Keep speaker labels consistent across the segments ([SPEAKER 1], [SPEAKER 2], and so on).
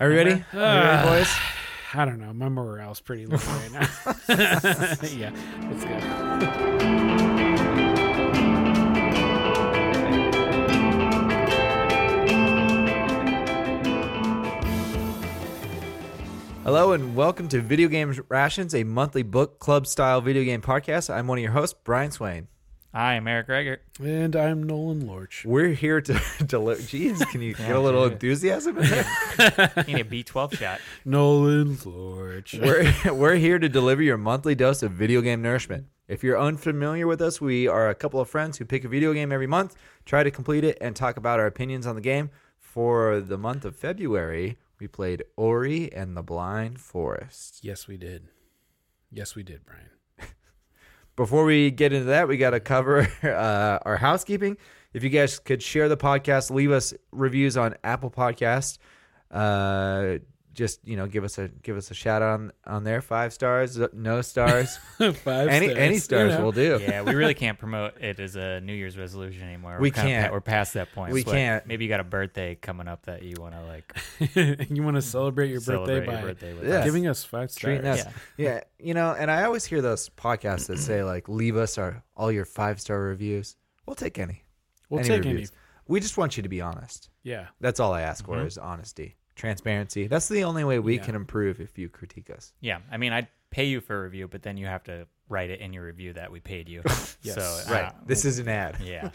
[SPEAKER 1] Are we ready? Are we ready,
[SPEAKER 2] Ah.
[SPEAKER 1] boys?
[SPEAKER 2] I don't know. My morale's pretty low right now. yeah, let's go.
[SPEAKER 1] Hello and welcome to Video Games Rations, a monthly book club style video game podcast. I'm one of your hosts, Brian Swain.
[SPEAKER 3] I am Eric Reger.
[SPEAKER 2] And I'm Nolan Lorch.
[SPEAKER 1] We're here to deliver. Jeez, can you get a little enthusiasm? In there?
[SPEAKER 3] You need a B twelve shot.
[SPEAKER 2] Nolan Lorch.
[SPEAKER 1] we're we're here to deliver your monthly dose of video game nourishment. If you're unfamiliar with us, we are a couple of friends who pick a video game every month, try to complete it, and talk about our opinions on the game. For the month of February, we played Ori and the Blind Forest.
[SPEAKER 2] Yes, we did. Yes, we did, Brian.
[SPEAKER 1] before we get into that, we got to cover uh, our housekeeping. If you guys could share the podcast, leave us reviews on Apple Podcast. Uh, just you know, give us a give us a shout out on on there. Five stars, uh, no stars,
[SPEAKER 2] Five
[SPEAKER 1] any any
[SPEAKER 2] you
[SPEAKER 1] stars
[SPEAKER 2] know.
[SPEAKER 1] will do.
[SPEAKER 3] Yeah, we really can't promote it as a New Year's resolution anymore.
[SPEAKER 1] We
[SPEAKER 3] We're kinda
[SPEAKER 1] can't.
[SPEAKER 3] pa- we're past that point.
[SPEAKER 1] We
[SPEAKER 3] It's like,
[SPEAKER 1] can't.
[SPEAKER 3] Maybe you got a birthday coming up that you want to like
[SPEAKER 2] you want to celebrate your
[SPEAKER 3] celebrate
[SPEAKER 2] birthday by
[SPEAKER 3] your birthday with.
[SPEAKER 1] Yeah.
[SPEAKER 3] us.
[SPEAKER 2] giving us five stars.
[SPEAKER 1] Treating us, yeah. you know. And I always hear those podcasts that say like, "Leave us our all your five star reviews." We'll take any.
[SPEAKER 2] We'll take
[SPEAKER 1] reviews. We just want you to be honest.
[SPEAKER 2] any. Yeah.
[SPEAKER 1] That's all I ask
[SPEAKER 3] Mm-hmm.
[SPEAKER 1] for is honesty, transparency. That's the only way we
[SPEAKER 2] Yeah.
[SPEAKER 1] can improve if you critique us.
[SPEAKER 3] Yeah, I mean, I'd pay you for a review, but then you have to write it in your review that we paid you.
[SPEAKER 2] Yes.
[SPEAKER 3] So
[SPEAKER 1] Right.
[SPEAKER 3] uh,
[SPEAKER 1] this is an ad.
[SPEAKER 3] yeah,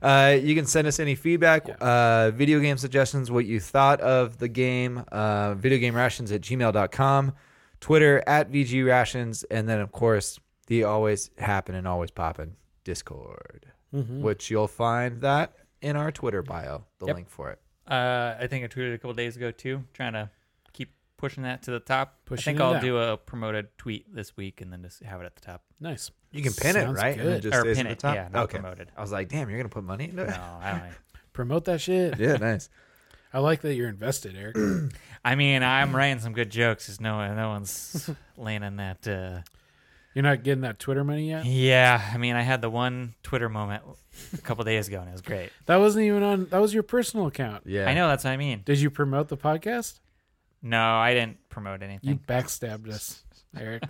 [SPEAKER 1] Uh, you can send us any feedback,
[SPEAKER 2] Yeah.
[SPEAKER 1] uh, video game suggestions, what you thought of the game, uh, videogamerations at gmail.com, Twitter at VG Rations, and then, of course, the always happen and always poppin' Discord, which you'll find that in our Twitter bio, the
[SPEAKER 3] Mm-hmm. Yep.
[SPEAKER 1] link for it.
[SPEAKER 3] uh, I think I tweeted a couple days ago too, trying to keep pushing that to the top. I
[SPEAKER 2] Pushing
[SPEAKER 3] think
[SPEAKER 2] it
[SPEAKER 3] I'll
[SPEAKER 2] out.
[SPEAKER 3] do a promoted tweet this week and then just have it at the top.
[SPEAKER 2] Nice.
[SPEAKER 1] You can pin
[SPEAKER 2] Sounds
[SPEAKER 1] it, right? And
[SPEAKER 2] good.
[SPEAKER 1] it just
[SPEAKER 3] Or
[SPEAKER 1] stays
[SPEAKER 3] pin
[SPEAKER 1] at
[SPEAKER 3] it,
[SPEAKER 1] the top.
[SPEAKER 3] yeah, not
[SPEAKER 1] okay.
[SPEAKER 3] promoted.
[SPEAKER 1] I was like, damn, you're going to put money into
[SPEAKER 3] No,
[SPEAKER 1] it?
[SPEAKER 3] I don't. know.
[SPEAKER 2] Promote that shit.
[SPEAKER 1] Yeah, nice.
[SPEAKER 2] I like that you're invested, Eric.
[SPEAKER 3] I mean, I'm writing some good jokes. There's no, no one's landing that. Uh,
[SPEAKER 2] You're not getting that Twitter money yet?
[SPEAKER 3] yeah, I mean, I had the one Twitter moment a couple days ago, and it was great.
[SPEAKER 2] That wasn't even on that was your personal account.
[SPEAKER 1] Yeah.
[SPEAKER 3] I know that's what I mean.
[SPEAKER 2] Did you promote the podcast?
[SPEAKER 3] No, I didn't promote
[SPEAKER 2] You
[SPEAKER 3] anything.
[SPEAKER 2] backstabbed us, Eric.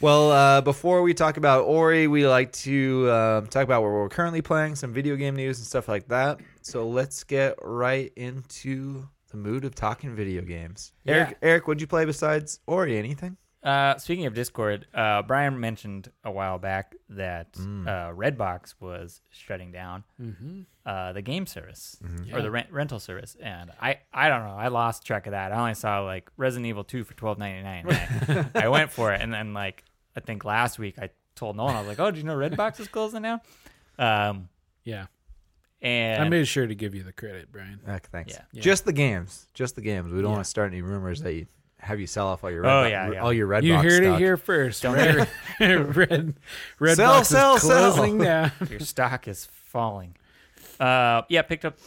[SPEAKER 1] Well, uh, before we talk about Ori, we like to um, talk about what we're currently playing, some video game news and stuff like that. So let's get right into the mood of talking video games. Eric, Eric, what'd you play besides Ori? Anything?
[SPEAKER 3] Uh, speaking of Discord, uh, Brian mentioned a while back that uh, Redbox was shutting down
[SPEAKER 2] Mm-hmm.
[SPEAKER 3] uh, the game service or the rent- rental service, and I, I don't know. I lost track of that. I only saw like Resident Evil Two for twelve ninety nine. I went for it, and then like I think last week I told Nolan I was like, "Oh, do you know Redbox is closing now?" Um,
[SPEAKER 2] Yeah.
[SPEAKER 3] and
[SPEAKER 2] I made sure to give you the credit, Brian.
[SPEAKER 1] Uh, thanks.
[SPEAKER 3] Yeah.
[SPEAKER 2] Yeah.
[SPEAKER 1] Just the games. Just the games. We don't
[SPEAKER 2] Yeah.
[SPEAKER 1] want to start any rumors that you have you sell off all your red
[SPEAKER 3] Oh,
[SPEAKER 1] Bo-
[SPEAKER 3] yeah, yeah.
[SPEAKER 1] all your red
[SPEAKER 2] you
[SPEAKER 1] Box
[SPEAKER 2] heard
[SPEAKER 1] stock.
[SPEAKER 2] it here first.
[SPEAKER 3] Don't
[SPEAKER 2] Red, red, red
[SPEAKER 1] Sell,
[SPEAKER 2] box
[SPEAKER 1] sell,
[SPEAKER 2] is
[SPEAKER 1] sell.
[SPEAKER 2] closing down.
[SPEAKER 3] your stock is falling. Uh, yeah, picked up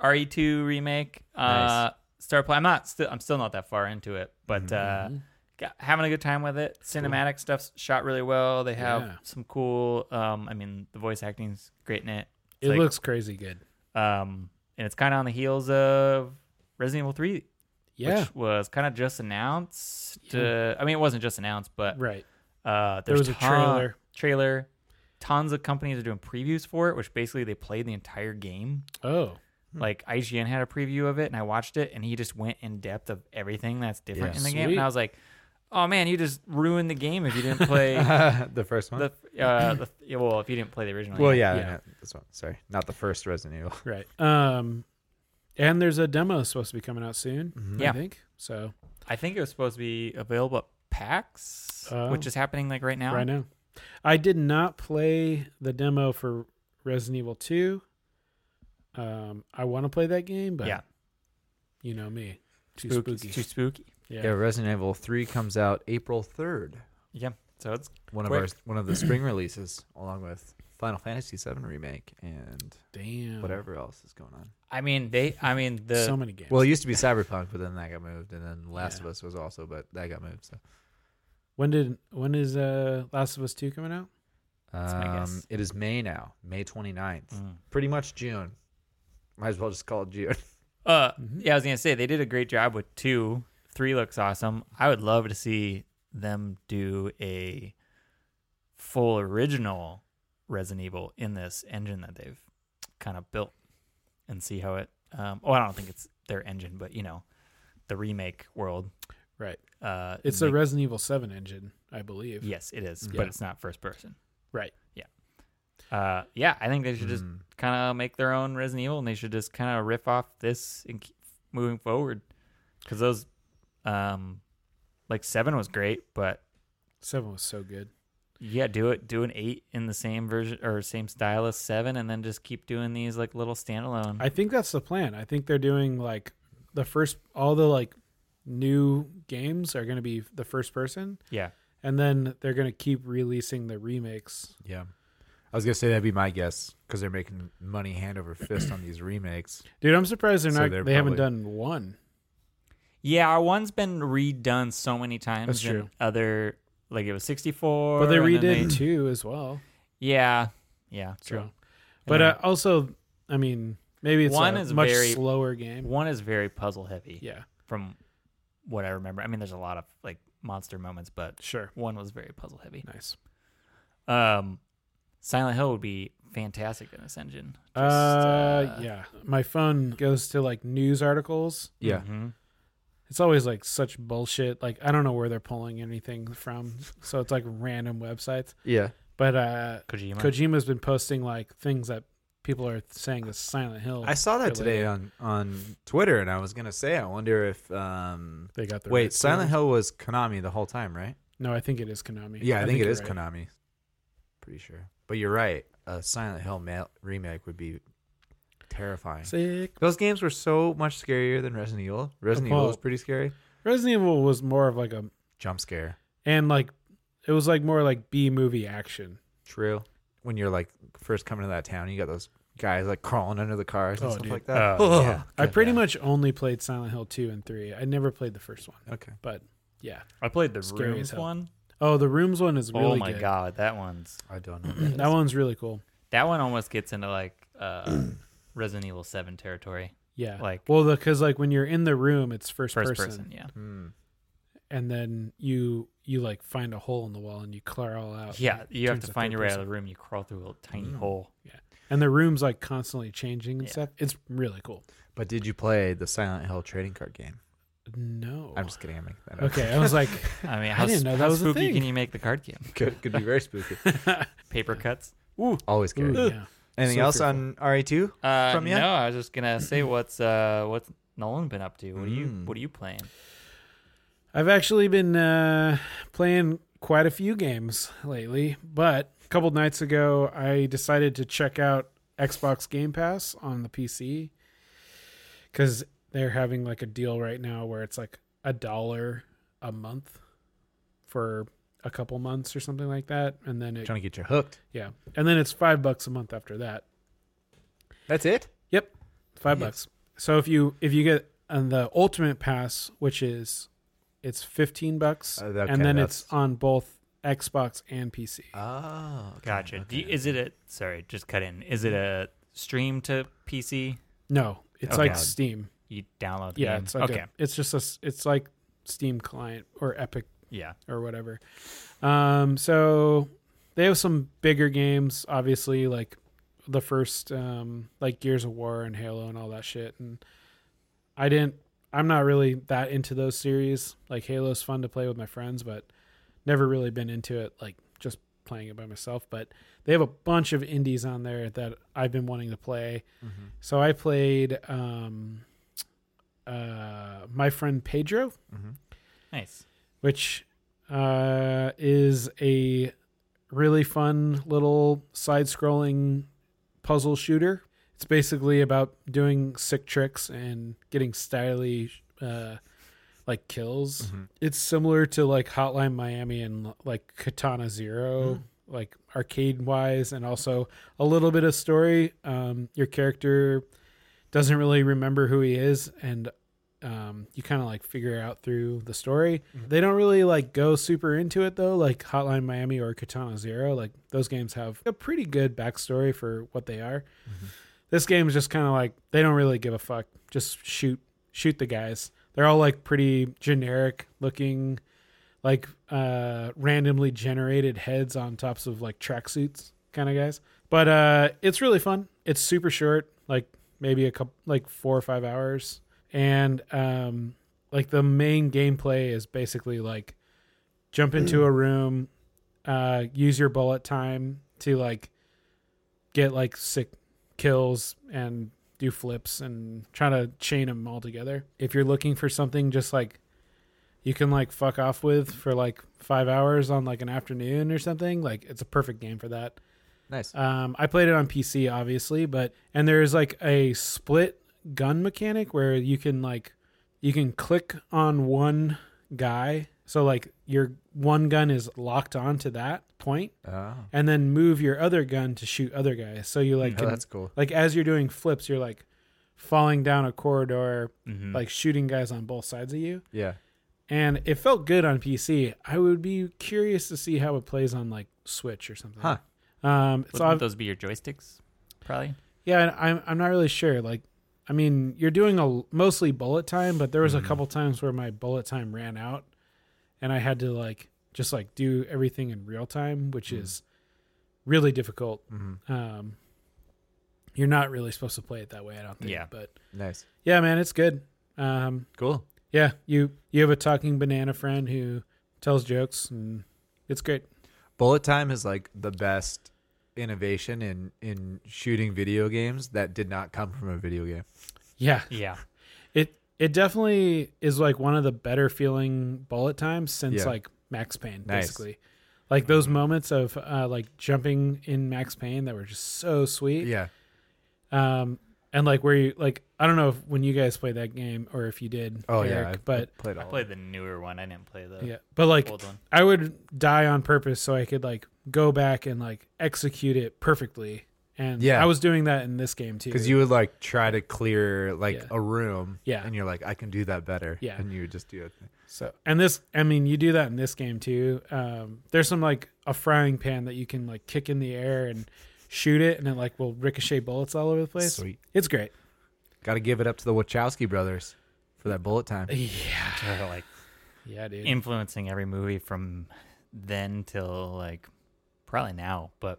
[SPEAKER 3] RE2 remake. Uh,
[SPEAKER 1] Nice.
[SPEAKER 3] Start play. I'm not still. I'm still not that far into it, but
[SPEAKER 2] Mm-hmm.
[SPEAKER 3] uh, got, having a good time with it. Cinematic stuff's shot really well. They have
[SPEAKER 2] Yeah.
[SPEAKER 3] some cool. Um, I mean, the voice acting's great in it.
[SPEAKER 2] It
[SPEAKER 3] It's like,
[SPEAKER 2] looks crazy good.
[SPEAKER 3] Um, and it's kind of on the heels of Resident Evil 3,
[SPEAKER 2] Yeah.
[SPEAKER 3] which was kind of just announced. Uh, I mean, it wasn't just announced, but
[SPEAKER 2] right. There
[SPEAKER 3] uh, there's
[SPEAKER 2] was a
[SPEAKER 3] ton-
[SPEAKER 2] trailer.
[SPEAKER 3] Trailer. Tons of companies are doing previews for it, which basically they played the entire game.
[SPEAKER 2] Oh.
[SPEAKER 3] Like IGN had a preview of it, and I watched it, and he just went in depth of everything that's different
[SPEAKER 1] Yeah.
[SPEAKER 3] in the game. And
[SPEAKER 2] Sweet.
[SPEAKER 3] I was like, "Oh man, you just ruined the game if you didn't play
[SPEAKER 1] the first one.
[SPEAKER 3] the, uh, the yeah, well, if you didn't play the original."
[SPEAKER 1] well,
[SPEAKER 3] game.
[SPEAKER 1] yeah,
[SPEAKER 2] Yeah.
[SPEAKER 1] yeah. This one. Sorry, not the first Resident Evil.
[SPEAKER 2] Right. Um and there's a demo supposed to be coming out soon, I
[SPEAKER 3] Yeah.
[SPEAKER 2] think. So
[SPEAKER 3] I think it was supposed to be available at PAX,
[SPEAKER 2] Oh.
[SPEAKER 3] which is happening like right now.
[SPEAKER 2] right now. I did not play the demo for Resident Evil 2. Um I want to play that game, but
[SPEAKER 3] Yeah.
[SPEAKER 2] you know me. Too
[SPEAKER 3] Spooky-
[SPEAKER 2] spooky.
[SPEAKER 3] it's Too spooky.
[SPEAKER 2] yeah.
[SPEAKER 1] Yeah, Resident Evil Three comes out April third.
[SPEAKER 3] Yeah. So it's
[SPEAKER 1] One of
[SPEAKER 3] Quick.
[SPEAKER 1] our one of the spring releases, along with Final Fantasy VII remake and
[SPEAKER 2] Damn.
[SPEAKER 1] whatever else is going on.
[SPEAKER 3] I mean they I mean the
[SPEAKER 2] so many games.
[SPEAKER 1] Well, it used to be Cyberpunk, but then that got moved, and then Last
[SPEAKER 2] Yeah.
[SPEAKER 1] of Us was also, but that got moved. So
[SPEAKER 2] when did when is uh Last of Us 2 coming out?
[SPEAKER 3] my
[SPEAKER 1] Um,
[SPEAKER 3] guess.
[SPEAKER 1] it is May now, May 29th.
[SPEAKER 3] Mm.
[SPEAKER 1] pretty much June. Might as well just call it June.
[SPEAKER 3] Uh,
[SPEAKER 2] Mm-hmm.
[SPEAKER 3] yeah, I was gonna say they did a great job with two. Three looks awesome. I would love to see them do a full original Resident Evil in this engine that they've kind of built, and see how it. Um, oh, I don't think it's their engine, but you know, the remake world.
[SPEAKER 2] Right.
[SPEAKER 3] Uh,
[SPEAKER 2] It's
[SPEAKER 3] make-
[SPEAKER 2] the Resident Evil 7 engine, I believe.
[SPEAKER 3] Yes, it is,
[SPEAKER 2] Yeah.
[SPEAKER 3] but it's not first person.
[SPEAKER 2] Right.
[SPEAKER 3] Yeah. Uh, yeah, I think they should just kind of make their own Resident Evil, and they should just kind of riff off this and keep moving forward. Because those, um, like seven was great, but
[SPEAKER 2] 7 was so good.
[SPEAKER 3] yeah, do it, do an eight in the same version or same style as seven, and then just keep doing these like little standalone.
[SPEAKER 2] I think that's the plan. I think they're doing like the first all the like new games are going to be the first person
[SPEAKER 3] yeah,
[SPEAKER 2] and then they're going to keep releasing the remakes.
[SPEAKER 1] Yeah. I was gonna say that'd be my guess because they're making money hand over fist on these remakes.
[SPEAKER 2] Dude, I'm surprised they're
[SPEAKER 1] So
[SPEAKER 2] not
[SPEAKER 1] they're
[SPEAKER 2] they haven't
[SPEAKER 1] probably-
[SPEAKER 2] done one.
[SPEAKER 3] yeah, our one's been redone so many times.
[SPEAKER 2] That's
[SPEAKER 3] than
[SPEAKER 2] true.
[SPEAKER 3] Other like it was sixty four,
[SPEAKER 2] But they redid two as well.
[SPEAKER 3] Yeah, yeah,
[SPEAKER 2] So,
[SPEAKER 3] true.
[SPEAKER 2] but
[SPEAKER 3] Yeah.
[SPEAKER 2] uh, also I mean maybe it's
[SPEAKER 3] One
[SPEAKER 2] a
[SPEAKER 3] is
[SPEAKER 2] much
[SPEAKER 3] very-
[SPEAKER 2] slower game.
[SPEAKER 3] One is very puzzle heavy.
[SPEAKER 2] Yeah,
[SPEAKER 3] From what I remember. I mean, there's a lot of like monster moments, but
[SPEAKER 2] sure.
[SPEAKER 3] one was very puzzle heavy.
[SPEAKER 2] Nice.
[SPEAKER 3] Um, Silent Hill would be fantastic in this engine. Just,
[SPEAKER 2] Uh, yeah. My phone goes to like news articles.
[SPEAKER 1] Yeah.
[SPEAKER 3] mhm.
[SPEAKER 2] It's always like such bullshit. Like I don't know where they're pulling anything from. So it's like random websites.
[SPEAKER 1] Yeah.
[SPEAKER 2] But uh
[SPEAKER 3] Kojima.
[SPEAKER 2] Kojima's been posting like things that people are saying is Silent Hill.
[SPEAKER 1] I saw that
[SPEAKER 2] related.
[SPEAKER 1] today on on Twitter, and I was gonna say I wonder if um
[SPEAKER 2] They got the
[SPEAKER 1] wait
[SPEAKER 2] rights to
[SPEAKER 1] Silent
[SPEAKER 2] it.
[SPEAKER 1] Hill was Konami the whole time, right?
[SPEAKER 2] No, I think it is Konami.
[SPEAKER 1] Yeah, I, think, it
[SPEAKER 2] you're
[SPEAKER 1] is
[SPEAKER 2] right.
[SPEAKER 1] Konami. Pretty sure, but you're right. A Silent Hill ma- remake would be terrifying.
[SPEAKER 2] Sick.
[SPEAKER 1] Those games were so much scarier than Resident Evil. Resident Evil was
[SPEAKER 2] Well-
[SPEAKER 1] pretty scary.
[SPEAKER 2] Resident Evil was more of like a
[SPEAKER 1] Jump scare.
[SPEAKER 2] and like it was like more like B movie action.
[SPEAKER 1] True. When you're like first coming to that town, you got those guys like crawling under the cars and
[SPEAKER 2] Oh,
[SPEAKER 1] stuff
[SPEAKER 2] dude.
[SPEAKER 1] like that.
[SPEAKER 3] Oh,
[SPEAKER 1] Ugh.
[SPEAKER 3] yeah.
[SPEAKER 2] I pretty much only played Silent Hill two and three. I never played the first one,
[SPEAKER 1] Okay.
[SPEAKER 2] but yeah.
[SPEAKER 3] I played the
[SPEAKER 2] Scary as
[SPEAKER 3] Rooms
[SPEAKER 2] hell.
[SPEAKER 3] one.
[SPEAKER 2] Oh, the rooms one is really
[SPEAKER 3] oh my
[SPEAKER 2] good.
[SPEAKER 3] god, that one's
[SPEAKER 1] I don't know.
[SPEAKER 2] That one's really cool.
[SPEAKER 3] that one almost gets into like uh, Resident Evil Seven territory.
[SPEAKER 2] Yeah.
[SPEAKER 3] Like-
[SPEAKER 2] well, because like when you're in the room, it's first,
[SPEAKER 3] First
[SPEAKER 2] person,
[SPEAKER 3] person, yeah,
[SPEAKER 1] Hmm.
[SPEAKER 2] and then you you like find a hole in the wall and you clear all out.
[SPEAKER 3] yeah. You have
[SPEAKER 2] Uh, turns
[SPEAKER 3] to
[SPEAKER 2] to third
[SPEAKER 3] find your way out
[SPEAKER 2] person.
[SPEAKER 3] of the room. You crawl through a little tiny hole.
[SPEAKER 2] and the room's like constantly changing and
[SPEAKER 3] Yeah.
[SPEAKER 2] stuff. It's really cool.
[SPEAKER 1] But did you play the Silent Hill trading card game?
[SPEAKER 2] No,
[SPEAKER 1] I'm just kidding. I'm making that up.
[SPEAKER 2] okay. I was like,
[SPEAKER 3] I mean, how,
[SPEAKER 2] didn't
[SPEAKER 3] sp-
[SPEAKER 2] know that
[SPEAKER 3] how
[SPEAKER 2] was a
[SPEAKER 3] spooky
[SPEAKER 2] thing.
[SPEAKER 3] can you make the card game?
[SPEAKER 1] could, could be very spooky.
[SPEAKER 3] Paper cuts.
[SPEAKER 1] Always scary.
[SPEAKER 2] ooh, yeah.
[SPEAKER 1] Anything
[SPEAKER 2] So
[SPEAKER 1] else on E RE2?
[SPEAKER 3] Uh,
[SPEAKER 1] from ya?
[SPEAKER 3] No, I was just gonna say what's uh what's Nolan been up to? What are you
[SPEAKER 1] Mm.
[SPEAKER 3] what are you playing?
[SPEAKER 2] I've actually been uh, playing quite a few games lately, but a couple nights ago, I decided to check out Xbox Game Pass on the PC because they're having like a deal right now where it's like a dollar a month for a couple months or something like that, and then it
[SPEAKER 1] Trying to get you hooked.
[SPEAKER 2] yeah, and then it's five bucks a month after that.
[SPEAKER 1] That's it.
[SPEAKER 2] Yep, five
[SPEAKER 1] Yeah.
[SPEAKER 2] bucks. So if you if you get on the ultimate pass, which is it's fifteen bucks,
[SPEAKER 1] Uh, okay,
[SPEAKER 2] and then
[SPEAKER 1] that's-
[SPEAKER 2] it's on both Xbox and PC.
[SPEAKER 1] Oh,
[SPEAKER 3] Gotcha. Do you- is it a sorry, just cut in. Is it a stream to PC?
[SPEAKER 2] No, it's
[SPEAKER 1] Oh,
[SPEAKER 3] Okay.
[SPEAKER 2] like Steam.
[SPEAKER 3] You download the
[SPEAKER 2] Yeah,
[SPEAKER 3] game?
[SPEAKER 1] Mm-hmm.
[SPEAKER 2] it's like a-
[SPEAKER 3] okay.
[SPEAKER 2] it's just a s- it's like Steam client or Epic
[SPEAKER 3] yeah.
[SPEAKER 2] or whatever. Um, so they have some bigger games, obviously, like the first, um, like Gears of War and Halo and all that shit. And I didn't, I'm not really that into those series. Like Halo's fun to play with my friends, but never really been into it, like just playing it by myself. But they have a bunch of indies on there that I've been wanting to play.
[SPEAKER 1] Mm-hmm.
[SPEAKER 2] So I played, um, uh, my friend Pedro
[SPEAKER 1] Mm-hmm.
[SPEAKER 3] Nice.
[SPEAKER 2] which uh, is a really fun little side scrolling puzzle shooter. It's basically about doing sick tricks and getting stylish uh, like kills. It's similar to like Hotline Miami and like Katana 0 like arcade wise, and also a little bit of story. Um, your character doesn't really remember who he is, and um, you kind of like figure out through the story. They don't really like go super into it though, like Hotline Miami or Katana Zero. Like those games have a pretty good backstory for what they are. This game is just kind of like they don't really give a fuck. Just shoot, shoot the guys. They're all like pretty generic looking, like uh, randomly generated heads on tops of like tracksuits kind of guys. But uh, it's really fun. It's super short, like maybe a couple, like four or five hours, and um, like the main gameplay is basically like jump into a room, uh, use your bullet time to like get like sick kills and do flips and try to chain them all together. If you're looking for something just like you can like fuck off with for like five hours on like an afternoon or something, like it's a perfect game for that.
[SPEAKER 1] Nice.
[SPEAKER 2] Um, I played it on PC, obviously, but and there's like a split gun mechanic where you can like you can click on one guy, so like your one gun is locked on to that point,
[SPEAKER 1] Oh, Oh,
[SPEAKER 2] and then move your other gun to shoot other guys. So you like can,
[SPEAKER 1] that's cool.
[SPEAKER 2] like as you're doing flips, you're like falling down a corridor,
[SPEAKER 3] Mhm.
[SPEAKER 2] like shooting guys on both sides of you.
[SPEAKER 1] Yeah.
[SPEAKER 2] And it felt good on PC. I would be curious to see how it plays on like Switch or something.
[SPEAKER 1] Huh.
[SPEAKER 2] Um, it's
[SPEAKER 3] Wouldn't
[SPEAKER 2] ob-
[SPEAKER 3] those be your joysticks? Probably.
[SPEAKER 2] Yeah, and I'm I'm not really sure. Like, I mean, you're doing a mostly bullet time, but there was a couple times where my bullet time ran out, and I had to like just like do everything in real time, which is really difficult.
[SPEAKER 1] Mhm.
[SPEAKER 2] Um, you're not really supposed to play it that way, I don't think.
[SPEAKER 3] Yeah.
[SPEAKER 2] but
[SPEAKER 1] Nice.
[SPEAKER 2] yeah, man, it's good. Um,
[SPEAKER 1] Cool.
[SPEAKER 2] yeah, you you have a talking banana friend who tells jokes, and it's great.
[SPEAKER 1] Bullet time is like the best innovation in in shooting video games that did not come from a video game.
[SPEAKER 2] Yeah,
[SPEAKER 3] Yeah.
[SPEAKER 2] It it definitely is like one of the better feeling bullet times since
[SPEAKER 1] Yeah.
[SPEAKER 2] like Max Payne,
[SPEAKER 1] Nice.
[SPEAKER 2] basically. Like those moments of uh, like jumping in Max Payne that were just so sweet.
[SPEAKER 1] Yeah.
[SPEAKER 2] Um, and like where you like I don't know if when you guys played that game or if you did.
[SPEAKER 1] Oh yeah.
[SPEAKER 2] Eric,
[SPEAKER 1] I
[SPEAKER 2] but
[SPEAKER 1] played
[SPEAKER 3] I
[SPEAKER 1] all.
[SPEAKER 3] played the newer one. I didn't play the
[SPEAKER 2] yeah, but like
[SPEAKER 3] old one.
[SPEAKER 2] I would die on purpose so I could like go back and like execute it perfectly. And
[SPEAKER 1] Yeah.
[SPEAKER 2] I was doing that in this game too.
[SPEAKER 1] because you would like try to clear like
[SPEAKER 2] Yeah.
[SPEAKER 1] a room,
[SPEAKER 2] Yeah.
[SPEAKER 1] and you're like, I can do that better,
[SPEAKER 2] Yeah.
[SPEAKER 1] and you would just do it.
[SPEAKER 2] So and this, I mean, you do that in this game too. Um, there's some like a frying pan that you can like kick in the air and shoot it, and it like will ricochet bullets all over the place.
[SPEAKER 1] Sweet,
[SPEAKER 2] It's great.
[SPEAKER 1] got to give it up to the Wachowski brothers for that bullet time.
[SPEAKER 2] Yeah,
[SPEAKER 3] They're, like
[SPEAKER 2] yeah, dude.
[SPEAKER 3] influencing every movie from then till like probably now, but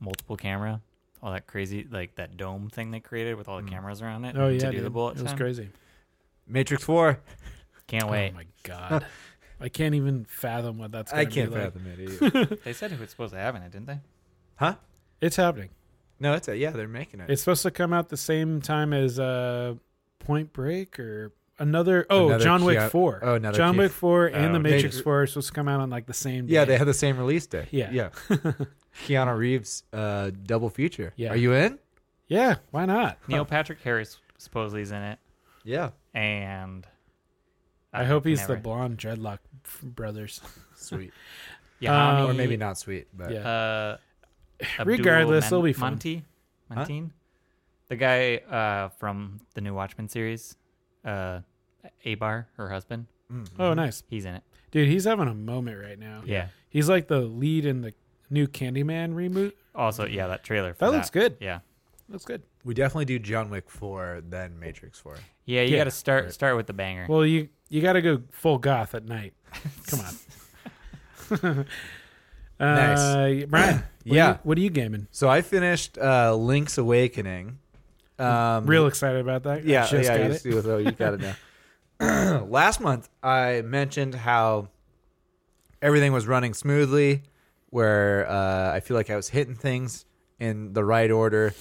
[SPEAKER 3] multiple camera, all that crazy like that dome thing they created with all the
[SPEAKER 1] Mm.
[SPEAKER 3] cameras around it.
[SPEAKER 2] oh yeah,
[SPEAKER 3] to do
[SPEAKER 2] dude.
[SPEAKER 3] the bullet
[SPEAKER 2] it was
[SPEAKER 3] time.
[SPEAKER 2] crazy.
[SPEAKER 1] Matrix Four,
[SPEAKER 3] Can't wait.
[SPEAKER 2] Oh my god, I can't even fathom what that's. Gonna
[SPEAKER 1] I can't
[SPEAKER 2] be like.
[SPEAKER 1] fathom it. Either.
[SPEAKER 3] They said it was supposed to happen, it didn't they?
[SPEAKER 1] huh?
[SPEAKER 2] It's happening.
[SPEAKER 1] No, it's a, yeah, they're making it.
[SPEAKER 2] It's supposed to come out the same time as uh, Point Break or another. Oh,
[SPEAKER 1] Another
[SPEAKER 2] John Wick
[SPEAKER 1] Keanu-
[SPEAKER 2] Four.
[SPEAKER 1] oh, another
[SPEAKER 2] John
[SPEAKER 1] Keanu-
[SPEAKER 2] Wick Four and
[SPEAKER 3] Oh.
[SPEAKER 2] The
[SPEAKER 1] They-
[SPEAKER 2] Matrix Four are supposed to come out on like the same.
[SPEAKER 1] yeah,
[SPEAKER 2] day.
[SPEAKER 1] they had the same release day.
[SPEAKER 2] Yeah.
[SPEAKER 1] yeah. Keanu Reeves uh, double feature.
[SPEAKER 2] Yeah.
[SPEAKER 1] are you in?
[SPEAKER 2] yeah. Why not?
[SPEAKER 3] Neil Patrick Harris supposedly is in it,
[SPEAKER 1] Yeah,
[SPEAKER 3] and
[SPEAKER 2] I hope he's the
[SPEAKER 3] never-
[SPEAKER 2] blonde dreadlock f- brothers.
[SPEAKER 1] sweet,
[SPEAKER 3] Yahami,
[SPEAKER 2] um,
[SPEAKER 1] or maybe not sweet, but um,
[SPEAKER 2] yeah.
[SPEAKER 3] Uh, Abdul
[SPEAKER 2] Regardless, it'll be fun.
[SPEAKER 3] Monty, Montine, the guy uh, from the new Watchmen series, uh, Abar, her husband,
[SPEAKER 1] Mm.
[SPEAKER 2] Oh, nice,
[SPEAKER 3] he's in it.
[SPEAKER 2] dude. He's having a moment right now.
[SPEAKER 3] Yeah.
[SPEAKER 2] He's like the lead in the new Candyman reboot.
[SPEAKER 3] Also, yeah, that trailer. For
[SPEAKER 2] That looks good.
[SPEAKER 3] Yeah,
[SPEAKER 2] Looks good.
[SPEAKER 1] we definitely do John Wick Four, then Matrix Four.
[SPEAKER 3] yeah. You
[SPEAKER 2] Yeah.
[SPEAKER 3] got to start start with the banger.
[SPEAKER 2] Well, you you got to go full goth at night. Come on.
[SPEAKER 1] Nice.
[SPEAKER 2] Uh, Brian. what
[SPEAKER 1] Yeah.
[SPEAKER 2] Are you, what are you gaming?
[SPEAKER 1] So I finished uh, Link's Awakening. Um,
[SPEAKER 2] Real excited about that. I
[SPEAKER 1] Yeah,
[SPEAKER 2] just
[SPEAKER 1] yeah,
[SPEAKER 2] got
[SPEAKER 1] you
[SPEAKER 2] it.
[SPEAKER 1] see with- oh, you got it now. Last month, I mentioned how everything was running smoothly, where uh, I feel like I was hitting things in the right order.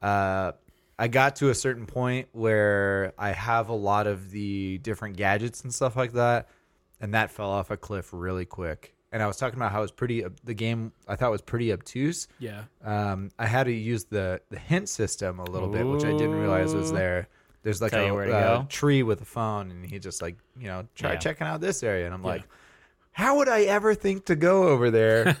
[SPEAKER 1] Uh, I got to a certain point where I have a lot of the different gadgets and stuff like that, and that fell off a cliff really quick. And I was talking about how it was pretty. uh, The game I thought was pretty obtuse,
[SPEAKER 2] Yeah.
[SPEAKER 1] um, I had to use the the hint system a little bit, which I didn't realize was
[SPEAKER 3] Ooh.
[SPEAKER 1] there. There's like
[SPEAKER 3] Tell
[SPEAKER 1] a
[SPEAKER 3] you where to
[SPEAKER 1] uh,
[SPEAKER 3] go.
[SPEAKER 1] tree with a phone, and he just like you know try
[SPEAKER 3] Yeah.
[SPEAKER 1] checking out this area, and I'm like, how would I ever think to go over there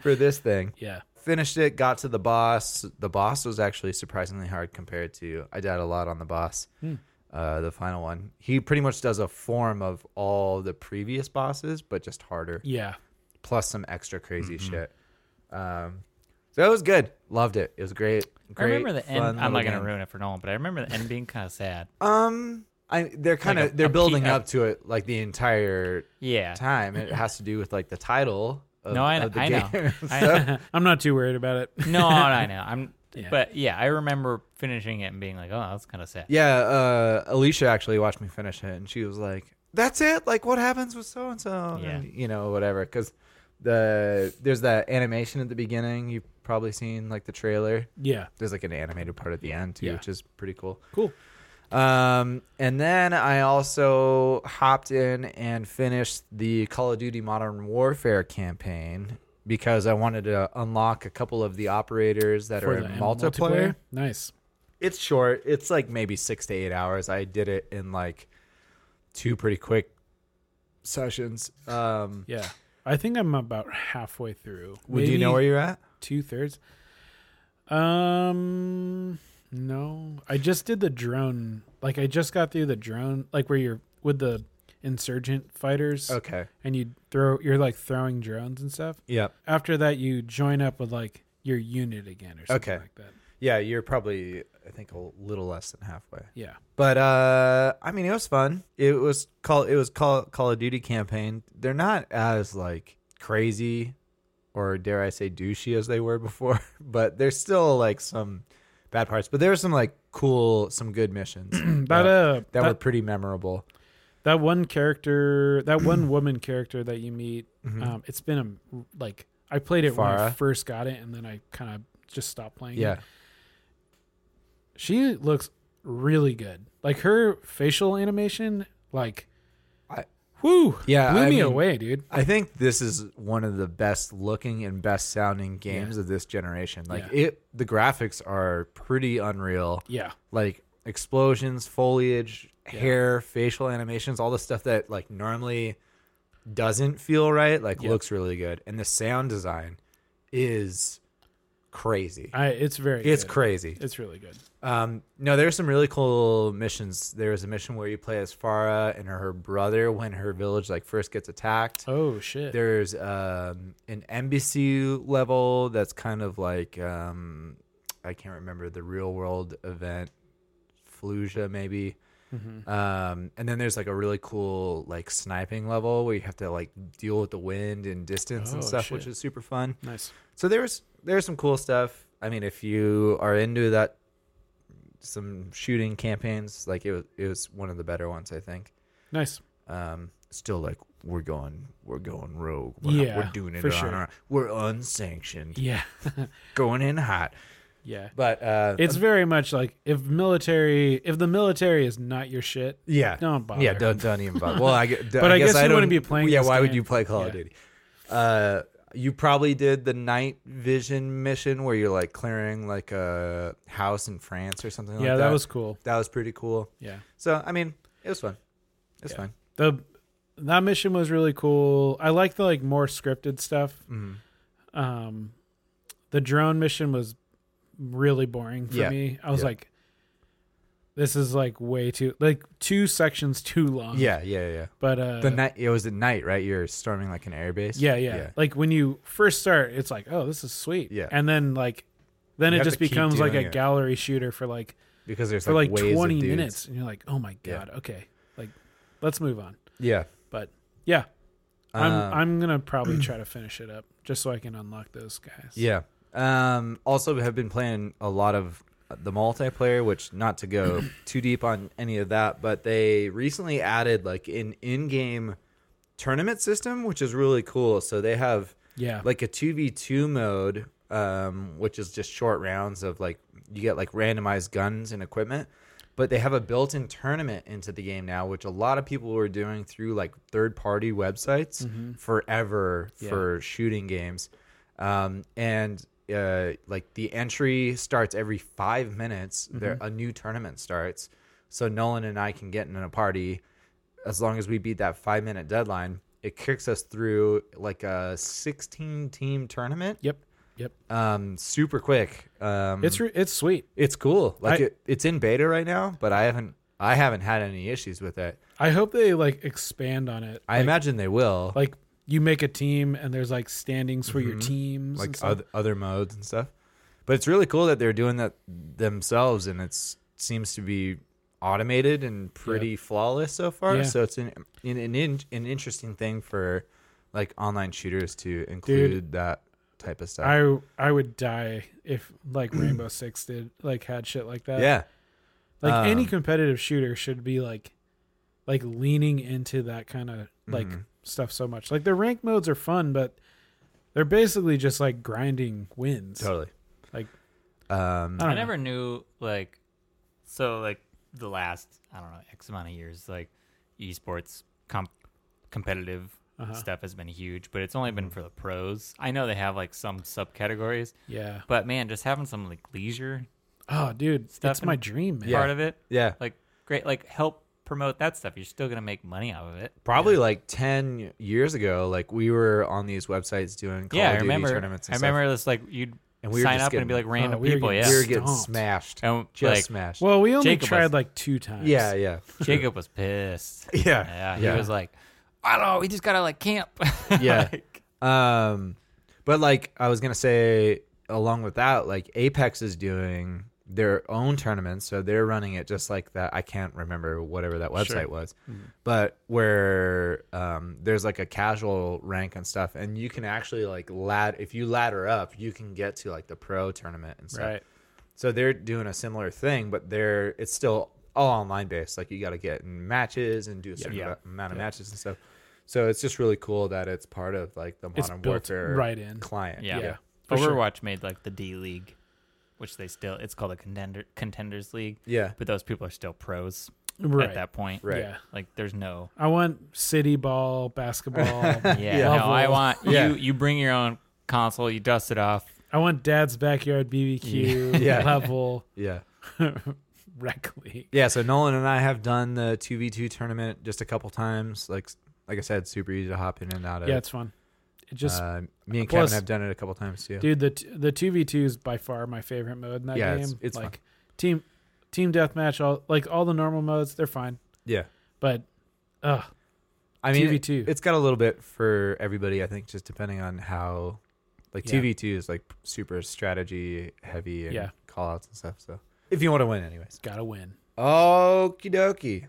[SPEAKER 1] for this thing?
[SPEAKER 2] Yeah.
[SPEAKER 1] Finished it, got to the boss. The boss was actually surprisingly hard compared to I died a lot on the boss.
[SPEAKER 3] Hmm.
[SPEAKER 1] Uh, the final one, he pretty much does a form of all the previous bosses, but just harder
[SPEAKER 2] Yeah.
[SPEAKER 1] plus some extra crazy shit. Um, So it was good. Loved it. It was great.
[SPEAKER 3] I
[SPEAKER 1] Great.
[SPEAKER 3] remember the
[SPEAKER 1] fun
[SPEAKER 3] end. I'm not
[SPEAKER 1] little
[SPEAKER 3] gonna
[SPEAKER 1] game.
[SPEAKER 3] ruin it for Nolan, but I remember the end being kind of sad.
[SPEAKER 1] Um, I they're kind of
[SPEAKER 3] a-
[SPEAKER 1] they're
[SPEAKER 3] a pe-
[SPEAKER 1] building
[SPEAKER 3] a-
[SPEAKER 1] up to it like the entire
[SPEAKER 3] Yeah.
[SPEAKER 1] time. It has to do with like the title. Of,
[SPEAKER 3] No, I-
[SPEAKER 1] of the
[SPEAKER 3] I know.
[SPEAKER 1] game.
[SPEAKER 3] I-
[SPEAKER 1] So-
[SPEAKER 2] I'm not too worried about it.
[SPEAKER 3] No, I know. I'm.
[SPEAKER 2] Yeah.
[SPEAKER 3] But yeah, I remember finishing it and being like, "Oh, that's kind of sad."
[SPEAKER 1] yeah, uh, Alicia actually watched me finish it, and she was like, "That's it. Like, what happens with so and so?
[SPEAKER 3] Yeah.
[SPEAKER 1] you know, whatever." Because the there's that animation at the beginning. You've probably seen like the trailer.
[SPEAKER 2] Yeah.
[SPEAKER 1] There's like an animated part at the end too,
[SPEAKER 2] Yeah.
[SPEAKER 1] which is pretty cool.
[SPEAKER 2] Cool.
[SPEAKER 1] Um, and then I also hopped in and finished the Call of Duty Modern Warfare campaign because I wanted to unlock a couple of the operators that are in multiplayer.
[SPEAKER 2] Nice.
[SPEAKER 1] It's short. It's like maybe six to eight hours. I did it in like two pretty quick sessions. Um,
[SPEAKER 2] Yeah. I think I'm about halfway through.
[SPEAKER 1] well, do you know where you're at?
[SPEAKER 2] two thirds? Um, no. I just did the drone. Like I just got through the drone. Like where you're with the insurgent fighters,
[SPEAKER 1] Okay.
[SPEAKER 2] and you throw. You're like throwing drones and stuff.
[SPEAKER 1] Yep.
[SPEAKER 2] After that, you join up with like your unit again or something
[SPEAKER 1] Okay.
[SPEAKER 2] like that.
[SPEAKER 1] Yeah, you're probably I think a little less than halfway.
[SPEAKER 2] Yeah.
[SPEAKER 1] But uh, I mean, it was fun. It was call it was call Call of Duty campaign. They're not as like crazy, or dare I say douchey as they were before. But there's still like some bad parts. But there were some like cool, some good missions
[SPEAKER 2] That
[SPEAKER 1] that,
[SPEAKER 2] uh,
[SPEAKER 1] that
[SPEAKER 2] that,
[SPEAKER 1] were pretty memorable.
[SPEAKER 2] that one character, that one woman character that you meet, um, it's been a like I played it when I
[SPEAKER 1] Mm-hmm. Farah.
[SPEAKER 2] first got it, and then I kind of just stopped playing.
[SPEAKER 1] Yeah,
[SPEAKER 2] it. she looks really good. Like her facial animation, like,
[SPEAKER 1] I-
[SPEAKER 2] whoo,
[SPEAKER 1] Yeah,
[SPEAKER 2] blew
[SPEAKER 1] I
[SPEAKER 2] me
[SPEAKER 1] mean-
[SPEAKER 2] away, dude.
[SPEAKER 1] I think this is one of the best looking and best sounding games of this generation. Like it, the graphics are pretty unreal.
[SPEAKER 2] Yeah,
[SPEAKER 1] like explosions, foliage, hair, facial animations, all the stuff that like normally doesn't feel right, like
[SPEAKER 2] Yeah.
[SPEAKER 1] looks really good. And the sound design is crazy.
[SPEAKER 2] I, it's very,
[SPEAKER 1] it's
[SPEAKER 2] good.
[SPEAKER 1] crazy.
[SPEAKER 2] It's really good.
[SPEAKER 1] Um, no, there's some really cool missions. There was a mission where you play as Farah and her brother when her village like first gets attacked.
[SPEAKER 2] Oh shit,
[SPEAKER 1] There's um, an embassy level that's kind of like um, I can't remember the real world event, Fallujah maybe.
[SPEAKER 2] Mm-hmm.
[SPEAKER 1] Um, and then there's like a really cool like sniping level where you have to like deal with the wind and distance and
[SPEAKER 2] Oh,
[SPEAKER 1] stuff,
[SPEAKER 2] shit.
[SPEAKER 1] which is super fun.
[SPEAKER 2] nice.
[SPEAKER 1] So there's there's some cool stuff. I mean, if you are into that, some shooting campaigns like it was it was one of the better ones I think
[SPEAKER 2] Nice.
[SPEAKER 1] um, still like we're going we're going rogue we're,
[SPEAKER 2] Yeah,
[SPEAKER 1] we're doing it
[SPEAKER 2] for
[SPEAKER 1] on
[SPEAKER 2] sure.
[SPEAKER 1] our we're unsanctioned
[SPEAKER 2] Yeah.
[SPEAKER 1] going in hot
[SPEAKER 2] yeah.
[SPEAKER 1] but uh
[SPEAKER 2] It's very much like if military, if the military is not your shit,
[SPEAKER 1] yeah
[SPEAKER 2] don't bother.
[SPEAKER 1] yeah don't don't even bother well I, gu-
[SPEAKER 2] But I guess you wouldn't
[SPEAKER 1] don't-
[SPEAKER 2] be playing
[SPEAKER 1] yeah
[SPEAKER 2] this
[SPEAKER 1] why would
[SPEAKER 2] game.
[SPEAKER 1] you play Call of
[SPEAKER 2] Yeah.
[SPEAKER 1] Duty uh you probably did the night vision mission where you're like clearing like a house in France or something
[SPEAKER 2] yeah,
[SPEAKER 1] like that
[SPEAKER 2] that, was cool.
[SPEAKER 1] that was pretty cool
[SPEAKER 2] Yeah.
[SPEAKER 1] so I mean it was fun it was
[SPEAKER 2] Yeah.
[SPEAKER 1] fun
[SPEAKER 2] the that mission was really cool. I like the like more scripted stuff.
[SPEAKER 1] Mhm.
[SPEAKER 2] Um, the drone mission was really boring for
[SPEAKER 1] Yeah.
[SPEAKER 2] me. I was
[SPEAKER 1] Yeah.
[SPEAKER 2] like, this is like way too like two sections too long.
[SPEAKER 1] yeah yeah yeah
[SPEAKER 2] but uh,
[SPEAKER 1] the night it was at night right you're storming like an airbase
[SPEAKER 2] yeah, yeah, Like when you first start, it's like, oh, this is sweet.
[SPEAKER 1] Yeah.
[SPEAKER 2] and then like. Then
[SPEAKER 1] You
[SPEAKER 2] it
[SPEAKER 1] have
[SPEAKER 2] just
[SPEAKER 1] to keep
[SPEAKER 2] becomes like
[SPEAKER 1] doing
[SPEAKER 2] a
[SPEAKER 1] it.
[SPEAKER 2] gallery shooter for like
[SPEAKER 1] because there's
[SPEAKER 2] for like,
[SPEAKER 1] waves of
[SPEAKER 2] twenty
[SPEAKER 1] dudes.
[SPEAKER 2] minutes, and you're like, oh my
[SPEAKER 1] Yeah.
[SPEAKER 2] god, okay, like let's move on.
[SPEAKER 1] Yeah.
[SPEAKER 2] But yeah, I'm
[SPEAKER 1] Um,
[SPEAKER 2] I'm gonna probably try to finish it up just so I can unlock those guys.
[SPEAKER 1] Yeah. Um, also, have been playing a lot of the multiplayer, which not to go too deep on any of that, but they recently added like an in-game tournament system, which is really cool. So they have
[SPEAKER 2] yeah,
[SPEAKER 1] like a 2v2 mode um, which is just short rounds of like you get like randomized guns and equipment but they have a built-in tournament into the game now which a lot of people were doing through like third-party websites forever
[SPEAKER 2] Mm-hmm. Yeah.
[SPEAKER 1] for shooting games um, and uh, like the entry starts every five minutes
[SPEAKER 2] Mm-hmm.
[SPEAKER 1] there a new tournament starts so nolan and i can get in a party as long as we beat that five minute deadline, it kicks us through like a 16 team tournament.
[SPEAKER 2] yep, yep.
[SPEAKER 1] Um, super quick. Um,
[SPEAKER 2] It's re- it's sweet.
[SPEAKER 1] it's cool. Like
[SPEAKER 2] I-
[SPEAKER 1] it, it's in beta right now, but I haven't I haven't had any issues with it.
[SPEAKER 2] I hope they like expand on it.
[SPEAKER 1] I imagine they will.
[SPEAKER 2] Like you make a team and there's like standings for your teams. and
[SPEAKER 1] Mm-hmm. like
[SPEAKER 2] stuff.
[SPEAKER 1] other, other modes and stuff. But it's really cool that they're doing that themselves, and it's seems to be automated and pretty flawless so far.
[SPEAKER 2] Yeah.
[SPEAKER 1] So it's an an, an in- an interesting thing for like online shooters to include that type of stuff.
[SPEAKER 2] I I would die if like Rainbow Six did like had shit like that.
[SPEAKER 1] yeah,
[SPEAKER 2] Like any
[SPEAKER 1] Um,
[SPEAKER 2] competitive shooter should be like like leaning into that kind of like
[SPEAKER 1] Mhm.
[SPEAKER 2] stuff so much. Like the rank modes are fun, but they're basically just like grinding wins.
[SPEAKER 1] totally.
[SPEAKER 2] Like-
[SPEAKER 1] um,
[SPEAKER 2] I don't
[SPEAKER 3] I
[SPEAKER 2] know.
[SPEAKER 3] never knew like so like the last I don't know X amount of years like esports comp competitive
[SPEAKER 2] Uh-huh.
[SPEAKER 3] stuff has been huge, but it's only
[SPEAKER 1] Mm-hmm.
[SPEAKER 3] been for the pros. I know they have like some subcategories,
[SPEAKER 2] Yeah.
[SPEAKER 3] but man, just having some like leisure
[SPEAKER 2] Oh, dude, that's
[SPEAKER 3] Stuff
[SPEAKER 2] my
[SPEAKER 3] in-
[SPEAKER 2] dream, man.
[SPEAKER 1] Yeah.
[SPEAKER 3] part of it,
[SPEAKER 1] yeah,
[SPEAKER 3] like great, like help promote that stuff. You're still gonna make money out of it.
[SPEAKER 1] probably like ten years ago, like we were on these websites doing Call
[SPEAKER 3] yeah,
[SPEAKER 1] of
[SPEAKER 3] I
[SPEAKER 1] Duty
[SPEAKER 3] remember.
[SPEAKER 1] tournaments.
[SPEAKER 3] I
[SPEAKER 1] And stuff,
[SPEAKER 3] remember this like you'd
[SPEAKER 1] And we were
[SPEAKER 3] sign
[SPEAKER 1] just
[SPEAKER 3] up and it'd be like
[SPEAKER 1] getting-
[SPEAKER 3] random
[SPEAKER 2] Oh, we were
[SPEAKER 3] people.
[SPEAKER 2] getting-
[SPEAKER 3] yeah,
[SPEAKER 1] we were getting
[SPEAKER 2] Stomped.
[SPEAKER 1] smashed,
[SPEAKER 3] and
[SPEAKER 1] just
[SPEAKER 3] like
[SPEAKER 1] smashed.
[SPEAKER 2] Well, we only
[SPEAKER 3] Jacob was-
[SPEAKER 2] tried like two times.
[SPEAKER 1] yeah, yeah,
[SPEAKER 3] Jacob was pissed.
[SPEAKER 1] yeah,
[SPEAKER 3] Yeah,
[SPEAKER 1] Yeah.
[SPEAKER 3] he was like, I don't know, we just gotta like camp.
[SPEAKER 1] Yeah.
[SPEAKER 3] Like,
[SPEAKER 1] Um, but like I was gonna say, along with that, like Apex is doing their own tournaments, so they're running it just like that. I can't remember whatever that website was, but where um, there's like a casual rank and stuff, and you can actually like lad if you ladder up, you can get to like the pro tournament and stuff.
[SPEAKER 2] Right.
[SPEAKER 1] So they're doing a similar thing, but they're it's still all online based. Like you got to get in matches and do a certain
[SPEAKER 3] Yeah.
[SPEAKER 1] amount of matches and stuff. So it's just really cool that it's part of like the
[SPEAKER 2] It's
[SPEAKER 1] Modern
[SPEAKER 2] built
[SPEAKER 1] Warfare
[SPEAKER 2] right in.
[SPEAKER 1] client.
[SPEAKER 3] yeah.
[SPEAKER 2] Yeah, for sure.
[SPEAKER 3] Overwatch made like the D League, which they still it's called the contender contenders league.
[SPEAKER 1] yeah,
[SPEAKER 3] But those people are still pros
[SPEAKER 2] Right.
[SPEAKER 3] at that point.
[SPEAKER 1] right.
[SPEAKER 2] Yeah.
[SPEAKER 3] Like there's no
[SPEAKER 2] I want city ball, basketball.
[SPEAKER 3] Yeah. No, I
[SPEAKER 2] level.
[SPEAKER 3] want
[SPEAKER 1] Yeah.
[SPEAKER 3] you you bring your own console, you dust it off.
[SPEAKER 2] I want dad's backyard BBQ
[SPEAKER 1] Yeah.
[SPEAKER 2] level
[SPEAKER 1] yeah,
[SPEAKER 2] rec league.
[SPEAKER 1] yeah. So Nolan and I have done the two v two tournament just a couple times. Like like I said, super easy to hop in and out of.
[SPEAKER 2] Yeah, it's fun. It just
[SPEAKER 1] uh, me and
[SPEAKER 2] plus-
[SPEAKER 1] Kevin have done it a couple times too.
[SPEAKER 2] dude the t- the 2v2 is by far my favorite mode in that
[SPEAKER 1] Yeah,
[SPEAKER 2] game.
[SPEAKER 1] it's- it's
[SPEAKER 2] like
[SPEAKER 1] fun.
[SPEAKER 2] team team deathmatch all like all the normal modes, they're fine.
[SPEAKER 1] yeah,
[SPEAKER 2] But uh
[SPEAKER 1] I mean,
[SPEAKER 2] 2v2.
[SPEAKER 1] It, has got a little bit for everybody. I think just depending on how, like
[SPEAKER 2] Yeah.
[SPEAKER 1] two v two is like super strategy heavy and
[SPEAKER 2] Yeah.
[SPEAKER 1] call outs and stuff. So if you want to win, anyways.
[SPEAKER 2] got to win.
[SPEAKER 1] Okie dokie.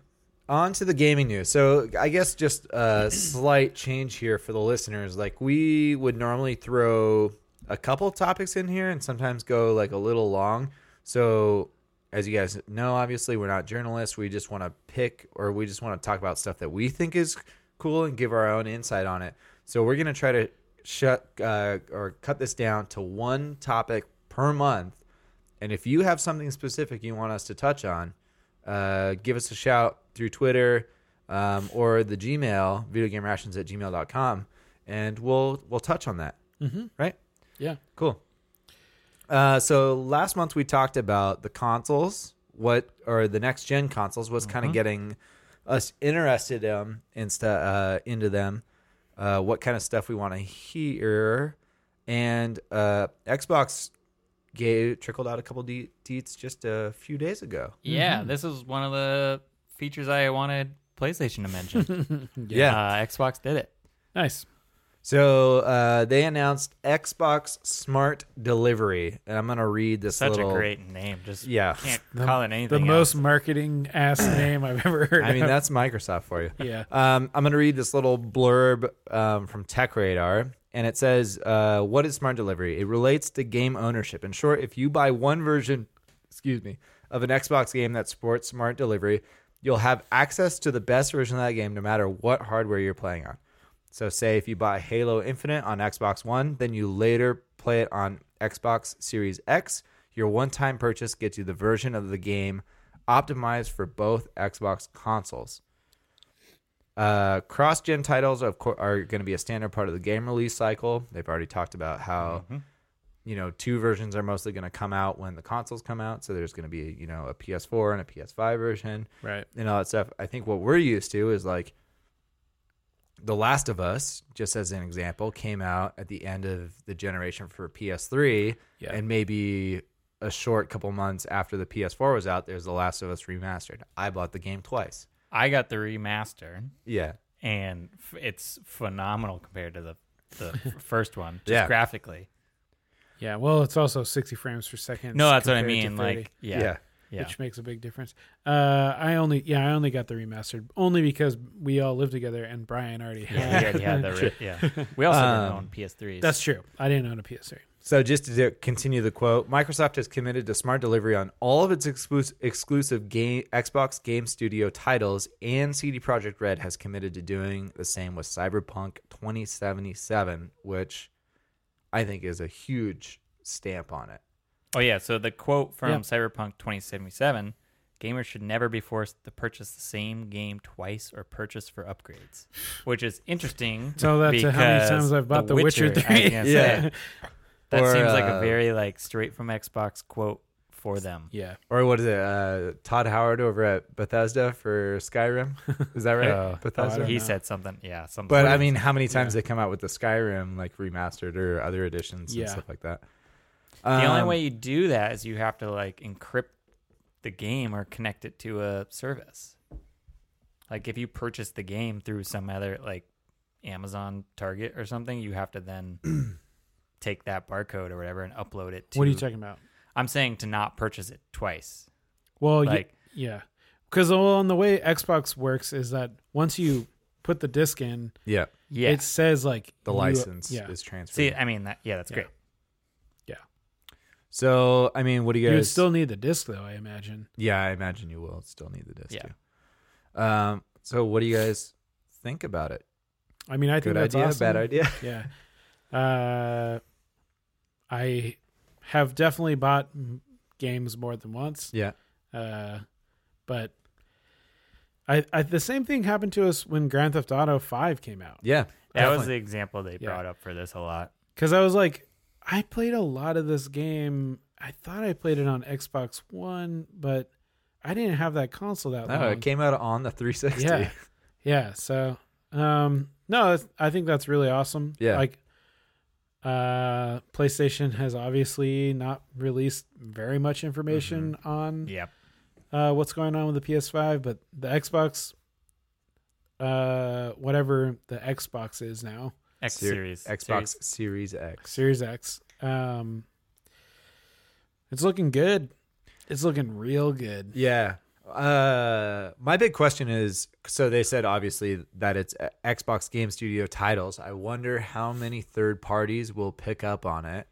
[SPEAKER 1] On to the gaming news. So I guess just a slight change here for the listeners. Like we would normally throw a couple topics in here and sometimes go like a little long. So as you guys know, obviously we're not journalists. We just want to pick or we just want to talk about stuff that we think is cool and give our own insight on it. So we're gonna try to shut uh, or cut this down to one topic per month. And if you have something specific you want us to touch on, uh, give us a shout through Twitter um, or the Gmail, videogamerations at gmail.com, and we'll we'll touch on that. Mm-hmm. Right?
[SPEAKER 2] Yeah.
[SPEAKER 1] Cool. Uh, so last month we talked about the consoles, what or the next gen consoles, what's kind of getting us interested um, insta, uh, into them, uh, what kind of stuff we want to hear, and uh, Xbox gave trickled out a couple de- deets just a few days ago.
[SPEAKER 3] Yeah, this is one of the features I wanted PlayStation to mention.
[SPEAKER 1] Yeah.
[SPEAKER 3] Uh, Xbox did it.
[SPEAKER 2] Nice.
[SPEAKER 1] So uh, they announced Xbox Smart Delivery, and I'm gonna read this
[SPEAKER 3] Such
[SPEAKER 1] little.
[SPEAKER 3] a great name. Just
[SPEAKER 1] Yeah.
[SPEAKER 3] can't call it anything.
[SPEAKER 2] The most
[SPEAKER 3] else.
[SPEAKER 2] marketing ass name I've ever heard.
[SPEAKER 1] I mean,
[SPEAKER 2] of.
[SPEAKER 1] that's Microsoft for you.
[SPEAKER 2] Yeah.
[SPEAKER 1] Um, I'm going to read this little blurb um, from Tech Radar, and it says, uh, "What is smart delivery? It relates to game ownership. In short, if you buy one version, excuse me, of an Xbox game that supports smart delivery, you'll have access to the best version of that game, no matter what hardware you're playing on. So, say if you buy Halo Infinite on Xbox One, then you later play it on Xbox Series X. Your one-time purchase gets you the version of the game optimized for both Xbox consoles." Uh, cross gen titles of course are going to be a standard part of the game release cycle. They've already talked about how
[SPEAKER 2] Mm-hmm.
[SPEAKER 1] you know two versions are mostly going to come out when the consoles come out. So there's going to be you know a PS4 and a PS5 version
[SPEAKER 2] right.
[SPEAKER 1] and all that stuff. I think what we're used to is like The Last of Us, just as an example, came out at the end of the generation for PS3
[SPEAKER 2] Yeah.
[SPEAKER 1] and maybe a short couple months after the PS4 was out, there's The Last of Us remastered. I bought the game twice.
[SPEAKER 3] I got the remaster,
[SPEAKER 1] Yeah.
[SPEAKER 3] and f- it's phenomenal compared to the the f- first one, just
[SPEAKER 1] Yeah.
[SPEAKER 3] graphically.
[SPEAKER 2] Yeah, well, it's also 60 frames per second.
[SPEAKER 3] No, that's what I
[SPEAKER 2] compared to
[SPEAKER 3] mean.
[SPEAKER 2] 30,
[SPEAKER 3] Like, yeah, yeah,
[SPEAKER 1] Yeah.
[SPEAKER 2] which makes a big difference. Uh, I only, yeah, I only got the remastered only because we all live together and Brian already had.
[SPEAKER 3] yeah, yeah, yeah, the re- yeah. We also didn't
[SPEAKER 1] Um,
[SPEAKER 3] own PS3s.
[SPEAKER 2] That's true. I didn't own a PS3.
[SPEAKER 1] So, just to do- continue the quote, Microsoft has committed to smart delivery on all of its exclus- exclusive game, Xbox Game Studio titles, and CD Projekt Red has committed to doing the same with Cyberpunk 2077, which I think is a huge stamp on it.
[SPEAKER 3] Oh yeah, so the quote from
[SPEAKER 2] Yeah.
[SPEAKER 3] Cyberpunk 2077, gamers should never be forced to purchase the same game twice or purchase for upgrades, which is interesting.
[SPEAKER 2] Tell that to how many
[SPEAKER 3] because
[SPEAKER 2] times I've bought The Witcher
[SPEAKER 3] I was
[SPEAKER 2] 3.
[SPEAKER 3] gonna
[SPEAKER 1] Yeah.
[SPEAKER 3] say, that
[SPEAKER 1] Or,
[SPEAKER 3] seems like a
[SPEAKER 1] uh,
[SPEAKER 3] very like straight from Xbox quote for them.
[SPEAKER 2] Yeah.
[SPEAKER 1] Or what is it? Uh, Todd Howard over at Bethesda for Skyrim? Is that right?
[SPEAKER 3] Uh,
[SPEAKER 1] Bethesda?
[SPEAKER 2] don't
[SPEAKER 3] he
[SPEAKER 2] know.
[SPEAKER 3] said something, yeah, something.
[SPEAKER 1] But I
[SPEAKER 3] like-
[SPEAKER 1] mean, how many times they come out with the Skyrim like remastered or other editions
[SPEAKER 2] Yeah.
[SPEAKER 1] and stuff like that?
[SPEAKER 3] the only
[SPEAKER 1] Um,
[SPEAKER 3] way you do that is you have to like encrypt the game or connect it to a service. Like if you purchase the game through some other like Amazon Target or something, you have to then take that barcode or whatever and upload it to
[SPEAKER 2] What are you talking about?
[SPEAKER 3] I'm saying to not purchase it twice.
[SPEAKER 2] Well, yeah,
[SPEAKER 3] Like-
[SPEAKER 2] yeah, because on the way Xbox works is that once you put the disc in,
[SPEAKER 1] yeah,
[SPEAKER 3] Yeah.
[SPEAKER 2] it says like
[SPEAKER 1] the
[SPEAKER 2] you- uh,
[SPEAKER 1] license
[SPEAKER 2] Yeah,
[SPEAKER 1] is transferred.
[SPEAKER 3] See, I mean that yeah, that's
[SPEAKER 2] Yeah.
[SPEAKER 3] great.
[SPEAKER 1] So I mean, what do you
[SPEAKER 2] you
[SPEAKER 1] guys?
[SPEAKER 2] would still need the disc though. I imagine.
[SPEAKER 1] yeah, I imagine you will still need the disc
[SPEAKER 3] Yeah.
[SPEAKER 1] too. Um, so what do you guys think about it?
[SPEAKER 2] I mean, I think
[SPEAKER 1] Good
[SPEAKER 2] that's
[SPEAKER 1] idea,
[SPEAKER 2] awesome.
[SPEAKER 1] bad idea.
[SPEAKER 2] Yeah. Uh, I have definitely bought m- games more than once.
[SPEAKER 1] yeah,
[SPEAKER 2] Uh, but I, I the same thing happened to us when Grand Theft Auto Five came out.
[SPEAKER 1] yeah,
[SPEAKER 3] That was the
[SPEAKER 1] definitely.
[SPEAKER 3] example they
[SPEAKER 2] Yeah.
[SPEAKER 3] brought up for this a lot.
[SPEAKER 2] Because I was like, I played a lot of this game. I thought I played it on Xbox One, but I didn't have that console that
[SPEAKER 1] no,
[SPEAKER 2] long.
[SPEAKER 1] it came out on the 360.
[SPEAKER 2] yeah, yeah. So, um, no, that's- I think that's really awesome.
[SPEAKER 1] Yeah.
[SPEAKER 2] like, uh, PlayStation has obviously not released very much information
[SPEAKER 1] Mm-hmm.
[SPEAKER 2] on
[SPEAKER 3] Yeah.
[SPEAKER 2] uh, what's going on with the PS5, but the Xbox, uh, whatever the Xbox is now,
[SPEAKER 3] X
[SPEAKER 1] Ser-
[SPEAKER 3] series.
[SPEAKER 1] Xbox
[SPEAKER 3] Series.
[SPEAKER 1] Series X.
[SPEAKER 2] Series X. Um, it's looking good. It's looking real good.
[SPEAKER 1] Yeah. Uh, my big question is so they said obviously that it's uh, Xbox Game Studio titles. I wonder how many third parties will pick up on it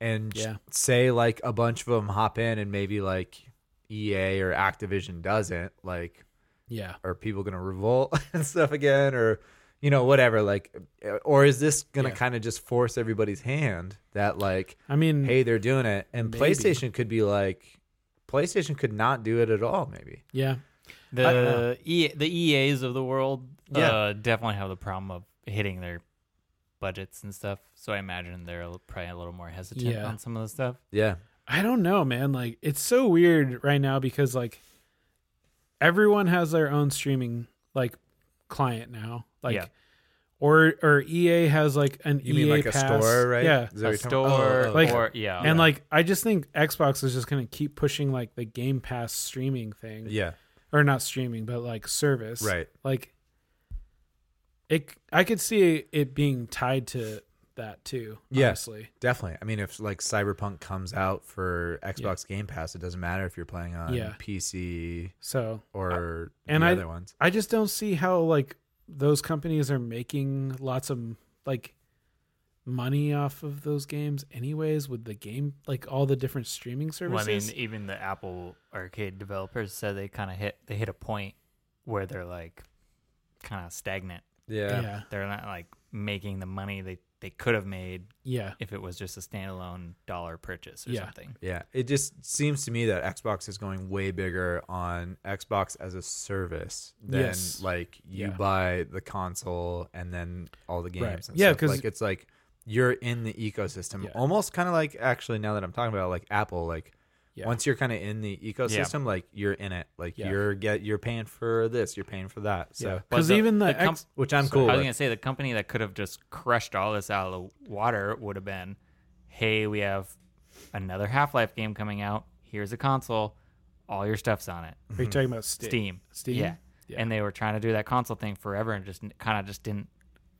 [SPEAKER 1] and j-
[SPEAKER 2] Yeah.
[SPEAKER 1] say like a bunch of them hop in and maybe like EA or Activision doesn't like
[SPEAKER 2] Yeah,
[SPEAKER 1] are people going to revolt and stuff again or you know whatever like uh, or is this going to
[SPEAKER 2] Yeah.
[SPEAKER 1] kind of just force everybody's hand that like
[SPEAKER 2] I mean,
[SPEAKER 1] hey they're doing it and
[SPEAKER 2] Mm. Maybe.
[SPEAKER 1] PlayStation could be like PlayStation could not do it at all maybe.
[SPEAKER 2] yeah,
[SPEAKER 3] the e, the EAs of the world
[SPEAKER 1] Yeah.
[SPEAKER 3] uh, definitely have the problem of hitting their budgets and stuff. So I imagine they're a li- probably a little more hesitant
[SPEAKER 2] Yeah.
[SPEAKER 3] on some of the stuff.
[SPEAKER 1] Yeah.
[SPEAKER 2] I don't know, man. Like it's so weird right now because like everyone has their own streaming like client now. Like
[SPEAKER 3] Yeah.
[SPEAKER 2] or or EA has like an
[SPEAKER 1] You
[SPEAKER 2] EA
[SPEAKER 1] mean like
[SPEAKER 2] E pass.
[SPEAKER 1] a store, right?
[SPEAKER 2] Yeah.
[SPEAKER 1] Is that what
[SPEAKER 3] a
[SPEAKER 1] you're talking about?
[SPEAKER 3] store,
[SPEAKER 1] Oh, oh,
[SPEAKER 2] Like-
[SPEAKER 1] okay.
[SPEAKER 3] or yeah,
[SPEAKER 2] And like I just think Xbox is just gonna keep pushing like the Game Pass streaming thing.
[SPEAKER 1] yeah,
[SPEAKER 2] Or not streaming, but like service.
[SPEAKER 1] right.
[SPEAKER 2] Like it I could see it being tied to that too,
[SPEAKER 1] Yeah.
[SPEAKER 2] honestly.
[SPEAKER 1] Definitely. I mean, if like Cyberpunk comes out for Xbox Game Pass, it doesn't matter if you're playing on
[SPEAKER 2] Yeah.
[SPEAKER 1] PC
[SPEAKER 2] So
[SPEAKER 1] or
[SPEAKER 2] and
[SPEAKER 1] the
[SPEAKER 2] I-
[SPEAKER 1] other ones.
[SPEAKER 2] I just don't see how like those companies are making lots of like money off of those games anyways with the game like all the different streaming
[SPEAKER 3] Well, I mean,
[SPEAKER 2] services.
[SPEAKER 3] even the Apple Arcade developers said they kind of hit they hit a point where they're like kind of stagnant.
[SPEAKER 1] Yeah.
[SPEAKER 2] yeah.
[SPEAKER 3] They're not like making the money they they could have made
[SPEAKER 2] Yeah.
[SPEAKER 3] if it was just a standalone dollar purchase or
[SPEAKER 2] Yeah.
[SPEAKER 3] something.
[SPEAKER 1] Yeah. It just seems to me that Xbox is going way bigger on Xbox as a service than
[SPEAKER 2] Yes.
[SPEAKER 1] like you
[SPEAKER 2] Yeah.
[SPEAKER 1] buy the console and then all the games
[SPEAKER 2] Right.
[SPEAKER 1] and
[SPEAKER 2] Yeah,
[SPEAKER 1] stuff.
[SPEAKER 2] 'cause-
[SPEAKER 1] Like it's like you're in the ecosystem.
[SPEAKER 2] Yeah.
[SPEAKER 1] Almost kind of like actually now that I'm talking about it, like Apple, like
[SPEAKER 2] Yeah.
[SPEAKER 1] once you're kind of in the ecosystem, like you're in it. Like
[SPEAKER 2] Yeah.
[SPEAKER 1] you're get you're paying for this, you're paying for that. So
[SPEAKER 3] But
[SPEAKER 2] Cuz
[SPEAKER 3] the-
[SPEAKER 2] even the,
[SPEAKER 3] the com-
[SPEAKER 2] X-
[SPEAKER 1] which I'm
[SPEAKER 2] So-
[SPEAKER 1] cool
[SPEAKER 3] I was
[SPEAKER 1] with.
[SPEAKER 3] gonna say the company that could have just crushed all this out of the water would have been, hey, we have another Half Life game coming out. Here's a console. All your stuff's on it.
[SPEAKER 2] Mm-hmm. are you talking about Steam?
[SPEAKER 3] Steam.
[SPEAKER 2] Steam?
[SPEAKER 3] Yeah.
[SPEAKER 2] Yeah.
[SPEAKER 3] and they were trying to do that console thing forever and just kind of just didn't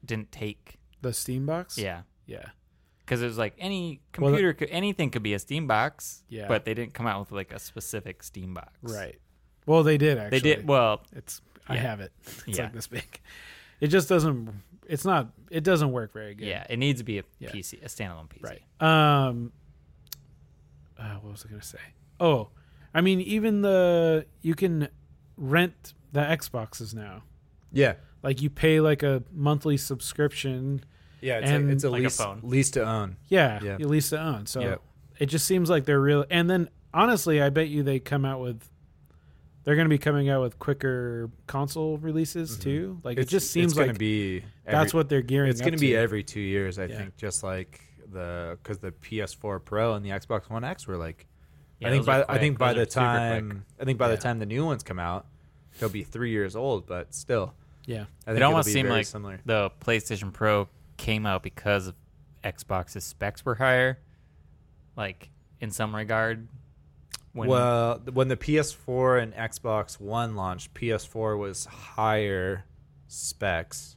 [SPEAKER 3] didn't take.
[SPEAKER 2] The Steam box?
[SPEAKER 3] Yeah,
[SPEAKER 2] Yeah.
[SPEAKER 3] because it was like any
[SPEAKER 2] Well, the-
[SPEAKER 3] computer, could, anything could be a Steam box.
[SPEAKER 2] Yeah.
[SPEAKER 3] but they didn't come out with like a specific Steam box.
[SPEAKER 2] Right. Well, they did actually.
[SPEAKER 3] They did well.
[SPEAKER 2] It's I
[SPEAKER 3] Yeah.
[SPEAKER 2] have it. It's
[SPEAKER 3] Yeah.
[SPEAKER 2] like this big. It just doesn't. It's not. It doesn't work very good.
[SPEAKER 3] Yeah, it needs to be a
[SPEAKER 2] Yeah.
[SPEAKER 3] PC, a standalone PC.
[SPEAKER 2] Right. Um. Uh, what was I gonna say? Oh, I mean, even the you can rent the Xboxes now.
[SPEAKER 1] Yeah.
[SPEAKER 2] Like you pay like a monthly subscription.
[SPEAKER 1] Yeah.
[SPEAKER 2] it's like- And- it's a
[SPEAKER 3] Like a
[SPEAKER 1] lease,
[SPEAKER 3] lease- phone.
[SPEAKER 1] to own.
[SPEAKER 2] Yeah,
[SPEAKER 1] Yeah.
[SPEAKER 2] you lease to own. So
[SPEAKER 1] Yep.
[SPEAKER 2] it just seems like they're real. And then honestly, I bet you they come out with. They're going to be coming out with quicker console releases
[SPEAKER 1] Mm-hmm.
[SPEAKER 2] too. Like it just seems
[SPEAKER 1] going
[SPEAKER 2] like
[SPEAKER 1] to be
[SPEAKER 2] that's what they're gearing.
[SPEAKER 1] it's going to
[SPEAKER 2] up
[SPEAKER 1] be every two years, I
[SPEAKER 2] Yeah.
[SPEAKER 1] think, just like the because the PS4 Pro and the Xbox One X were like.
[SPEAKER 3] Yeah,
[SPEAKER 1] I think
[SPEAKER 3] those are
[SPEAKER 1] by I
[SPEAKER 3] quick.
[SPEAKER 1] think by
[SPEAKER 3] Those are
[SPEAKER 1] the
[SPEAKER 3] super quick.
[SPEAKER 1] time I think by
[SPEAKER 2] Yeah.
[SPEAKER 1] the time the new ones come out, they'll be three years old. But still,
[SPEAKER 2] yeah.
[SPEAKER 1] I think
[SPEAKER 3] it almost
[SPEAKER 1] it'll be
[SPEAKER 3] seemed
[SPEAKER 1] very
[SPEAKER 3] like
[SPEAKER 1] similar.
[SPEAKER 3] the PlayStation Pro came out because of Xbox's specs were higher, like in some regard. When,
[SPEAKER 1] well, th- when the PS4 and Xbox One launched, PS4 was higher specs,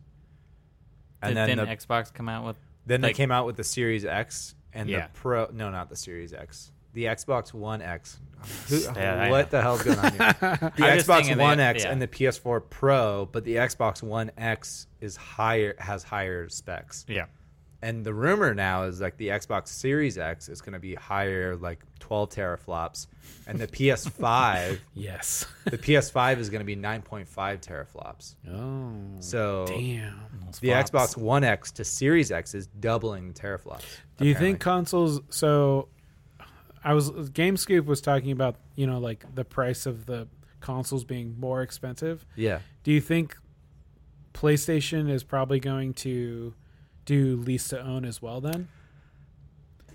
[SPEAKER 3] did
[SPEAKER 1] and then
[SPEAKER 3] then
[SPEAKER 1] the,
[SPEAKER 3] Xbox come out with
[SPEAKER 1] then they
[SPEAKER 3] like-
[SPEAKER 1] came out with the Series X and
[SPEAKER 3] Yeah.
[SPEAKER 1] the Pro. No, not the Series X. The Xbox One X. Who,
[SPEAKER 3] Yeah, I
[SPEAKER 1] what the hell's going on here? The
[SPEAKER 3] I'm just
[SPEAKER 1] Xbox
[SPEAKER 3] thinking they-
[SPEAKER 1] One X
[SPEAKER 3] yeah.
[SPEAKER 1] and the PS4 Pro, but the Xbox One X is higher has higher specs.
[SPEAKER 3] yeah
[SPEAKER 1] And the rumor now is like the Xbox Series X is going to be higher, like 12 teraflops, and the PS5,
[SPEAKER 2] Yes.
[SPEAKER 1] the PS5 is going to be 9.5 teraflops.
[SPEAKER 2] oh.
[SPEAKER 1] So
[SPEAKER 2] Damn.
[SPEAKER 3] those
[SPEAKER 1] the
[SPEAKER 3] flops.
[SPEAKER 1] Xbox One X to Series X is doubling the teraflops.
[SPEAKER 2] Do you think consoles? So, I was GameScoop was talking about you know like the price of the consoles being more expensive.
[SPEAKER 1] Yeah.
[SPEAKER 2] Do you think PlayStation is probably going to do lease to own as well then?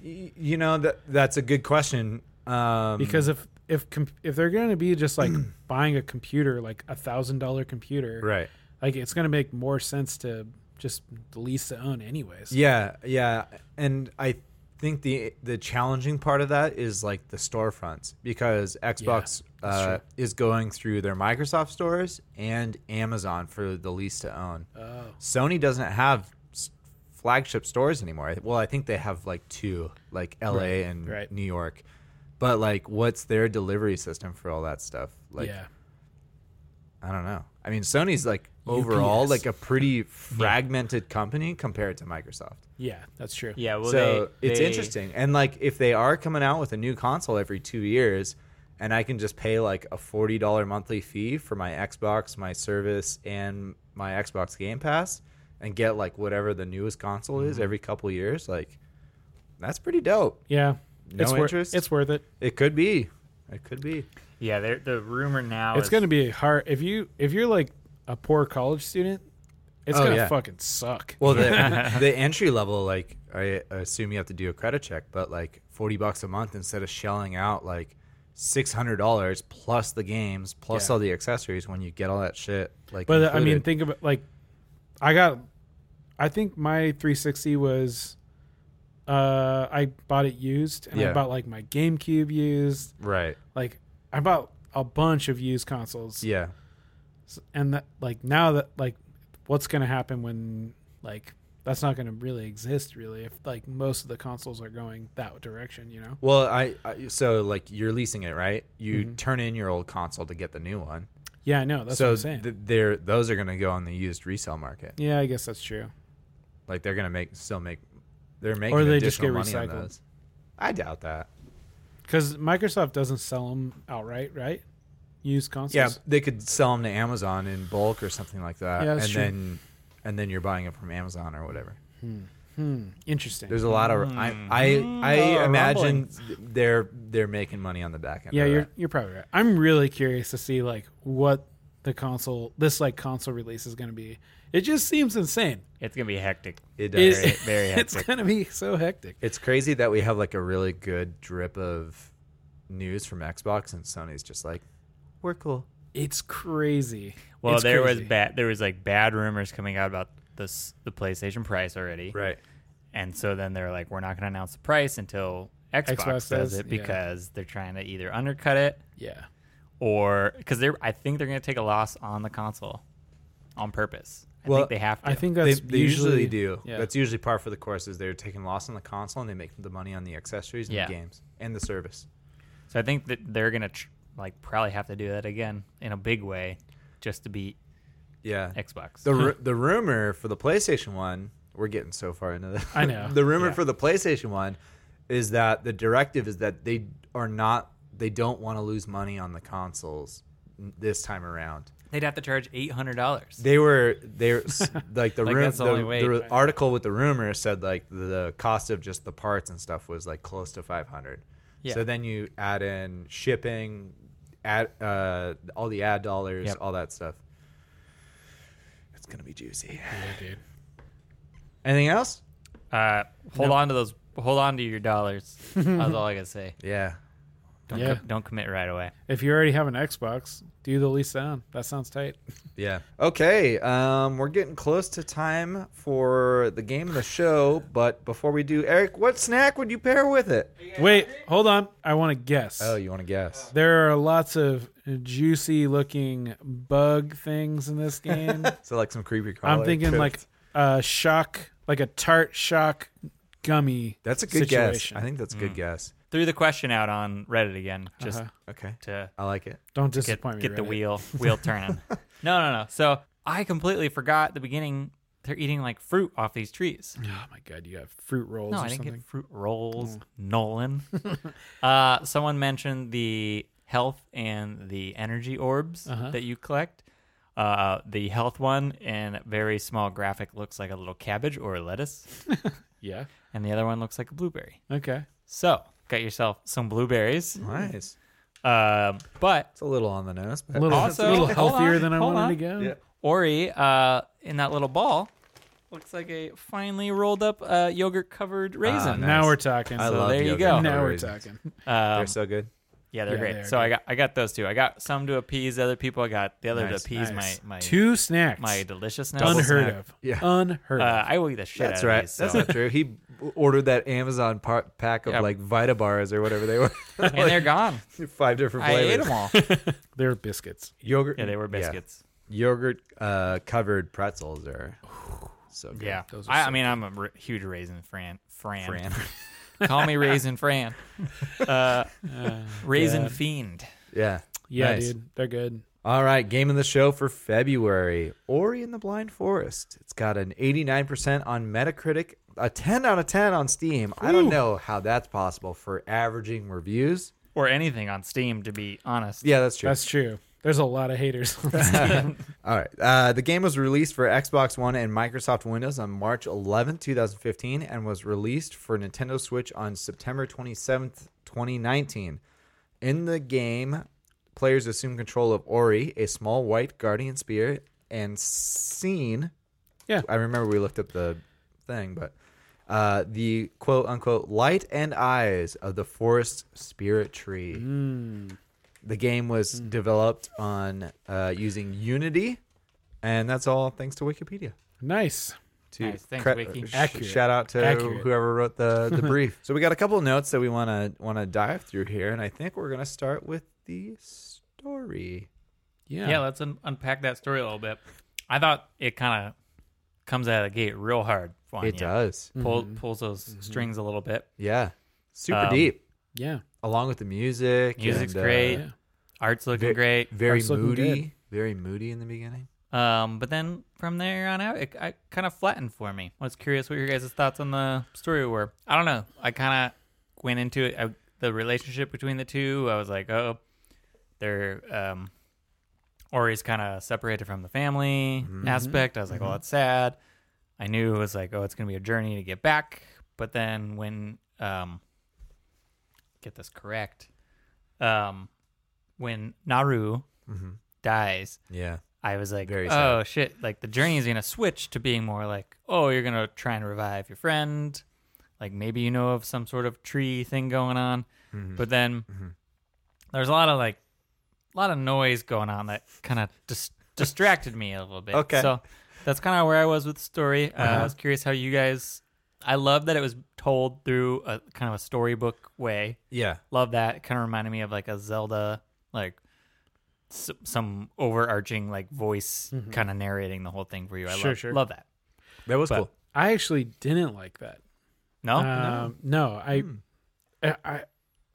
[SPEAKER 1] Y- You know that that's a good question. Um,
[SPEAKER 2] Because if if com- if they're going to be just like buying a computer, like a thousand dollar computer,
[SPEAKER 1] right.
[SPEAKER 2] like it's going to make more sense to just lease to own anyways.
[SPEAKER 1] Yeah, yeah, and I think the the challenging part of that is like the storefronts because Xbox
[SPEAKER 2] that's
[SPEAKER 1] uh, is going through their Microsoft stores and Amazon for the lease to own.
[SPEAKER 2] Oh.
[SPEAKER 1] Sony doesn't have s- flagship stores anymore. Well, I think they have like two, like LA and
[SPEAKER 2] right.
[SPEAKER 1] New York. But like, what's their delivery system for all that stuff? Like,
[SPEAKER 2] yeah.
[SPEAKER 1] I don't know. I mean, Sony's like overall
[SPEAKER 2] UPS.
[SPEAKER 1] like a pretty fragmented company compared to Microsoft
[SPEAKER 2] Yeah, that's true.
[SPEAKER 3] yeah well
[SPEAKER 1] so
[SPEAKER 3] they-
[SPEAKER 1] it's
[SPEAKER 3] they-
[SPEAKER 1] interesting. And like if they are coming out with a new console every two years, and I can just pay like a forty dollar monthly fee for my Xbox, my service, and my Xbox Game Pass, and get like whatever the newest console is
[SPEAKER 3] Mm-hmm.
[SPEAKER 1] every couple years, like that's pretty dope.
[SPEAKER 2] Yeah.
[SPEAKER 1] No
[SPEAKER 2] it's wor-
[SPEAKER 1] interest?
[SPEAKER 2] it's worth it.
[SPEAKER 1] It could be. It could be.
[SPEAKER 3] yeah they're- the rumor now
[SPEAKER 2] It's
[SPEAKER 3] is
[SPEAKER 2] going to be hard if you if you're like a poor college student, it's
[SPEAKER 1] Oh,
[SPEAKER 2] going to
[SPEAKER 1] yeah.
[SPEAKER 2] fucking suck.
[SPEAKER 1] Well, the, the entry level, like I assume you have to do a credit check, but like forty bucks a month instead of shelling out like six hundred dollars plus the games plus
[SPEAKER 2] Yeah.
[SPEAKER 1] all the accessories when you get all that shit. Like,
[SPEAKER 2] But I mean,
[SPEAKER 1] included.
[SPEAKER 2] think about like, I got, I think my 360 was, uh, I bought it used, and I
[SPEAKER 1] Yeah.
[SPEAKER 2] bought like my GameCube used,
[SPEAKER 1] right?
[SPEAKER 2] like I bought a bunch of used consoles,
[SPEAKER 1] Yeah,
[SPEAKER 2] S- and that like now that like, what's gonna happen when like that's not gonna really exist really if like most of the consoles are going that direction, you know?
[SPEAKER 1] Well, I, I so like you're leasing it, right? You turn in your old console to get the new one.
[SPEAKER 2] Yeah, I know. Mm-hmm. That's
[SPEAKER 1] so
[SPEAKER 2] what I'm saying.
[SPEAKER 1] th- they're those are going to go on the used resale market.
[SPEAKER 2] yeah, I guess that's true.
[SPEAKER 1] Like they're going to make still make they're making
[SPEAKER 2] they just
[SPEAKER 1] additional
[SPEAKER 2] get
[SPEAKER 1] money
[SPEAKER 2] recycled.
[SPEAKER 1] on those. I doubt that.
[SPEAKER 2] Because Microsoft doesn't sell them outright, right? Used consoles.
[SPEAKER 1] Yeah, they could sell them to Amazon in bulk or something like that,
[SPEAKER 2] Yeah,
[SPEAKER 1] and
[SPEAKER 2] that's true.
[SPEAKER 1] then and then you're buying it from Amazon or whatever.
[SPEAKER 2] Hmm. Interesting.
[SPEAKER 1] There's a lot of I
[SPEAKER 2] Mm.
[SPEAKER 1] I, I imagine they're they're making money on the back end.
[SPEAKER 2] Oh, Yeah,
[SPEAKER 1] of
[SPEAKER 2] you're
[SPEAKER 1] that.
[SPEAKER 2] you're probably right. I'm really curious to see like what the console this like console release is going to be. It just seems insane.
[SPEAKER 3] it's gonna be hectic
[SPEAKER 1] it does.
[SPEAKER 2] It's-
[SPEAKER 3] Very- very
[SPEAKER 2] it's
[SPEAKER 3] hectic.
[SPEAKER 2] going to be so hectic.
[SPEAKER 1] it's crazy that we have like a really good drip of news from Xbox and Sony's just like we're cool.
[SPEAKER 2] It's crazy.
[SPEAKER 3] well
[SPEAKER 2] It's
[SPEAKER 3] there was
[SPEAKER 2] crazy.
[SPEAKER 3] bad there was like bad rumors coming out about this the PlayStation price already
[SPEAKER 1] Right.
[SPEAKER 3] and so then they're like we're not gonna announce the price until Xbox,
[SPEAKER 2] Xbox
[SPEAKER 3] does
[SPEAKER 2] does,
[SPEAKER 3] it
[SPEAKER 2] yeah.
[SPEAKER 3] because they're trying to either undercut it
[SPEAKER 2] Yeah.
[SPEAKER 3] or because they're I think they're going to take a loss on the console on purpose. I
[SPEAKER 1] Well,
[SPEAKER 3] think they have to.
[SPEAKER 2] I think
[SPEAKER 1] They,
[SPEAKER 2] that's
[SPEAKER 1] they usually, do.
[SPEAKER 2] yeah.
[SPEAKER 1] That's usually par for the course. Is they're taking loss on the console and they make the money on the accessories and
[SPEAKER 3] Yeah.
[SPEAKER 1] the games and the service.
[SPEAKER 3] so. I think that they're going to tr- like probably have to do that again in a big way just to beat
[SPEAKER 1] Yeah.
[SPEAKER 3] Xbox.
[SPEAKER 1] The ru- the rumor for the PlayStation One, we're getting so far into that.
[SPEAKER 2] I know.
[SPEAKER 1] the rumor
[SPEAKER 3] Yeah.
[SPEAKER 1] for the PlayStation One is that the directive is that they are not they don't want to lose money on the consoles n- this time around.
[SPEAKER 3] They'd have to charge eight hundred dollars.
[SPEAKER 1] They were they were, s- like the
[SPEAKER 3] Like,
[SPEAKER 1] rum-
[SPEAKER 3] that's the
[SPEAKER 1] the,
[SPEAKER 3] only way.
[SPEAKER 1] the article with the rumor said like the cost of just the parts and stuff was like close to 500.
[SPEAKER 3] Yeah.
[SPEAKER 1] So then you add in shipping, add uh, all the ad dollars,
[SPEAKER 3] Yep.
[SPEAKER 1] all that stuff. It's gonna be juicy.
[SPEAKER 2] dude.
[SPEAKER 1] Anything else?
[SPEAKER 3] Uh, hold on to those. Hold on to your dollars. That's all I gotta say.
[SPEAKER 1] Yeah.
[SPEAKER 3] Don't
[SPEAKER 2] Yeah.
[SPEAKER 3] co- don't commit right away.
[SPEAKER 2] If you already have an Xbox, do the lease down. That sounds tight.
[SPEAKER 1] Yeah. Okay. Um, we're getting close to time for the game of the show, but before we do, Eric, what snack would you pair with it?
[SPEAKER 2] Wait, hold on. I want to guess.
[SPEAKER 1] Oh, you want to guess?
[SPEAKER 2] There are lots of juicy looking bug things in this game.
[SPEAKER 1] So like some creepy crawler.
[SPEAKER 2] I'm thinking
[SPEAKER 1] cooked.
[SPEAKER 2] like a shock, like a tart shock gummy.
[SPEAKER 1] that's a good
[SPEAKER 2] situation.
[SPEAKER 1] guess. I think that's a good guess.
[SPEAKER 3] Threw the question out on Reddit again, just
[SPEAKER 2] Uh-huh.
[SPEAKER 1] Okay.
[SPEAKER 3] to
[SPEAKER 1] I like it.
[SPEAKER 2] Don't
[SPEAKER 3] get,
[SPEAKER 2] disappoint me.
[SPEAKER 3] get the
[SPEAKER 2] Reddit.
[SPEAKER 3] wheel wheel turning. no, no, no. So I completely forgot the beginning. They're eating like fruit off these trees.
[SPEAKER 2] Oh my god, you got fruit rolls
[SPEAKER 3] No,
[SPEAKER 2] or
[SPEAKER 3] I didn't
[SPEAKER 2] something.
[SPEAKER 3] get fruit rolls, Nolan. uh, someone mentioned the health and the energy orbs
[SPEAKER 2] Uh-huh.
[SPEAKER 3] that you collect. Uh, the health one in a very small graphic looks like a little cabbage or a lettuce,
[SPEAKER 2] yeah.
[SPEAKER 3] and the other one looks like a blueberry.
[SPEAKER 2] Okay.
[SPEAKER 3] So got yourself some blueberries.
[SPEAKER 1] Nice.
[SPEAKER 3] Um, but
[SPEAKER 1] It's a little on the nose, but
[SPEAKER 2] A little,
[SPEAKER 3] Uh, Also-
[SPEAKER 2] a little
[SPEAKER 3] Hold on,
[SPEAKER 2] healthier than I
[SPEAKER 3] hold
[SPEAKER 2] wanted to
[SPEAKER 3] on.
[SPEAKER 2] go.
[SPEAKER 1] Yeah.
[SPEAKER 3] Ori, uh, in that little ball, looks like a finely rolled up uh, yogurt
[SPEAKER 2] Ah,
[SPEAKER 3] covered raisin. Um,
[SPEAKER 1] nice.
[SPEAKER 2] Now we're talking.
[SPEAKER 1] I
[SPEAKER 3] So
[SPEAKER 1] love
[SPEAKER 3] there you
[SPEAKER 1] yogurt
[SPEAKER 3] go.
[SPEAKER 1] covered
[SPEAKER 2] now we're
[SPEAKER 1] raisins.
[SPEAKER 2] talking.
[SPEAKER 3] Um,
[SPEAKER 1] They're so good.
[SPEAKER 3] yeah, they're
[SPEAKER 2] Yeah,
[SPEAKER 3] great.
[SPEAKER 2] they are
[SPEAKER 3] so I got I got those two. I got some to appease other people. I got the other
[SPEAKER 1] Nice.
[SPEAKER 3] to appease
[SPEAKER 2] Nice.
[SPEAKER 3] my my
[SPEAKER 2] Two snacks.
[SPEAKER 3] my deliciousness.
[SPEAKER 2] Unheard
[SPEAKER 1] snack.
[SPEAKER 2] of.
[SPEAKER 1] Yeah.
[SPEAKER 2] Unheard
[SPEAKER 3] Uh,
[SPEAKER 2] of.
[SPEAKER 3] I will eat the shit
[SPEAKER 1] That's
[SPEAKER 3] out of
[SPEAKER 1] right.
[SPEAKER 3] these.
[SPEAKER 1] That's
[SPEAKER 3] so-
[SPEAKER 1] not true. He b- ordered that Amazon par- pack of
[SPEAKER 3] Yeah.
[SPEAKER 1] like Vita bars or whatever they were.
[SPEAKER 3] and they're gone.
[SPEAKER 1] Five different
[SPEAKER 3] I
[SPEAKER 1] flavors.
[SPEAKER 3] ate them all.
[SPEAKER 2] They're biscuits.
[SPEAKER 1] Yogurt.
[SPEAKER 3] Yeah, they were biscuits.
[SPEAKER 1] Yogurt uh, covered pretzels are so good.
[SPEAKER 3] Yeah,
[SPEAKER 2] Those are
[SPEAKER 3] I,
[SPEAKER 2] so
[SPEAKER 3] I mean, I'm a r- huge raisin fan. Fran,
[SPEAKER 1] Fran.
[SPEAKER 3] call me raisin Fran. Uh, raisin
[SPEAKER 2] God.
[SPEAKER 3] fiend.
[SPEAKER 1] yeah.
[SPEAKER 2] Yeah,
[SPEAKER 1] Nice.
[SPEAKER 2] dude. They're good.
[SPEAKER 1] All right, game of the show for February Ori in the Blind Forest. It's got an 89% on Metacritic, a 10 out of 10 on Steam. I don't know how that's possible for averaging reviews.
[SPEAKER 3] or anything on Steam, to be honest.
[SPEAKER 1] Yeah, that's true.
[SPEAKER 2] That's true. There's a lot of haters.
[SPEAKER 1] All right. Uh, the game was released for Xbox One and Microsoft Windows on March 11th, 2015, and was released for Nintendo Switch on September 27th, 2019. In the game, players assume control of Ori, a small white guardian spirit, and Scene.
[SPEAKER 2] Yeah.
[SPEAKER 1] I remember we looked up the thing, but uh, the quote unquote light and eyes of the forest spirit tree.
[SPEAKER 2] Mm.
[SPEAKER 1] The game was
[SPEAKER 3] Hmm.
[SPEAKER 1] developed on uh, using Unity, and that's all thanks to Wikipedia.
[SPEAKER 2] nice.
[SPEAKER 1] To
[SPEAKER 3] Nice. Thanks, Wiki.
[SPEAKER 1] sh-
[SPEAKER 2] Accurate.
[SPEAKER 1] Shout out to
[SPEAKER 2] Accurate.
[SPEAKER 1] whoever wrote the, the brief. so we got a couple of notes that we want to want to dive through here, and I think we're gonna start with the story.
[SPEAKER 2] Yeah.
[SPEAKER 3] Yeah, let's un- unpack that story a little bit. I thought it kind of comes out of the gate real hard. On
[SPEAKER 1] It
[SPEAKER 3] you.
[SPEAKER 1] does,
[SPEAKER 3] Pull, Pulls those strings a little bit.
[SPEAKER 1] yeah, super
[SPEAKER 3] Um,
[SPEAKER 1] deep.
[SPEAKER 2] yeah.
[SPEAKER 1] Along with the music,
[SPEAKER 3] Music's
[SPEAKER 1] and, uh,
[SPEAKER 3] great.
[SPEAKER 2] yeah.
[SPEAKER 3] Art's looking
[SPEAKER 1] Ve-
[SPEAKER 3] great.
[SPEAKER 1] very
[SPEAKER 2] Art's looking good.
[SPEAKER 1] moody, very moody in the beginning.
[SPEAKER 3] Um, but then from there on out, it, it kind of flattened for me. I was curious what your guys' thoughts on the story were. I don't know. I kind of went into it, I, the relationship between the two. I was like, oh, they're um, Ori's kind of separated from the family aspect. I was like, well, that's sad. I knew it was like, oh, it's gonna be a journey to get back. But then when um, get this correct, um, when Naru dies,
[SPEAKER 1] Mm-hmm. Yeah,
[SPEAKER 3] I was like,
[SPEAKER 1] Very
[SPEAKER 3] oh shit! Like the journey is gonna switch to being more like, oh, you're gonna try and revive your friend. Like maybe you know of some sort of tree thing going on,
[SPEAKER 1] Mm-hmm. Hmm.
[SPEAKER 3] but then there's a lot of like, a lot of noise going on that kind of dis- distracted me a little bit.
[SPEAKER 1] Okay. Uh-huh.
[SPEAKER 3] so that's kind of where I was with the story. Uh, I was curious how you guys. I love that it was told through a kind of a storybook way
[SPEAKER 1] yeah,
[SPEAKER 3] love that. It kind of reminded me of like a Zelda, like s- some overarching like voice kind of narrating the whole thing for you. I
[SPEAKER 2] Mm-hmm. Sure,
[SPEAKER 3] love,
[SPEAKER 2] sure.
[SPEAKER 3] love that.
[SPEAKER 1] That was
[SPEAKER 3] But-
[SPEAKER 1] cool.
[SPEAKER 2] I actually didn't like that.
[SPEAKER 3] Oh, No, Hmm.
[SPEAKER 2] um, no. I,
[SPEAKER 1] Hmm.
[SPEAKER 2] I, I,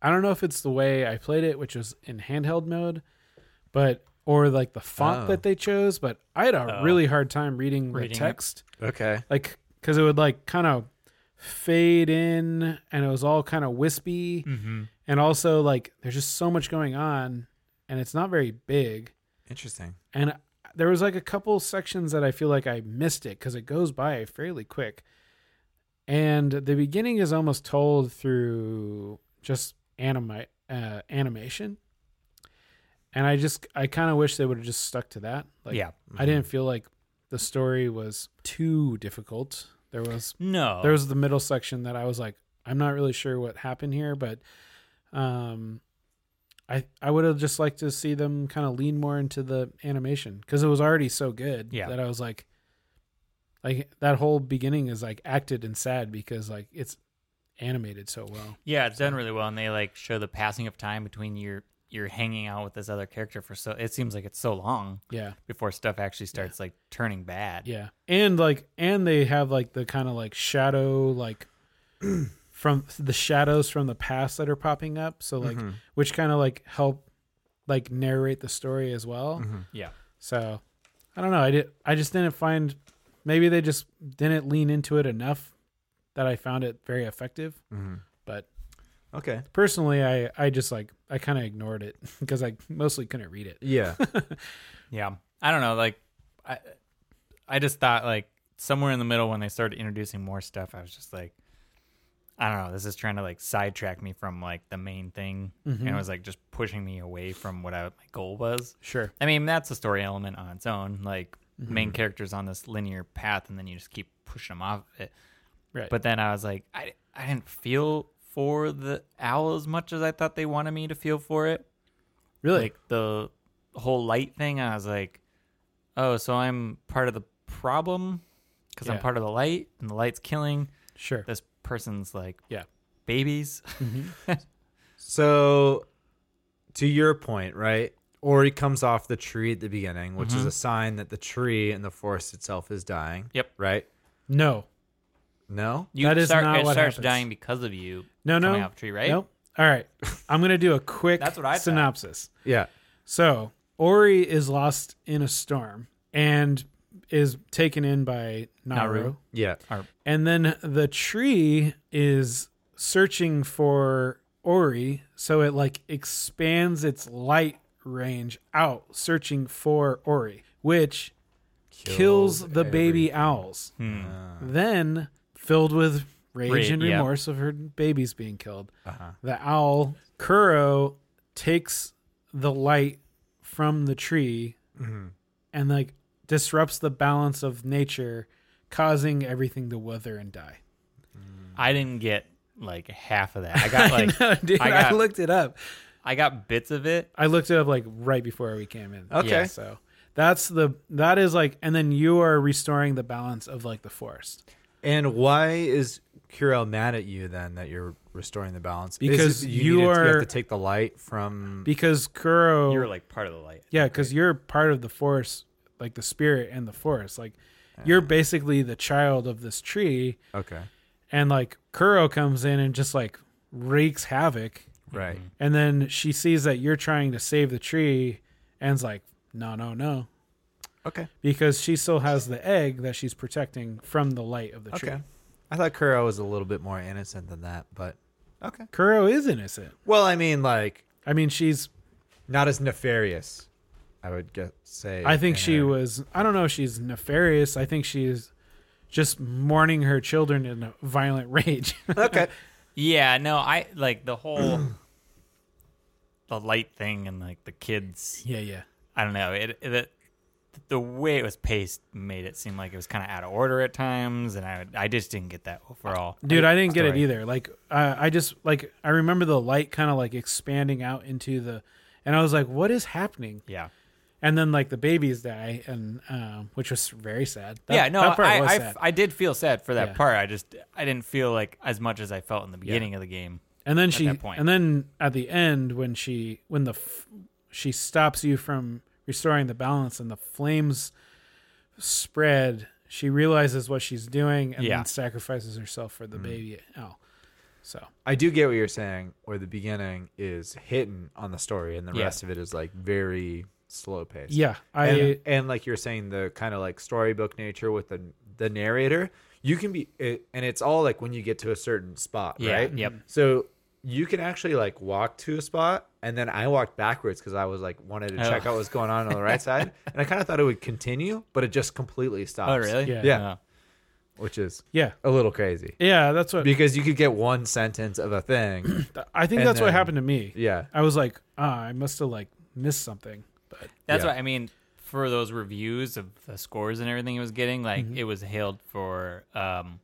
[SPEAKER 2] I don't know if it's the way I played it, which was in handheld mode, but or like the font
[SPEAKER 1] Oh.
[SPEAKER 2] that they chose. But I had a
[SPEAKER 3] Oh.
[SPEAKER 2] really hard time reading,
[SPEAKER 3] Reading it.
[SPEAKER 2] the text,
[SPEAKER 1] Okay.
[SPEAKER 2] like because it would like kind of fade in, and it was all kind of wispy,
[SPEAKER 3] mm-hmm.
[SPEAKER 2] and also like there's just so much going on, and it's not very big,
[SPEAKER 1] Interesting.
[SPEAKER 2] and there was like a couple sections that I feel like I missed it because it goes by fairly quick. And the beginning is almost told through just anima- uh, animation. And I just, I kind of wish they would have just stuck to that. Like,
[SPEAKER 3] yeah,
[SPEAKER 2] I didn't
[SPEAKER 1] Mm-hmm.
[SPEAKER 2] feel like the story was too difficult. There was,
[SPEAKER 3] no,
[SPEAKER 2] there was the middle section that I was like, I'm not really sure what happened here, but, um, I I would have just liked to see them kind of lean more into the animation because it was already so good
[SPEAKER 3] Yeah.
[SPEAKER 2] that I was like, like that whole beginning is like acted and sad because like it's animated so well.
[SPEAKER 3] yeah, it's done really well, and they like show the passing of time between your you're hanging out with this other character for so it seems like it's so long
[SPEAKER 2] Yeah,
[SPEAKER 3] before stuff actually starts like turning bad.
[SPEAKER 2] yeah, and like and they have like the kind of like shadow like from the shadows from the past that are popping up. So like
[SPEAKER 3] Mm-hmm.
[SPEAKER 2] which kind of like help like narrate the story as
[SPEAKER 1] Mm-hmm.
[SPEAKER 3] Mm-hmm.
[SPEAKER 2] well.
[SPEAKER 3] yeah.
[SPEAKER 2] So I don't know. I did. I just didn't find. Maybe they just didn't lean into it enough that I found it very effective.
[SPEAKER 1] Mm-hmm.
[SPEAKER 2] But
[SPEAKER 1] Okay.
[SPEAKER 2] personally, I I just like I kind of ignored it because I mostly couldn't read it.
[SPEAKER 1] Yeah.
[SPEAKER 3] Yeah, I don't know. Like, I, I just thought like somewhere in the middle when they started introducing more stuff, I was just like, I don't know. This is trying to like sidetrack me from like the main thing, and it was like just pushing me away from what I, my goal was.
[SPEAKER 2] Sure.
[SPEAKER 3] I mean, that's a story element on its own. Like, main characters on this linear path, and then you just keep pushing them off of it.
[SPEAKER 2] Right.
[SPEAKER 3] But then I was like, I, I didn't feel for the owl as much as I thought they wanted me to feel for it
[SPEAKER 2] really,
[SPEAKER 3] like the whole light thing i was like oh so i'm part of the problem because i'm
[SPEAKER 2] Yeah.
[SPEAKER 3] part of the light and the light's killing
[SPEAKER 2] sure.
[SPEAKER 3] this person's like
[SPEAKER 2] Yeah.
[SPEAKER 3] babies
[SPEAKER 1] So, to your point, right? Ori comes off the tree at the beginning, which
[SPEAKER 2] Mm-hmm.
[SPEAKER 1] is a sign that the tree and the forest itself is dying.
[SPEAKER 3] Yep.
[SPEAKER 1] Right?
[SPEAKER 2] No.
[SPEAKER 1] No?
[SPEAKER 3] you
[SPEAKER 2] That is
[SPEAKER 3] start
[SPEAKER 2] not
[SPEAKER 3] it
[SPEAKER 2] what
[SPEAKER 3] starts
[SPEAKER 2] happens.
[SPEAKER 3] dying because of you
[SPEAKER 2] No. No.
[SPEAKER 3] coming off a tree right
[SPEAKER 2] Nope. All right. I'm gonna do a quick
[SPEAKER 3] That's what I thought.
[SPEAKER 2] synopsis.
[SPEAKER 1] Yeah.
[SPEAKER 2] So Ori is lost in a storm and is taken in by Naru.
[SPEAKER 3] Naru.
[SPEAKER 1] Yeah.
[SPEAKER 2] And then the tree is searching for Ori, so it like expands its light range out searching for Ori, which kills, the baby owls.
[SPEAKER 3] Hmm.
[SPEAKER 2] Uh-huh. Then, filled with rage
[SPEAKER 3] Rage,
[SPEAKER 2] and
[SPEAKER 3] yeah. Uh-huh.
[SPEAKER 2] remorse of her babies being killed, the owl Kuro takes the light from the tree
[SPEAKER 3] Mm-hmm.
[SPEAKER 2] and like disrupts the balance of nature, causing everything to wither and die.
[SPEAKER 3] i didn't get like half of that i got like
[SPEAKER 2] No, dude, I,
[SPEAKER 3] I got-
[SPEAKER 2] looked it up.
[SPEAKER 3] i got bits of it
[SPEAKER 2] I looked it up like right before we came in.
[SPEAKER 1] Okay.
[SPEAKER 3] Yeah.
[SPEAKER 2] So that's the that is like, and then you are restoring the balance of like the forest.
[SPEAKER 1] And why is Kurel mad at you then that you're restoring the balance? Is it
[SPEAKER 2] Because you
[SPEAKER 1] needed to- you
[SPEAKER 2] are-
[SPEAKER 1] have to take the light from.
[SPEAKER 2] because Kuro,
[SPEAKER 3] you're like part of the light
[SPEAKER 2] yeah, because you're part of the forest, like the spirit and the forest. Like you're basically the child of this tree,
[SPEAKER 1] Okay.
[SPEAKER 2] and like Kuro comes in and just like wreaks havoc,
[SPEAKER 1] Right.
[SPEAKER 2] and then she sees that you're trying to save the tree, and's like, no, no, no,
[SPEAKER 1] Okay.
[SPEAKER 2] because she still has the egg that she's protecting from the light of the tree.
[SPEAKER 1] Okay. I thought Kurel was a little bit more innocent than that, but. Okay.
[SPEAKER 2] Kuro is innocent.
[SPEAKER 1] Well, I mean, like,
[SPEAKER 2] I mean, she's.
[SPEAKER 1] not as nefarious, I would guess, say.
[SPEAKER 2] I think
[SPEAKER 1] in
[SPEAKER 2] she
[SPEAKER 1] her-
[SPEAKER 2] was. I don't know if she's nefarious. I think she's just mourning her children in a violent rage.
[SPEAKER 1] Okay.
[SPEAKER 3] yeah no i like the whole the light thing and like the kids
[SPEAKER 2] yeah, yeah.
[SPEAKER 3] I don't know. It, it, it the way it was paced made it seem like it was kind of out of order at times, and I I just didn't get that overall.
[SPEAKER 2] Uh, Dude, I didn't get it
[SPEAKER 3] Sorry.
[SPEAKER 2] either. Like, I I just like I remember the light kind of like expanding out into the, and I was like, what is happening?
[SPEAKER 3] Yeah,
[SPEAKER 2] And then like the babies die, and um, which was very sad. That,
[SPEAKER 3] yeah. No,
[SPEAKER 2] that part
[SPEAKER 3] I,
[SPEAKER 2] was
[SPEAKER 3] I,
[SPEAKER 2] sad.
[SPEAKER 3] I did feel sad for that
[SPEAKER 2] Yeah.
[SPEAKER 3] part. I just I didn't feel like as much as I felt in the beginning of the game.
[SPEAKER 2] and then she
[SPEAKER 3] that point.
[SPEAKER 2] and then at the end when she when the f- she stops you from restoring the balance, and the flames spread. She realizes what she's doing and
[SPEAKER 3] Yeah. Mm.
[SPEAKER 2] then sacrifices herself for the baby. Oh, so
[SPEAKER 1] I do get what you're saying, where the beginning is hidden on the story and the
[SPEAKER 3] Yeah.
[SPEAKER 1] rest of it is like very slow paced.
[SPEAKER 2] yeah, I
[SPEAKER 1] and, and like you're saying, the kind of like storybook nature with the the narrator, you can be, it, and it's all like when you get to a certain spot,
[SPEAKER 3] Yeah,
[SPEAKER 1] right?
[SPEAKER 3] yep.
[SPEAKER 1] So you can actually like walk to a spot, and then I walked backwards because I was like wanted to
[SPEAKER 3] Oh.
[SPEAKER 1] check out what's going on on the right side, and I kind of thought it would continue, but it just completely stops.
[SPEAKER 3] Oh, really?
[SPEAKER 2] Yeah.
[SPEAKER 1] Yeah. Which is
[SPEAKER 2] yeah,
[SPEAKER 1] a little crazy
[SPEAKER 2] yeah. That's what
[SPEAKER 1] because you could get one sentence of a thing.
[SPEAKER 2] I think.
[SPEAKER 1] and
[SPEAKER 2] That's what
[SPEAKER 1] then-
[SPEAKER 2] happened to me.
[SPEAKER 1] yeah.
[SPEAKER 2] I was like, ah, I must have like missed something. But
[SPEAKER 3] That's
[SPEAKER 1] Yeah.
[SPEAKER 3] what I mean. For those reviews of the scores and everything it was getting, like
[SPEAKER 2] Mm-hmm.
[SPEAKER 3] it was hailed for um,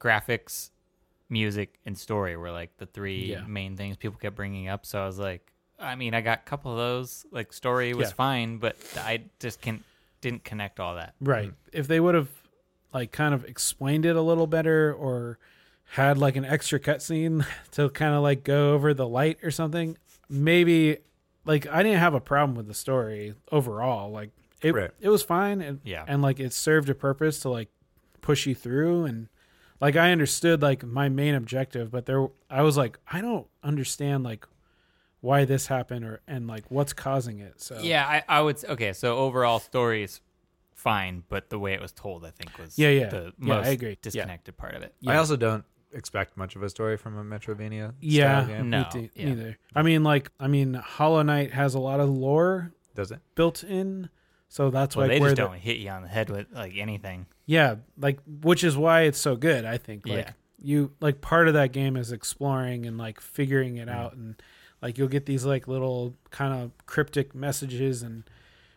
[SPEAKER 3] graphics, music, and story were like the three
[SPEAKER 2] Yeah.
[SPEAKER 3] main things people kept bringing up. So I was like, I mean, I got a couple of those. Like story was
[SPEAKER 2] Yeah.
[SPEAKER 3] fine, but I just can didn't connect all that.
[SPEAKER 2] Right. Mm-hmm. If they would have like kind of explained it a little better or had like an extra cutscene to kind of like go over the light or something, maybe like I didn't have a problem with the story overall. Like it
[SPEAKER 1] Right.
[SPEAKER 2] it was fine and
[SPEAKER 3] Yeah.
[SPEAKER 2] and like it served a purpose to like push you through and like I understood like my main objective, but there I was like I don't understand like why this happened or and like what's causing it. So
[SPEAKER 3] Yeah, I, I would. s- Okay, so overall story is fine, but the way it was told, I think, was
[SPEAKER 2] Yeah, yeah.
[SPEAKER 3] the
[SPEAKER 2] Yeah, I
[SPEAKER 3] most
[SPEAKER 2] agree. Yeah.
[SPEAKER 3] disconnected part of it.
[SPEAKER 1] I also don't expect much of a story from a Metrovania.
[SPEAKER 2] Yeah,
[SPEAKER 1] style game,
[SPEAKER 3] No,
[SPEAKER 2] me too,
[SPEAKER 3] yeah.
[SPEAKER 2] neither. I mean, like, I mean, Hollow Knight has a lot of lore
[SPEAKER 1] does it?
[SPEAKER 2] built in, so that's
[SPEAKER 3] Well,
[SPEAKER 2] like
[SPEAKER 3] they
[SPEAKER 2] where
[SPEAKER 3] just
[SPEAKER 2] the-
[SPEAKER 3] don't hit you on the head with like anything.
[SPEAKER 2] yeah, like, which is why it's so good. I think, like,
[SPEAKER 3] Yeah.
[SPEAKER 2] you like part of that game is exploring and like figuring it out,
[SPEAKER 3] Mm.
[SPEAKER 2] and like you'll get these like little kind of cryptic messages, and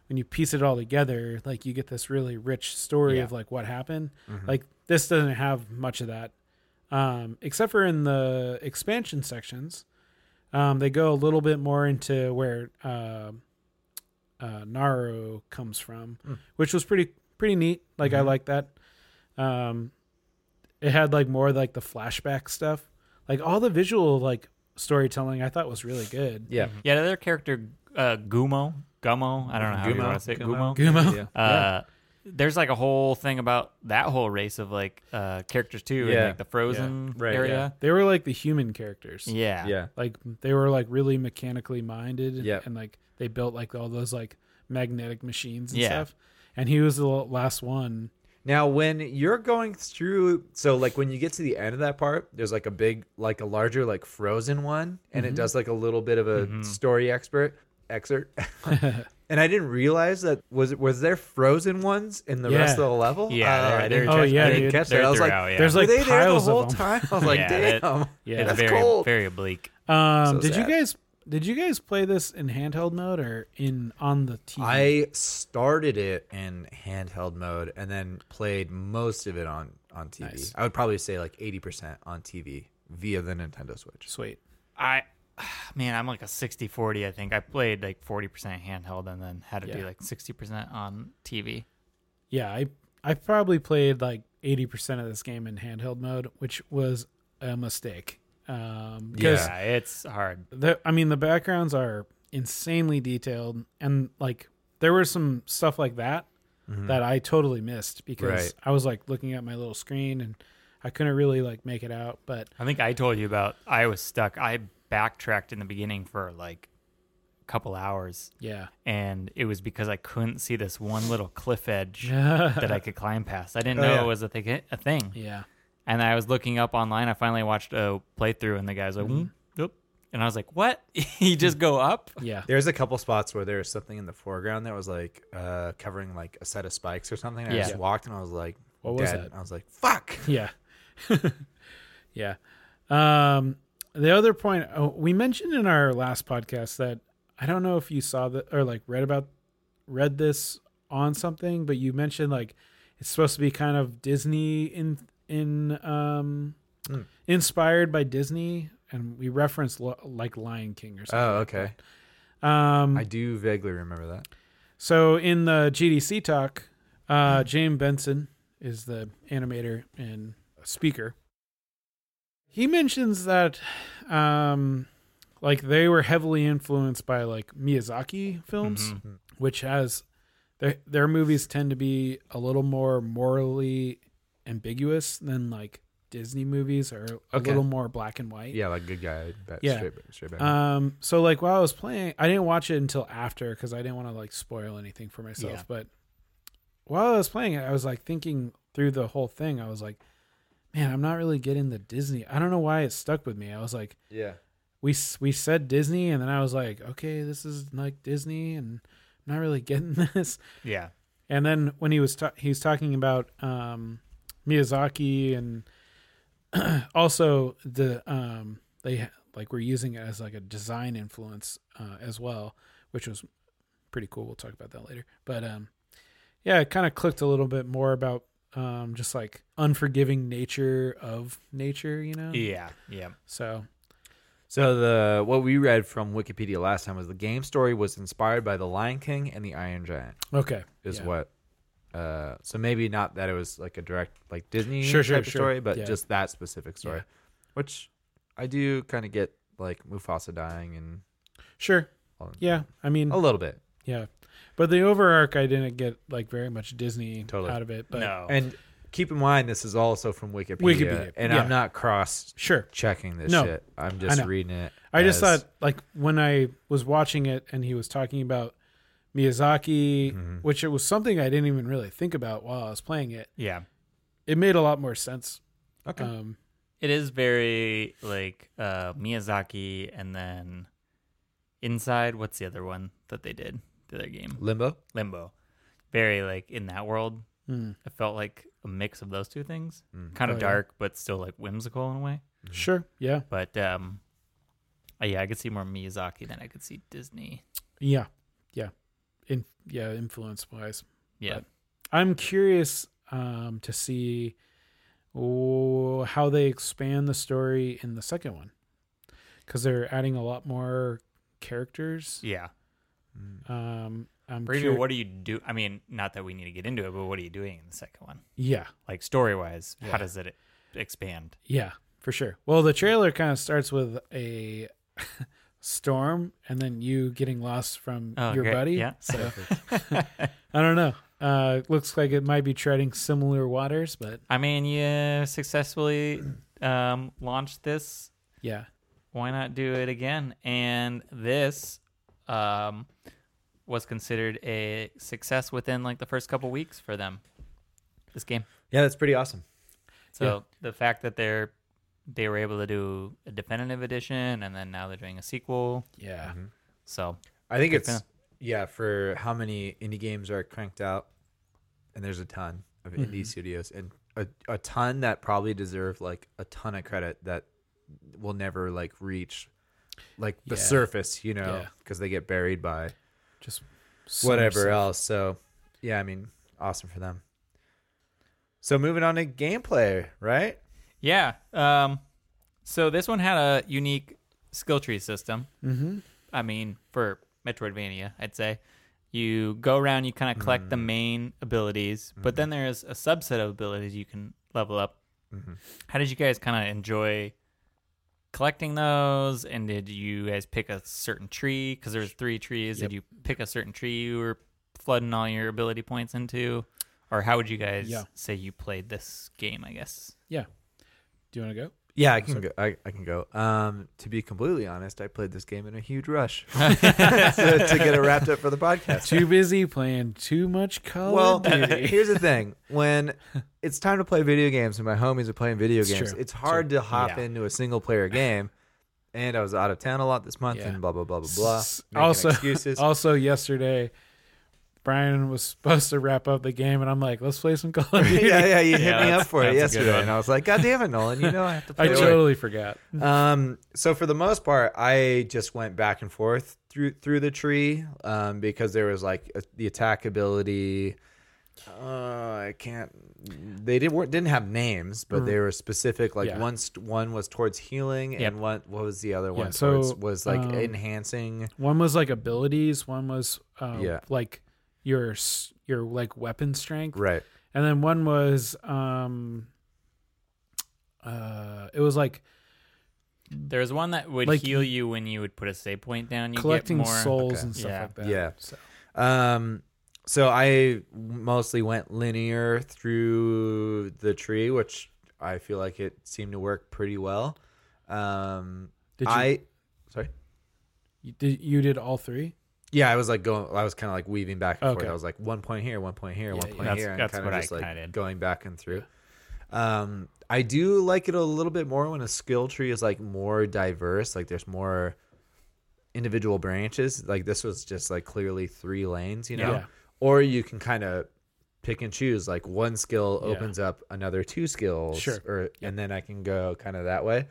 [SPEAKER 2] when you piece it all together, like you get this really rich story
[SPEAKER 3] Yeah. Mm-hmm.
[SPEAKER 2] of like what happened. Like this doesn't have much of that, um, except for in the expansion sections. Um, they go a little bit more into where uh, uh, Naru comes from,
[SPEAKER 1] Hmm.
[SPEAKER 2] which was pretty pretty neat. Like
[SPEAKER 1] Mm-hmm.
[SPEAKER 2] I like that. Um, it had like more like the flashback stuff, like all the visual like storytelling. I thought was really good.
[SPEAKER 1] Yeah.
[SPEAKER 3] Yeah, their character uh, Gumo, Gummo. I don't know how you
[SPEAKER 1] Gumo?
[SPEAKER 3] want to say it,
[SPEAKER 1] Gumo?
[SPEAKER 3] Gumo.
[SPEAKER 2] Gumo.
[SPEAKER 1] Yeah.
[SPEAKER 3] Uh, there's like a whole thing about that whole race of like uh, characters too, in
[SPEAKER 1] Yeah.
[SPEAKER 3] like the frozen
[SPEAKER 1] Yeah. Right,
[SPEAKER 3] area.
[SPEAKER 2] They were like the human characters.
[SPEAKER 3] Yeah.
[SPEAKER 1] Yeah.
[SPEAKER 2] Like they were like really mechanically minded.
[SPEAKER 1] Yeah.
[SPEAKER 2] And like they built like all those like magnetic machines and
[SPEAKER 3] Yeah.
[SPEAKER 2] stuff. And he was the l- last one.
[SPEAKER 1] Now, when you're going through, so like when you get to the end of that part, there's like a big, like a larger, like frozen one, and
[SPEAKER 3] Mm-hmm.
[SPEAKER 1] it does like a little bit of a story expert excerpt. and I didn't realize that was was there frozen ones in the rest
[SPEAKER 2] Yeah.
[SPEAKER 1] of the level.
[SPEAKER 3] Yeah,
[SPEAKER 1] Uh,
[SPEAKER 3] they're-
[SPEAKER 1] I didn't
[SPEAKER 2] they're
[SPEAKER 1] catch-
[SPEAKER 2] just-
[SPEAKER 1] I
[SPEAKER 2] they're-
[SPEAKER 1] didn't catch that.
[SPEAKER 3] they're
[SPEAKER 1] I was like,
[SPEAKER 3] throughout, yeah.
[SPEAKER 2] There's like
[SPEAKER 1] were they there the
[SPEAKER 2] piles of
[SPEAKER 1] whole
[SPEAKER 2] them.
[SPEAKER 1] time? I was like,
[SPEAKER 3] Yeah, that-
[SPEAKER 1] damn.
[SPEAKER 2] Yeah.
[SPEAKER 3] It's
[SPEAKER 1] That's
[SPEAKER 3] very
[SPEAKER 1] cold.
[SPEAKER 3] very oblique.
[SPEAKER 2] Um,
[SPEAKER 1] So
[SPEAKER 2] did you
[SPEAKER 1] sad.
[SPEAKER 2] guys did you guys play this in handheld mode or in on the TV?
[SPEAKER 1] I started it in handheld mode and then played most of it on on TV.
[SPEAKER 2] Nice.
[SPEAKER 1] I would probably say like 80% on TV via the Nintendo Switch.
[SPEAKER 2] Sweet.
[SPEAKER 3] I man, I'm like a 60 40 I think. I played like 40% handheld and then had to
[SPEAKER 2] Yeah.
[SPEAKER 3] be like 60% on TV.
[SPEAKER 2] Yeah, I I probably played like eighty percent of this game in handheld mode, which was a mistake. Um, because
[SPEAKER 3] Yeah, it's hard.
[SPEAKER 2] the I mean the backgrounds are insanely detailed and like there was some stuff like that that I totally missed because
[SPEAKER 1] Right.
[SPEAKER 2] I was like looking at my little screen and I couldn't really like make it out. But
[SPEAKER 3] I think I told you about I was stuck. I backtracked in the beginning for like a couple hours
[SPEAKER 2] yeah,
[SPEAKER 3] and it was because I couldn't see this one little cliff edge that I could climb past. I didn't
[SPEAKER 1] Oh,
[SPEAKER 3] know
[SPEAKER 1] yeah.
[SPEAKER 3] it was a, thi- a thing.
[SPEAKER 2] yeah,
[SPEAKER 3] And I was looking up online. I finally watched a playthrough and the guy's like, "Mm, yep. And I was like, what? you just go up?
[SPEAKER 2] yeah,
[SPEAKER 1] There's a couple spots where there was something in the foreground that was like uh, covering like a set of spikes or something. I
[SPEAKER 3] Yeah.
[SPEAKER 1] just walked and I was like,
[SPEAKER 2] What was
[SPEAKER 1] dead.
[SPEAKER 2] that?
[SPEAKER 1] I was like, fuck.
[SPEAKER 2] yeah, yeah. Um, the other point oh, we mentioned in our last podcast that I don't know if you saw that or like read about read this on something, but you mentioned like it's supposed to be kind of Disney in in um inspired by Disney, and we referenced lo- like Lion King or something.
[SPEAKER 1] Oh, okay.
[SPEAKER 2] um,
[SPEAKER 1] I do vaguely remember that.
[SPEAKER 2] so in the GDC talk, uh, James Benson is the animator and speaker. He mentions that um, Like they were heavily influenced by like Miyazaki films,
[SPEAKER 1] Mm-hmm.
[SPEAKER 2] which has their their movies tend to be a little more morally ambiguous than like Disney movies are a
[SPEAKER 1] Okay.
[SPEAKER 2] little more black and white.
[SPEAKER 1] Yeah, like good guy. Back,
[SPEAKER 2] Yeah.
[SPEAKER 1] Straight, straight back.
[SPEAKER 2] Um, so like while I was playing, I didn't watch it until after because I didn't want to like spoil anything for myself.
[SPEAKER 3] Yeah.
[SPEAKER 2] But while I was playing it, I was like thinking through the whole thing. I was like, man, I'm not really getting the Disney. I don't know why it stuck with me. I was like,
[SPEAKER 1] yeah.
[SPEAKER 2] we s- we said Disney, and then I was like, okay, this is like Disney, and I'm not really getting this.
[SPEAKER 3] Yeah.
[SPEAKER 2] And then when he was ta- he was talking about um, Miyazaki and also the um, they like were using it as like a design influence uh, as well, which was pretty cool. We'll talk about that later. But um, yeah, it kind of clicked a little bit more about um, just like unforgiving nature of nature, you know.
[SPEAKER 3] Yeah. Yeah.
[SPEAKER 2] So
[SPEAKER 1] So the what we read from Wikipedia last time was the game story was inspired by The Lion King and the Iron Giant.
[SPEAKER 2] okay,
[SPEAKER 1] Is
[SPEAKER 2] yeah.
[SPEAKER 1] what. Uh, so maybe not that it was like a direct like Disney
[SPEAKER 2] Sure, sure,
[SPEAKER 1] type of
[SPEAKER 2] sure.
[SPEAKER 1] story, but
[SPEAKER 2] Yeah.
[SPEAKER 1] just that specific story,
[SPEAKER 2] Yeah.
[SPEAKER 1] which I do kind of get like Mufasa dying and
[SPEAKER 2] Sure.
[SPEAKER 1] all
[SPEAKER 2] Yeah. I mean,
[SPEAKER 1] a little bit.
[SPEAKER 2] yeah. But the overarch, I didn't get like very much Disney
[SPEAKER 1] Totally.
[SPEAKER 2] out of it. But
[SPEAKER 3] no.
[SPEAKER 1] And keep in mind, this is also from Wikipedia,
[SPEAKER 2] Oh. Wikipedia,
[SPEAKER 1] and
[SPEAKER 2] yeah.
[SPEAKER 1] I'm not cross
[SPEAKER 2] sure.
[SPEAKER 1] checking this
[SPEAKER 2] No.
[SPEAKER 1] shit. I'm just
[SPEAKER 2] know.
[SPEAKER 1] reading it.
[SPEAKER 2] I just
[SPEAKER 1] as-
[SPEAKER 2] thought like when I was watching it and he was talking about Miyazaki, which it was something I didn't even really think about while I was playing it.
[SPEAKER 3] yeah.
[SPEAKER 2] It made a lot more sense.
[SPEAKER 1] Okay.
[SPEAKER 2] Um,
[SPEAKER 3] It is very like uh Miyazaki and then Inside, what's the other one that they did? The other game.
[SPEAKER 1] Limbo.
[SPEAKER 3] Limbo. Very like in that world.
[SPEAKER 2] mm,
[SPEAKER 3] It felt like a mix of those two things.
[SPEAKER 1] Mm.
[SPEAKER 3] Kind
[SPEAKER 2] Oh,
[SPEAKER 3] of
[SPEAKER 2] yeah.
[SPEAKER 3] dark, but still like whimsical in a way.
[SPEAKER 2] Sure. Yeah.
[SPEAKER 3] But um uh, yeah, I could see more Miyazaki than I could see Disney.
[SPEAKER 2] Yeah. Yeah. In yeah, influence wise.
[SPEAKER 3] Yeah.
[SPEAKER 2] But- I'm curious um, to see oh, how they expand the story in the second one because they're adding a lot more characters.
[SPEAKER 3] yeah.
[SPEAKER 2] Um, I'm
[SPEAKER 3] Or even
[SPEAKER 2] curi-
[SPEAKER 3] what do you do? I mean, not that we need to get into it, but what are you doing in the second one?
[SPEAKER 2] yeah,
[SPEAKER 3] Like story wise,
[SPEAKER 2] Yeah.
[SPEAKER 3] how does it expand?
[SPEAKER 2] yeah, for sure. Well, the trailer kind of starts with a storm and then you getting lost from
[SPEAKER 3] Oh,
[SPEAKER 2] your
[SPEAKER 3] great.
[SPEAKER 2] buddy.
[SPEAKER 3] Yeah.
[SPEAKER 2] So I don't know. Uh, it looks like it might be treading similar waters, but
[SPEAKER 3] I mean, you successfully um, launched this.
[SPEAKER 2] yeah,
[SPEAKER 3] Why not do it again? And this um, was considered a success within like the first couple weeks for them. This game.
[SPEAKER 1] Yeah, that's pretty awesome.
[SPEAKER 3] So the fact that they're they were able to do a definitive edition, and then now they're doing a sequel.
[SPEAKER 2] yeah,
[SPEAKER 1] Mm-hmm.
[SPEAKER 3] So
[SPEAKER 1] I think
[SPEAKER 3] Good
[SPEAKER 1] it's yeah for how many indie games are cranked out, and there's a ton of
[SPEAKER 2] Mm-hmm.
[SPEAKER 1] indie studios and a, a ton that probably deserve like a ton of credit that will never like reach like the
[SPEAKER 2] Yeah.
[SPEAKER 1] surface, you know,
[SPEAKER 2] Yeah.
[SPEAKER 1] because they get buried by
[SPEAKER 2] just
[SPEAKER 1] whatever
[SPEAKER 2] else.
[SPEAKER 1] else. So yeah, I mean, awesome for them. So moving on to gameplay, right?
[SPEAKER 3] Yeah. Um, so this one had a unique skill tree system.
[SPEAKER 2] Mm-hmm.
[SPEAKER 3] I mean, for Metroidvania, I'd say you go around, you kind of collect the main abilities, but then there's a subset of abilities you can level up.
[SPEAKER 1] Mm-hmm.
[SPEAKER 3] How did you guys kind of enjoy collecting those? And did you guys pick a certain tree? Because there's three trees. Did you pick a certain tree you were flooding all your ability points into? Or how would you guys
[SPEAKER 2] Yeah.
[SPEAKER 3] say you played this game? I guess.
[SPEAKER 2] Yeah. Do you want to go?
[SPEAKER 1] Yeah, I can go. I, I can go. Um, to be completely honest, I played this game in a huge rush to, to get it wrapped up for the podcast.
[SPEAKER 2] Too busy playing too much Call
[SPEAKER 1] Well,
[SPEAKER 2] of Duty.
[SPEAKER 1] here's the thing: when it's time to play video games and my homies are playing video
[SPEAKER 2] It's
[SPEAKER 1] games,
[SPEAKER 2] true.
[SPEAKER 1] it's hard to hop
[SPEAKER 3] Yeah.
[SPEAKER 1] into a single player game. And I was out of town a lot this month,
[SPEAKER 2] Yeah.
[SPEAKER 1] and blah blah blah blah blah.
[SPEAKER 2] S-
[SPEAKER 1] making
[SPEAKER 2] also-
[SPEAKER 1] excuses.
[SPEAKER 2] Also, yesterday, Brian was supposed to wrap up the game, and I'm like, let's play some Call of Duty.
[SPEAKER 1] yeah, yeah, you
[SPEAKER 3] Yeah,
[SPEAKER 1] hit me
[SPEAKER 3] that's-
[SPEAKER 1] up for it
[SPEAKER 3] that's a good
[SPEAKER 1] yesterday,
[SPEAKER 3] one.
[SPEAKER 1] and I was like, "God damn it, Nolan! You know I have to play."
[SPEAKER 2] I
[SPEAKER 1] it."
[SPEAKER 2] totally forgot.
[SPEAKER 1] Um, so for the most part, I just went back and forth through through the tree, um, because there was like a, the attack ability. Uh, I can't. They didn't weren't- didn't have names, but they were specific. Like
[SPEAKER 2] Mm. Yeah.
[SPEAKER 1] one st- one was towards healing,
[SPEAKER 3] Yep.
[SPEAKER 1] and one what was the other one
[SPEAKER 2] so,
[SPEAKER 1] towards was like
[SPEAKER 2] um,
[SPEAKER 1] enhancing.
[SPEAKER 2] One was like abilities. One was um,
[SPEAKER 1] Yeah.
[SPEAKER 2] like your s- your like weapon strength,
[SPEAKER 1] Right.
[SPEAKER 2] and then one was um, uh, it was like
[SPEAKER 3] There's one that would
[SPEAKER 2] Like-
[SPEAKER 3] heal you when you would put a save point down. You
[SPEAKER 2] collecting
[SPEAKER 3] get more.
[SPEAKER 2] souls
[SPEAKER 1] Okay.
[SPEAKER 2] and stuff
[SPEAKER 3] Yeah.
[SPEAKER 2] like that.
[SPEAKER 1] Yeah.
[SPEAKER 2] So,
[SPEAKER 1] Um, so I mostly went linear through the tree, which I feel like it seemed to work pretty well. Um,
[SPEAKER 2] did you,
[SPEAKER 1] I sorry.
[SPEAKER 2] you did you did all three?
[SPEAKER 1] Yeah, I was like going. I was kind of like weaving back and
[SPEAKER 2] Okay.
[SPEAKER 1] forth. I was like one point here, one point here,
[SPEAKER 2] Yeah,
[SPEAKER 1] one
[SPEAKER 2] yeah.
[SPEAKER 1] point
[SPEAKER 3] That's-
[SPEAKER 1] here, and
[SPEAKER 3] that's
[SPEAKER 1] kind
[SPEAKER 3] what
[SPEAKER 1] of
[SPEAKER 3] I
[SPEAKER 1] just like
[SPEAKER 3] kinda did.
[SPEAKER 1] going back and through. Um, I do like it a little bit more when a skill tree is like more diverse. Like there's more individual branches. Like this was just like clearly three lanes, you know.
[SPEAKER 2] Yeah.
[SPEAKER 1] Or you can kind of pick and choose. Like one skill
[SPEAKER 2] Yeah.
[SPEAKER 1] opens up another two skills,
[SPEAKER 2] Sure.
[SPEAKER 1] or and then I can go kind of that way.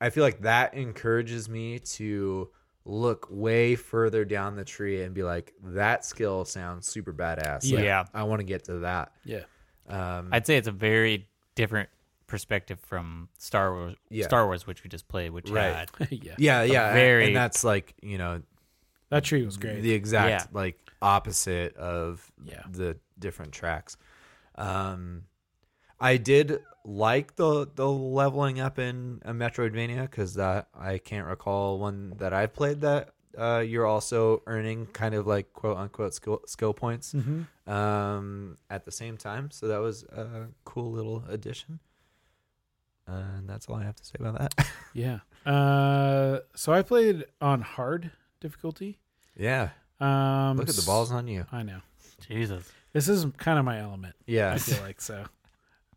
[SPEAKER 1] I feel like that encourages me to look way further down the tree and be like, that skill sounds super badass. Like,
[SPEAKER 3] Yeah.
[SPEAKER 1] I want to get to that.
[SPEAKER 2] Yeah.
[SPEAKER 1] Um,
[SPEAKER 3] I'd say it's a very different perspective from Star Wars.
[SPEAKER 1] Yeah.
[SPEAKER 3] Star Wars, which we just played, which
[SPEAKER 1] Right.
[SPEAKER 3] had
[SPEAKER 2] yeah.
[SPEAKER 1] yeah, yeah,
[SPEAKER 3] very-
[SPEAKER 1] and that's like you know
[SPEAKER 2] That tree was great.
[SPEAKER 1] the exact
[SPEAKER 3] Yeah.
[SPEAKER 1] like opposite of
[SPEAKER 2] Yeah.
[SPEAKER 1] the different tracks. Um, I did like the the leveling up in a Metroidvania because that I can't recall one that I've played that uh, you're also earning kind of like quote unquote skill skill points um, at the same time. So that was a cool little addition. Uh, And that's all I have to say about that.
[SPEAKER 2] Yeah. Uh, so I played on hard difficulty.
[SPEAKER 1] yeah,
[SPEAKER 2] Um,
[SPEAKER 1] look at the
[SPEAKER 2] s-
[SPEAKER 1] balls on you.
[SPEAKER 2] I know.
[SPEAKER 3] Jesus.
[SPEAKER 2] This is kind of my element. I
[SPEAKER 1] Yeah,
[SPEAKER 2] feel like so.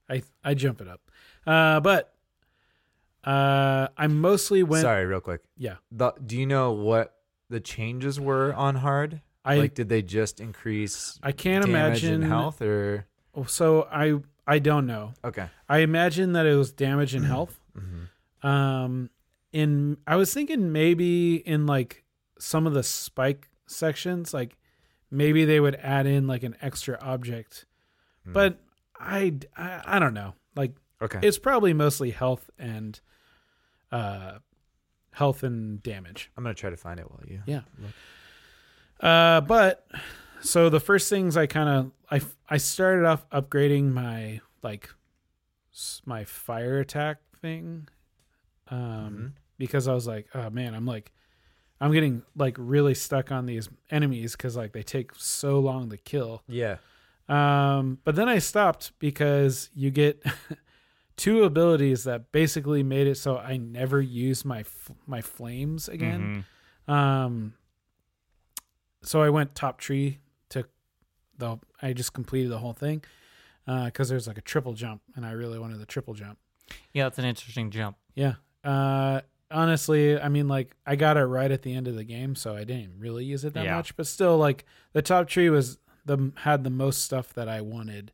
[SPEAKER 2] I I jump it up. Uh, but uh, I mostly went.
[SPEAKER 1] sorry, real quick.
[SPEAKER 2] Yeah.
[SPEAKER 1] the, do you know what the changes were on hard?
[SPEAKER 2] I
[SPEAKER 1] like, did they just increase
[SPEAKER 2] I can't
[SPEAKER 1] damage
[SPEAKER 2] imagine
[SPEAKER 1] and
[SPEAKER 2] Oh,
[SPEAKER 1] health, or
[SPEAKER 2] So I I don't know.
[SPEAKER 1] okay?
[SPEAKER 2] I imagine that it was damage and health.
[SPEAKER 1] Mhm.
[SPEAKER 2] Um, in I was thinking maybe in like some of the spike sections, like maybe they would add in like an extra object,
[SPEAKER 1] Hmm.
[SPEAKER 2] but I, I I don't know. Like
[SPEAKER 1] Okay,
[SPEAKER 2] it's probably mostly health and uh health and damage.
[SPEAKER 1] I'm gonna try to find it while you.
[SPEAKER 2] Yeah. Uh, but so the first things I kind of I I started off upgrading my like s- my fire attack thing, um, because I was like, oh man, I'm like, I'm getting like really stuck on these enemies because like they take so long to kill.
[SPEAKER 1] Yeah.
[SPEAKER 2] Um, but then I stopped because you get two abilities that basically made it so I never use my f- my flames again.
[SPEAKER 3] Mhm.
[SPEAKER 2] Um, so I went top tree to the. I just completed the whole thing because there's like a triple jump, and I really wanted the triple jump.
[SPEAKER 3] Yeah, that's an interesting jump.
[SPEAKER 2] Yeah. Uh, honestly, I mean, like I got it right at the end of the game, so I didn't really use it that
[SPEAKER 3] Yeah.
[SPEAKER 2] much. But still, like the top tree was the had the most stuff that I wanted.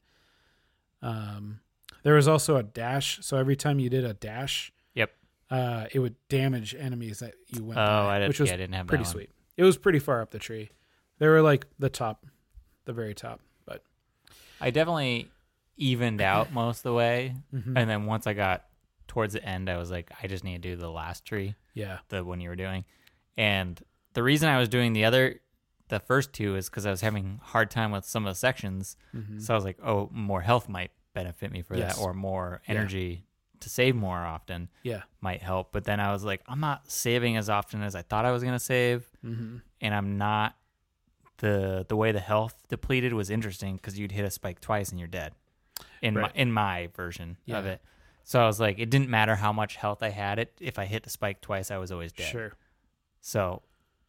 [SPEAKER 2] Um, there was also a dash, so every time you did a dash,
[SPEAKER 3] Yep.
[SPEAKER 2] uh, it would damage enemies that you went.
[SPEAKER 3] Oh,
[SPEAKER 2] by,
[SPEAKER 3] I didn't.
[SPEAKER 2] which was
[SPEAKER 3] yeah, I didn't have that
[SPEAKER 2] pretty
[SPEAKER 3] one.
[SPEAKER 2] sweet. It was pretty far up the tree. They were like the top, the very top. But
[SPEAKER 3] I definitely evened out most of the way,
[SPEAKER 2] Mhm.
[SPEAKER 3] and then once I got towards the end, I was like, I just need to do the last tree,
[SPEAKER 2] yeah,
[SPEAKER 3] the one you were doing. And the reason I was doing the other, the first two, is because I was having a hard time with some of the sections.
[SPEAKER 2] Mm-hmm.
[SPEAKER 3] So I was like, oh, more health might benefit me for
[SPEAKER 2] Yes.
[SPEAKER 3] that, or more
[SPEAKER 2] Yeah.
[SPEAKER 3] energy to save more often
[SPEAKER 2] yeah,
[SPEAKER 3] might help. But then I was like, I'm not saving as often as I thought I was gonna save,
[SPEAKER 2] hmm
[SPEAKER 3] and I'm not. the The way the health depleted was interesting because you'd hit a spike twice and you're dead. In
[SPEAKER 2] Right.
[SPEAKER 3] my in my version of
[SPEAKER 2] Yeah.
[SPEAKER 3] it, so I was like, it didn't matter how much health I had. It if I hit the spike twice, I was always dead.
[SPEAKER 2] sure,
[SPEAKER 3] So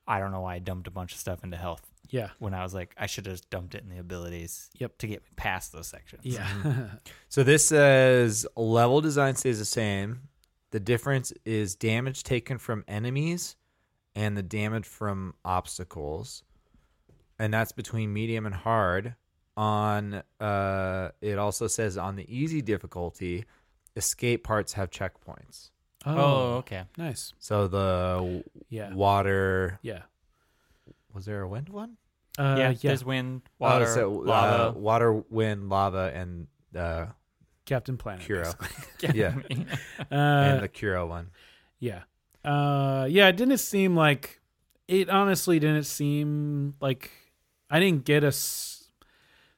[SPEAKER 3] I don't know why I dumped a bunch of stuff into health
[SPEAKER 2] yeah,
[SPEAKER 3] when I was like, I should have just dumped it in the abilities.
[SPEAKER 2] Yep.
[SPEAKER 3] To get past those sections. Mm-hmm.
[SPEAKER 2] yeah,
[SPEAKER 1] So this says level design stays the same. The difference is damage taken from enemies and the damage from obstacles. And that's between medium and hard. On uh it also says on the easy difficulty, escape parts have checkpoints.
[SPEAKER 2] oh,
[SPEAKER 3] Oh, okay.
[SPEAKER 2] nice,
[SPEAKER 1] So the w-
[SPEAKER 2] yeah,
[SPEAKER 1] water
[SPEAKER 2] yeah,
[SPEAKER 1] was there a wind one?
[SPEAKER 2] uh,
[SPEAKER 3] yeah,
[SPEAKER 2] yeah,
[SPEAKER 3] There's wind, water,
[SPEAKER 1] oh, so, Uh,
[SPEAKER 3] lava.
[SPEAKER 1] water, wind, lava, and uh,
[SPEAKER 2] Captain Planet,
[SPEAKER 1] Kuro,
[SPEAKER 2] basically.
[SPEAKER 1] yeah.
[SPEAKER 2] uh,
[SPEAKER 1] and the Kuro one.
[SPEAKER 2] yeah, uh, yeah. It didn't seem like it. Honestly, didn't seem like I didn't get a s-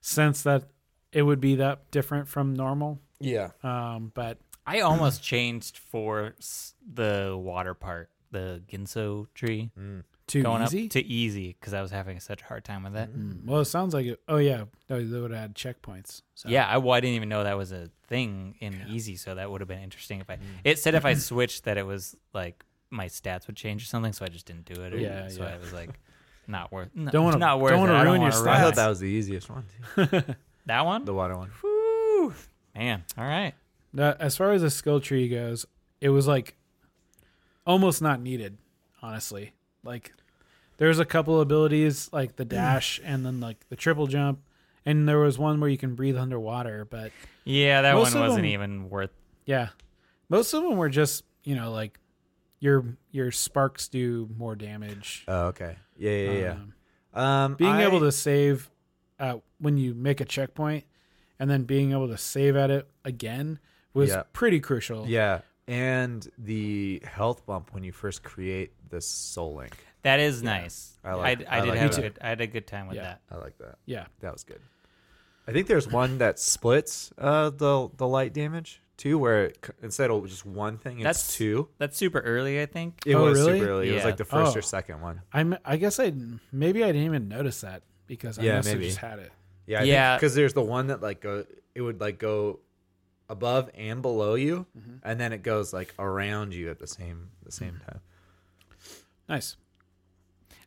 [SPEAKER 2] sense that it would be that different from normal.
[SPEAKER 1] Yeah,
[SPEAKER 2] Um, but
[SPEAKER 3] I almost changed for s- the water part, the Ginso tree
[SPEAKER 1] Mm.
[SPEAKER 2] Too
[SPEAKER 3] going
[SPEAKER 2] easy. Mm-hmm.
[SPEAKER 3] up to easy because I was having such a hard time with that.
[SPEAKER 2] well, it sounds like it. Oh yeah, no, they would add checkpoints. So.
[SPEAKER 3] Yeah, I, well, I didn't even know that was a thing in easy, so that would have been interesting
[SPEAKER 2] Mm-hmm.
[SPEAKER 3] if I. It said if I switched that it was like my stats would change or something, so I just didn't do it. Or,
[SPEAKER 2] Yeah,
[SPEAKER 3] so
[SPEAKER 2] yeah.
[SPEAKER 3] I was like, not worth. No,
[SPEAKER 2] Don't wanna-
[SPEAKER 3] it's not worth.
[SPEAKER 2] don't
[SPEAKER 3] it.
[SPEAKER 2] wanna
[SPEAKER 3] I
[SPEAKER 2] ruin your
[SPEAKER 3] wanna
[SPEAKER 2] stats.
[SPEAKER 1] I
[SPEAKER 3] ruin
[SPEAKER 1] thought
[SPEAKER 3] it.
[SPEAKER 1] that was the easiest one, too.
[SPEAKER 3] That one.
[SPEAKER 1] the water one.
[SPEAKER 3] Whew. Man, all right.
[SPEAKER 2] Now, as far as the skill tree goes, it was like almost not needed, honestly. Like there's a couple abilities like
[SPEAKER 1] Mm.
[SPEAKER 2] the dash and then like the triple jump, and there was one where you can breathe underwater, but
[SPEAKER 3] Yeah, that
[SPEAKER 2] Most
[SPEAKER 3] one
[SPEAKER 2] of
[SPEAKER 3] wasn't
[SPEAKER 2] them-
[SPEAKER 3] even worth.
[SPEAKER 2] yeah. Most of them were just, you know, like your your sparks do more damage.
[SPEAKER 1] Oh, okay. Yeah, yeah, yeah.
[SPEAKER 2] Um,
[SPEAKER 1] Um,
[SPEAKER 2] being
[SPEAKER 1] I-
[SPEAKER 2] able to save uh, when you make a checkpoint and then being able to save at it again was
[SPEAKER 1] Yeah.
[SPEAKER 2] pretty crucial.
[SPEAKER 1] Yeah. And the health bump when you first create the soul link.
[SPEAKER 3] That is nice.
[SPEAKER 1] I like-
[SPEAKER 3] I,
[SPEAKER 1] I
[SPEAKER 3] did
[SPEAKER 1] like
[SPEAKER 3] have
[SPEAKER 1] that.
[SPEAKER 3] a
[SPEAKER 1] Me
[SPEAKER 3] good. I had a good time with
[SPEAKER 2] Yeah.
[SPEAKER 3] that.
[SPEAKER 1] I like that.
[SPEAKER 2] Yeah.
[SPEAKER 1] That was good. I think there's one that splits uh, the the light damage too, where it, c- instead of just one thing, it's
[SPEAKER 3] That's-
[SPEAKER 1] two.
[SPEAKER 3] That's super early, I think.
[SPEAKER 1] It
[SPEAKER 2] Oh,
[SPEAKER 1] was
[SPEAKER 2] really?
[SPEAKER 1] super early. It was
[SPEAKER 3] Yeah.
[SPEAKER 1] like the first
[SPEAKER 2] Oh.
[SPEAKER 1] or second one.
[SPEAKER 2] I'm, I guess I maybe I didn't even notice that because I
[SPEAKER 1] Yeah,
[SPEAKER 2] must have
[SPEAKER 1] maybe.
[SPEAKER 2] just had it.
[SPEAKER 1] Yeah,
[SPEAKER 3] Yeah.
[SPEAKER 1] Because there's the one that like go, it would like go above and below you, and then it goes like around you at the same the same time.
[SPEAKER 2] Nice.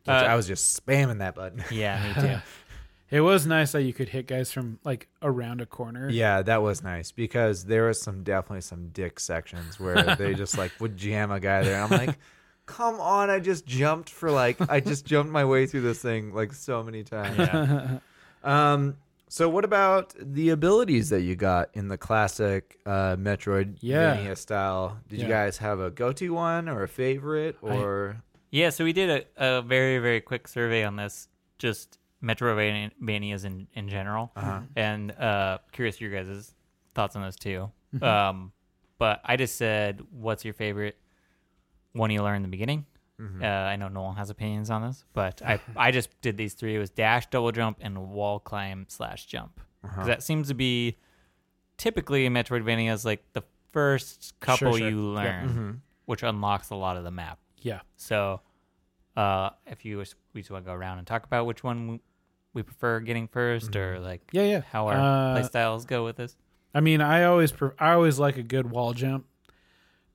[SPEAKER 1] Which
[SPEAKER 3] Uh,
[SPEAKER 1] I was just spamming that button.
[SPEAKER 3] Yeah, me too.
[SPEAKER 2] It was nice that you could hit guys from like around a corner.
[SPEAKER 1] yeah, that was nice because there was some definitely some dick sections where they just like would jam a guy there. And I'm like, come on! I just jumped for like I just jumped my way through this thing like so many times.
[SPEAKER 3] yeah.
[SPEAKER 1] Um, so what about the abilities that you got in the classic uh, Metroidvania
[SPEAKER 2] Yeah.
[SPEAKER 1] style? Did you
[SPEAKER 2] Yeah.
[SPEAKER 1] guys have a go-to one or a favorite or
[SPEAKER 3] Yeah, so we did a, a very, very quick survey on this, just Metroidvanias in, in general.
[SPEAKER 2] Uh-huh.
[SPEAKER 3] And uh, curious your guys' thoughts on those too.
[SPEAKER 2] Mm-hmm.
[SPEAKER 3] Um, but I just said, what's your favorite one you learned in the beginning?
[SPEAKER 2] Hmm.
[SPEAKER 1] Mm-hmm.
[SPEAKER 3] Uh, I know Noel has opinions on this, but I, I just did these three. It was dash, double jump, and wall climb slash jump.
[SPEAKER 2] Uh-huh.
[SPEAKER 3] 'Cause That seems to be typically in Metroidvanias like the first couple
[SPEAKER 2] sure. Mm-hmm.
[SPEAKER 3] you
[SPEAKER 2] Yeah.
[SPEAKER 3] learn,
[SPEAKER 1] Mm-hmm.
[SPEAKER 3] which unlocks a lot of the map.
[SPEAKER 2] Yeah.
[SPEAKER 3] So, uh, if you we just want to go around and talk about which one we- we prefer getting 1st or like
[SPEAKER 2] Yeah. Yeah.
[SPEAKER 3] how our
[SPEAKER 2] Uh,
[SPEAKER 3] playstyles go with this.
[SPEAKER 2] I mean, I always pre- I always like a good wall jump.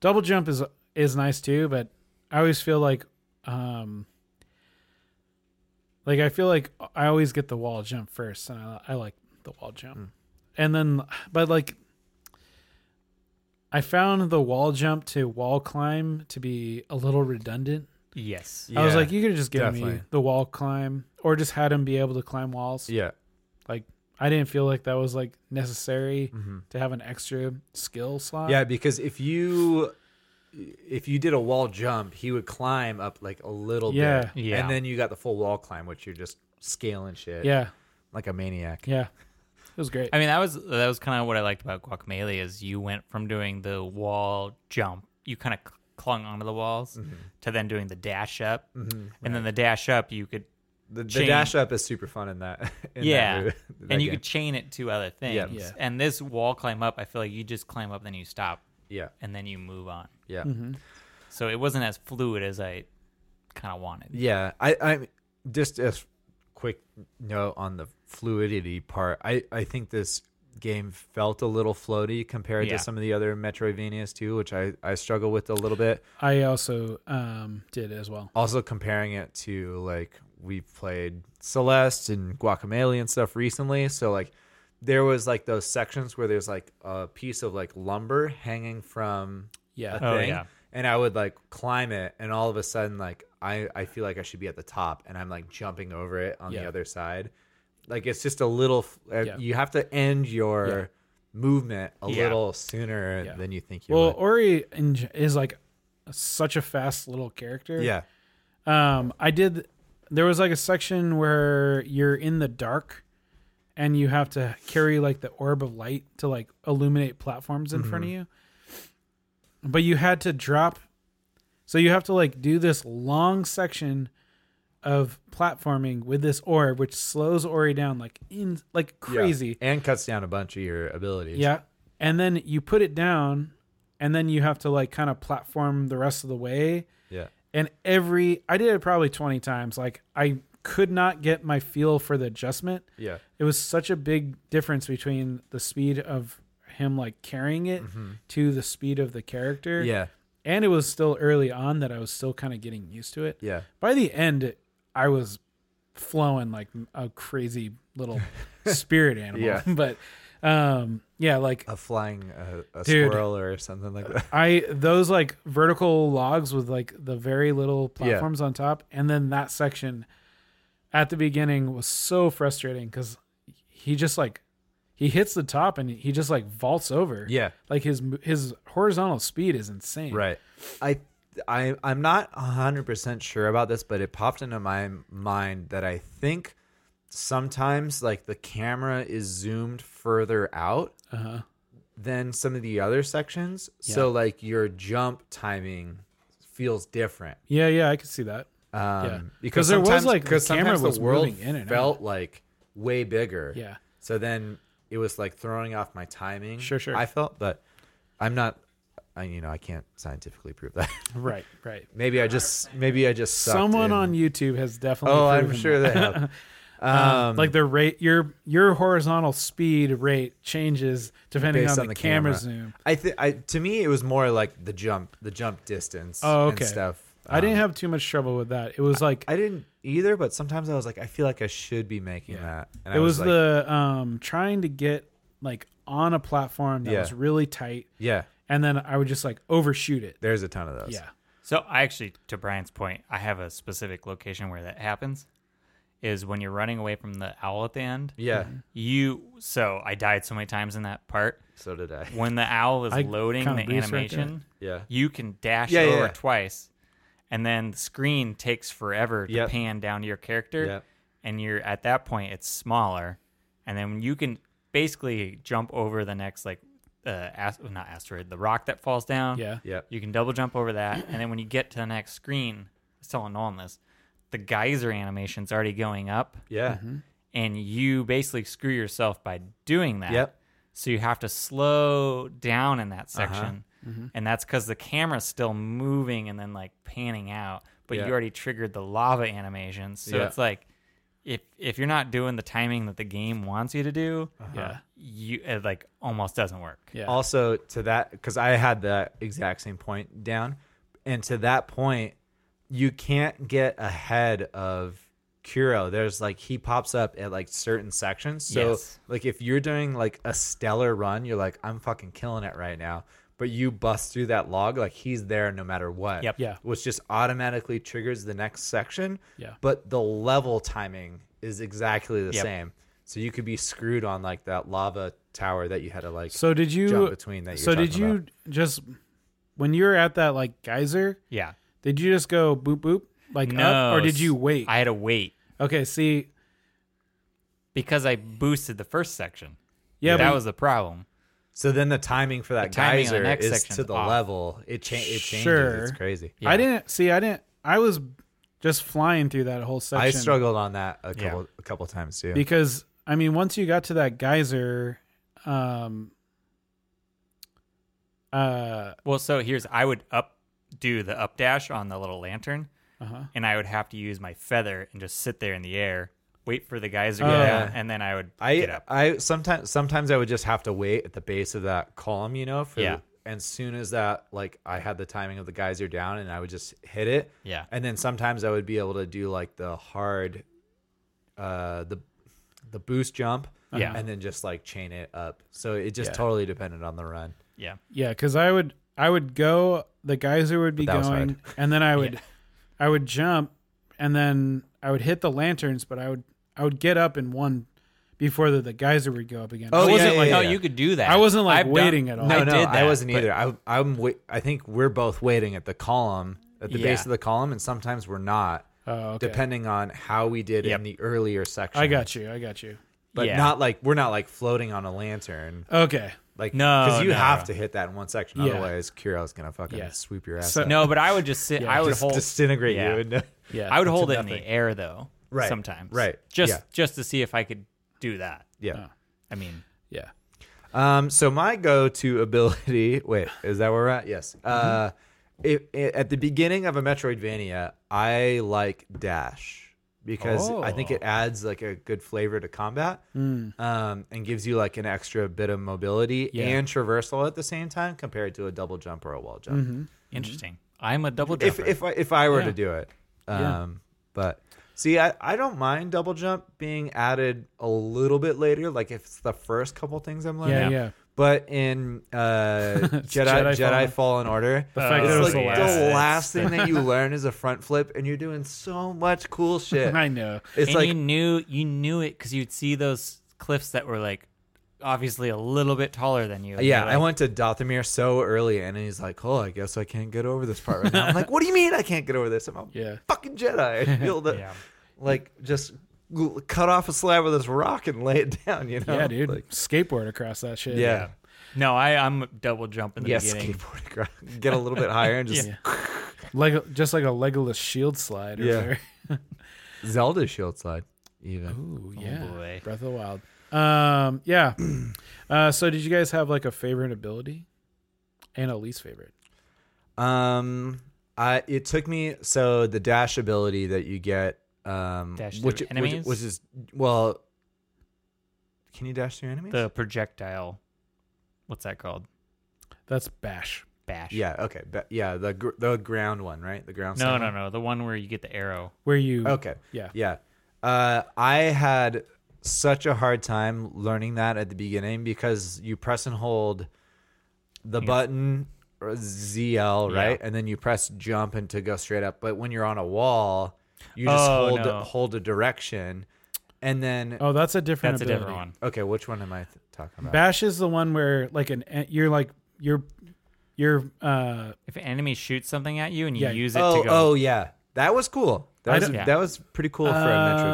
[SPEAKER 2] Double jump is is nice too, but I always feel like um like I feel like I always get the wall jump first, and I, I like the wall jump,
[SPEAKER 1] Hmm.
[SPEAKER 2] and then but like I found the wall jump to wall climb to be a little redundant.
[SPEAKER 3] Yes.
[SPEAKER 2] I was
[SPEAKER 1] Yeah,
[SPEAKER 2] like, you could have just given me
[SPEAKER 1] definitely.
[SPEAKER 2] the wall climb, or just had him be able to climb walls.
[SPEAKER 1] yeah?
[SPEAKER 2] Like I didn't feel like that was like necessary
[SPEAKER 3] Mm-hmm.
[SPEAKER 2] to have an extra skill slot.
[SPEAKER 1] Yeah, because if you if you did a wall jump, he would climb up like a little
[SPEAKER 2] Yeah.
[SPEAKER 1] bit.
[SPEAKER 3] Yeah.
[SPEAKER 1] And then you got the full wall climb, which you're just scaling shit.
[SPEAKER 2] Yeah.
[SPEAKER 1] Like a maniac.
[SPEAKER 2] Yeah. It was great.
[SPEAKER 3] I mean, that was that was kind of what I liked about Guacamole is you went from doing the wall jump, you kind of clung onto the walls, to then doing the dash up, and then the dash up you could
[SPEAKER 1] Mm-hmm. The, the
[SPEAKER 3] Chain.
[SPEAKER 1] dash up is super fun in that. In that
[SPEAKER 3] yeah,
[SPEAKER 1] move- that
[SPEAKER 3] and you
[SPEAKER 1] game.
[SPEAKER 3] could chain it to other things.
[SPEAKER 1] Yeah.
[SPEAKER 2] Yeah.
[SPEAKER 3] And this wall climb up, I feel like you just climb up, then you stop,
[SPEAKER 1] yeah
[SPEAKER 3] and then you move on.
[SPEAKER 1] yeah.
[SPEAKER 2] Mm-hmm.
[SPEAKER 3] So it wasn't as fluid as I kind of wanted.
[SPEAKER 1] Yeah, I I just a quick note on the fluidity part. I I think this game felt a little floaty compared
[SPEAKER 3] Yeah.
[SPEAKER 1] to some of the other Metroidvanias too, which I I struggle with a little bit.
[SPEAKER 2] I also um did as well.
[SPEAKER 1] Also comparing it to like we played Celeste and Guacamole and stuff recently, so like there was like those sections where there's like a piece of like lumber hanging from
[SPEAKER 2] Yeah.
[SPEAKER 1] a
[SPEAKER 3] Oh,
[SPEAKER 1] thing,
[SPEAKER 3] yeah.
[SPEAKER 1] and I would like climb it, and all of a sudden, like I I feel like I should be at the top, and I'm like jumping over it on
[SPEAKER 2] Yeah.
[SPEAKER 1] the other side. Like it's just a little. f- Uh,
[SPEAKER 2] Yeah.
[SPEAKER 1] You have to end your movement a
[SPEAKER 3] Yeah.
[SPEAKER 1] little sooner
[SPEAKER 2] Yeah.
[SPEAKER 1] than you think you
[SPEAKER 2] Well,
[SPEAKER 1] would.
[SPEAKER 2] Ori in ge- is like such a fast little character.
[SPEAKER 1] yeah,
[SPEAKER 2] Um I did there was like a section where you're in the dark and you have to carry like the orb of light to like illuminate platforms in front of you. But you had to drop so you have to like do this long section of platforming with this orb which slows Ori down like in like
[SPEAKER 1] Yeah.
[SPEAKER 2] crazy.
[SPEAKER 1] and cuts down a bunch of your abilities.
[SPEAKER 2] Yeah. And then you put it down and then you have to like kind of platform the rest of the way.
[SPEAKER 1] Yeah.
[SPEAKER 2] And every I did it probably 20 times. Like I could not get my feel for the adjustment.
[SPEAKER 1] Yeah.
[SPEAKER 2] It was such a big difference between the speed of him like carrying it to the speed of the character.
[SPEAKER 1] Mm-hmm. Yeah.
[SPEAKER 2] And it was still early on that I was still kind of getting used to it.
[SPEAKER 1] Yeah.
[SPEAKER 2] By the end, I was flowing like a crazy little spirit animal.
[SPEAKER 1] Yeah.
[SPEAKER 2] But um yeah, like
[SPEAKER 1] A flying uh, a
[SPEAKER 2] Dude.
[SPEAKER 1] squirrel or something like that.
[SPEAKER 2] I those like vertical logs with like the very little platforms on top, and then that section at the beginning was so frustrating because he just like he hits the top and he just like vaults over.
[SPEAKER 1] Yeah.
[SPEAKER 2] like his his horizontal speed is insane.
[SPEAKER 1] Right. I I I'm not 100% sure about this, but it popped into my mind that I think sometimes like the camera is zoomed further out
[SPEAKER 2] Uh huh.
[SPEAKER 1] than some of the other sections. So like your jump timing feels different.
[SPEAKER 2] Yeah, yeah, I could see that.
[SPEAKER 1] Um
[SPEAKER 2] Yeah.
[SPEAKER 1] because
[SPEAKER 2] 'Cause there was,
[SPEAKER 1] sometimes-
[SPEAKER 2] like, the
[SPEAKER 1] because sometimes
[SPEAKER 2] camera was
[SPEAKER 1] the world
[SPEAKER 2] moving in and out.
[SPEAKER 1] felt like way bigger.
[SPEAKER 2] Yeah.
[SPEAKER 1] So then it was like throwing off my timing.
[SPEAKER 2] Sure, sure.
[SPEAKER 1] I felt, but I'm not I you know, I can't scientifically prove that.
[SPEAKER 2] Right. Right.
[SPEAKER 1] Maybe I just maybe I just sucked
[SPEAKER 2] Someone
[SPEAKER 1] in.
[SPEAKER 2] on YouTube has definitely.
[SPEAKER 1] Oh, I'm
[SPEAKER 2] proven
[SPEAKER 1] sure
[SPEAKER 2] that.
[SPEAKER 1] they have.
[SPEAKER 2] Um, like the rate your your horizontal speed rate changes depending
[SPEAKER 1] Based
[SPEAKER 2] on the,
[SPEAKER 1] on the
[SPEAKER 2] camera,
[SPEAKER 1] camera.
[SPEAKER 2] zoom.
[SPEAKER 1] I think I to me it was more like the jump, the jump distance.
[SPEAKER 2] Oh, okay.
[SPEAKER 1] And stuff.
[SPEAKER 2] I didn't
[SPEAKER 1] Um,
[SPEAKER 2] have too much trouble with that. It was like
[SPEAKER 1] I didn't either, but sometimes I was like, I feel like I should be making
[SPEAKER 2] Yeah.
[SPEAKER 1] that. And
[SPEAKER 2] it
[SPEAKER 1] I
[SPEAKER 2] was,
[SPEAKER 1] like,
[SPEAKER 2] the um trying to get like on a platform that
[SPEAKER 1] Yeah.
[SPEAKER 2] was really tight
[SPEAKER 1] yeah.
[SPEAKER 2] and then i would just like overshoot it
[SPEAKER 1] There's a ton of those.
[SPEAKER 2] yeah
[SPEAKER 3] So I actually, to Brian's point, I have a specific location where that happens. Is when you're running away from the owl at the end.
[SPEAKER 1] yeah.
[SPEAKER 2] Mm-hmm.
[SPEAKER 3] You so I died so many times in that part.
[SPEAKER 1] So did I.
[SPEAKER 3] When the owl is
[SPEAKER 2] I
[SPEAKER 3] loading
[SPEAKER 2] kinda
[SPEAKER 3] the
[SPEAKER 2] breezed right there.
[SPEAKER 3] animation,
[SPEAKER 1] Yeah,
[SPEAKER 3] you can dash
[SPEAKER 1] Yeah, yeah,
[SPEAKER 3] over
[SPEAKER 1] yeah.
[SPEAKER 3] twice, and then the screen takes forever to
[SPEAKER 1] Yep.
[SPEAKER 3] pan down to your character,
[SPEAKER 1] Yep.
[SPEAKER 3] and you're at that point it's smaller, and then you can basically jump over the next like uh, ast- not asteroid, the rock that falls down.
[SPEAKER 2] yeah
[SPEAKER 1] yeah.
[SPEAKER 3] You can double jump over that, and then when you get to the next screen, I still don't know on this, the geyser animation's already going up,
[SPEAKER 1] Yeah.
[SPEAKER 2] Mm-hmm.
[SPEAKER 3] and you basically screw yourself by doing that.
[SPEAKER 1] Yep.
[SPEAKER 3] So you have to slow down in that section, and that's because the camera's still moving and then like panning out, but
[SPEAKER 1] Yeah.
[SPEAKER 3] you already triggered the lava animation. So
[SPEAKER 1] Yeah.
[SPEAKER 3] it's like if if you're not doing the timing that the game wants you to do,
[SPEAKER 1] uh-huh.
[SPEAKER 2] yeah
[SPEAKER 3] you it like almost doesn't work.
[SPEAKER 2] yeah
[SPEAKER 1] Also, to that, because I had that exact same point down, and to that point, you can't get ahead of Kuro. There's like he pops up at like certain sections. So
[SPEAKER 3] Yes.
[SPEAKER 1] like if you're doing like a stellar run, you're like I'm fucking killing it right now. But you bust through that log, like he's there no matter what.
[SPEAKER 3] Yep.
[SPEAKER 2] Yeah.
[SPEAKER 1] Which just automatically triggers the next section.
[SPEAKER 2] Yeah.
[SPEAKER 1] But the level timing is exactly the
[SPEAKER 3] Yep.
[SPEAKER 1] same. So you could be screwed on like that lava tower that you had to like
[SPEAKER 2] so did you
[SPEAKER 1] jump between that you're
[SPEAKER 2] so did
[SPEAKER 1] talking
[SPEAKER 2] you
[SPEAKER 1] about.
[SPEAKER 2] just when you were at that like geyser
[SPEAKER 3] Yeah.
[SPEAKER 2] did you just go boop boop like up or did
[SPEAKER 3] s-
[SPEAKER 2] you wait
[SPEAKER 3] I had to wait
[SPEAKER 2] okay see
[SPEAKER 3] because I boosted the first section.
[SPEAKER 2] yeah,
[SPEAKER 3] that
[SPEAKER 2] but
[SPEAKER 3] was the problem.
[SPEAKER 1] So then the timing for that
[SPEAKER 3] timing on the
[SPEAKER 1] geyser
[SPEAKER 3] next
[SPEAKER 1] is
[SPEAKER 3] section's
[SPEAKER 1] to the
[SPEAKER 3] off.
[SPEAKER 1] level. It, cha- it changes.
[SPEAKER 2] Sure.
[SPEAKER 1] It's crazy.
[SPEAKER 3] Yeah.
[SPEAKER 2] i didn't see i didn't i was just flying through that whole section
[SPEAKER 1] I struggled on that a couple
[SPEAKER 3] Yeah.
[SPEAKER 1] a couple times too.
[SPEAKER 2] because I mean, once you got to that geyser, um, uh,
[SPEAKER 3] Well, so here's I would up do the up dash on the little lantern,
[SPEAKER 2] uh-huh.
[SPEAKER 3] and I would have to use my feather and just sit there in the air, wait for the guys to
[SPEAKER 2] Oh.
[SPEAKER 3] get
[SPEAKER 1] Yeah.
[SPEAKER 3] out, and then I would get
[SPEAKER 1] I
[SPEAKER 3] up.
[SPEAKER 1] I sometimes sometimes I would just have to wait at the base of that column, you know, for
[SPEAKER 3] Yeah.
[SPEAKER 1] and soon as that like I had the timing of the geyser down and I would just hit it.
[SPEAKER 3] Yeah.
[SPEAKER 1] And then sometimes I would be able to do like the hard uh the the boost jump.
[SPEAKER 3] Yeah.
[SPEAKER 1] And then just like chain it up. So it just
[SPEAKER 2] Yeah.
[SPEAKER 1] totally depended on the run.
[SPEAKER 3] Yeah,
[SPEAKER 2] yeah, because I would, I would go. The geyser would be
[SPEAKER 1] that was
[SPEAKER 2] going, and then I would, I would jump, and then I would hit the lanterns, but I would, I would get up in one before the, the geyser would go up again.
[SPEAKER 1] Oh,
[SPEAKER 2] I
[SPEAKER 1] yeah,
[SPEAKER 2] wasn't
[SPEAKER 1] yeah,
[SPEAKER 2] like,
[SPEAKER 1] yeah.
[SPEAKER 3] no, you could do that.
[SPEAKER 2] I wasn't like
[SPEAKER 3] I've
[SPEAKER 2] waiting
[SPEAKER 3] done,
[SPEAKER 2] at all.
[SPEAKER 1] No,
[SPEAKER 3] I
[SPEAKER 1] no,
[SPEAKER 3] did
[SPEAKER 1] I
[SPEAKER 3] that,
[SPEAKER 1] wasn't
[SPEAKER 3] but-
[SPEAKER 1] either. I, I'm. Wait, I think we're both waiting at the column at the base
[SPEAKER 3] Yeah.
[SPEAKER 1] of the column, and sometimes we're not,
[SPEAKER 2] Oh, okay.
[SPEAKER 1] depending on how we did
[SPEAKER 3] Yep.
[SPEAKER 1] in the earlier section.
[SPEAKER 2] I got you. I got you.
[SPEAKER 1] but
[SPEAKER 3] Yeah.
[SPEAKER 1] not like we're not like floating on a lantern,
[SPEAKER 2] Okay.
[SPEAKER 1] like
[SPEAKER 3] No,
[SPEAKER 1] because you
[SPEAKER 3] no.
[SPEAKER 1] have to hit that in one section,
[SPEAKER 2] Yeah.
[SPEAKER 1] otherwise Kuro's gonna fucking
[SPEAKER 2] Yeah.
[SPEAKER 1] sweep your ass.
[SPEAKER 2] So-
[SPEAKER 1] up.
[SPEAKER 3] No, but I would just sit.
[SPEAKER 2] Yeah,
[SPEAKER 3] I would
[SPEAKER 1] Just
[SPEAKER 3] hold.
[SPEAKER 1] disintegrate
[SPEAKER 3] yeah.
[SPEAKER 1] you. And,
[SPEAKER 2] Yeah.
[SPEAKER 3] I would hold
[SPEAKER 1] to
[SPEAKER 3] it in
[SPEAKER 1] nothing.
[SPEAKER 3] the air though.
[SPEAKER 1] Right,
[SPEAKER 3] Sometimes.
[SPEAKER 1] right,
[SPEAKER 3] Just
[SPEAKER 1] yeah.
[SPEAKER 3] just to see if I could do that.
[SPEAKER 1] yeah,
[SPEAKER 2] Oh.
[SPEAKER 3] I mean,
[SPEAKER 2] Yeah.
[SPEAKER 1] Um, so my go-to ability. Wait, is that where we're at? Yes.
[SPEAKER 2] Mm-hmm.
[SPEAKER 1] Uh, it, it- at the beginning of a Metroidvania, I like dash because I think
[SPEAKER 3] Oh.
[SPEAKER 1] it adds like a good flavor to combat, um, and gives you like an extra bit of mobility
[SPEAKER 2] Mm. Yeah.
[SPEAKER 1] and traversal at the same time compared to a double jump or a wall jump.
[SPEAKER 3] Interesting. I'm a double
[SPEAKER 1] If
[SPEAKER 3] jumper.
[SPEAKER 1] if I, if I were
[SPEAKER 2] Mm-hmm. Yeah.
[SPEAKER 1] to do it, um,
[SPEAKER 2] Yeah.
[SPEAKER 1] but. See, I, I don't mind double jump being added a little bit later, like if it's the first couple things I'm learning.
[SPEAKER 2] Yeah, yeah.
[SPEAKER 1] But in uh, Jedi
[SPEAKER 2] Jedi
[SPEAKER 1] Jedi,
[SPEAKER 2] Fallen-
[SPEAKER 1] Fallen, Order,
[SPEAKER 2] The fact that it
[SPEAKER 1] it's
[SPEAKER 2] was
[SPEAKER 1] like
[SPEAKER 2] the
[SPEAKER 1] the
[SPEAKER 2] last.
[SPEAKER 1] last thing that you learn is a front flip, and you're doing so much cool shit.
[SPEAKER 2] I know.
[SPEAKER 1] It's
[SPEAKER 3] and
[SPEAKER 1] like
[SPEAKER 3] you knew you knew it because you'd see those cliffs that were like obviously a little bit taller than you. and
[SPEAKER 1] yeah,
[SPEAKER 3] you're
[SPEAKER 1] I
[SPEAKER 3] like,
[SPEAKER 1] went to Dothamir so early, and he's like, "Oh, I guess I can't get over this part right now." I'm like, "What do you mean I can't get over this? I'm a
[SPEAKER 2] Yeah.
[SPEAKER 1] fucking Jedi. I feel the
[SPEAKER 3] Yeah.
[SPEAKER 1] like just gl- cut off a slab of this rock and lay it down. You know,
[SPEAKER 2] Yeah, dude.
[SPEAKER 1] Oh, Like,
[SPEAKER 2] Skateboard across that shit.
[SPEAKER 1] yeah,
[SPEAKER 3] No, I I'm double jump in the
[SPEAKER 1] yeah.
[SPEAKER 3] beginning.
[SPEAKER 1] Skateboard, gra- get a little bit higher and just
[SPEAKER 2] Lego, just like a Legolas shield slide. Or
[SPEAKER 1] Yeah.
[SPEAKER 2] whatever.
[SPEAKER 1] Zelda shield slide, even.
[SPEAKER 2] Ooh, yeah.
[SPEAKER 3] Oh, boy.
[SPEAKER 2] Breath of the Wild. Um, yeah. uh, so did you guys have like a favorite ability and a least favorite?
[SPEAKER 1] Um, I it took me so the dash ability that you get, um,
[SPEAKER 3] Dash
[SPEAKER 1] which,
[SPEAKER 3] through
[SPEAKER 1] which-
[SPEAKER 3] enemies?
[SPEAKER 1] which is well, can you dash through enemies?
[SPEAKER 3] The projectile. What's that called?
[SPEAKER 2] That's bash.
[SPEAKER 3] Bash.
[SPEAKER 1] yeah, okay, but yeah, the gr- the ground one, right? The ground.
[SPEAKER 3] No,
[SPEAKER 1] style
[SPEAKER 3] no,
[SPEAKER 1] one?
[SPEAKER 3] no. The one where you get the arrow.
[SPEAKER 2] Where you
[SPEAKER 1] Okay,
[SPEAKER 2] Yeah.
[SPEAKER 1] yeah. Uh, I had such a hard time learning that at the beginning because you press and hold the button or ZL,
[SPEAKER 3] Yeah.
[SPEAKER 1] right? And then you press jump and to go straight up. But when you're on a wall, you just
[SPEAKER 3] Oh,
[SPEAKER 1] hold
[SPEAKER 3] no.
[SPEAKER 1] hold a direction and then
[SPEAKER 2] Oh, that's a different
[SPEAKER 3] That's a
[SPEAKER 2] ability.
[SPEAKER 3] different one.
[SPEAKER 1] okay, which one am I th- talking about?
[SPEAKER 2] Bash is the one where like an en- you're like you're you're uh
[SPEAKER 3] If an enemy shoots something at you and you
[SPEAKER 2] Yeah.
[SPEAKER 3] use it
[SPEAKER 1] oh,
[SPEAKER 3] to go,
[SPEAKER 1] oh yeah. That was cool.
[SPEAKER 2] I
[SPEAKER 1] That was
[SPEAKER 2] don't-
[SPEAKER 3] Yeah.
[SPEAKER 1] that was pretty cool for a
[SPEAKER 2] Uh, let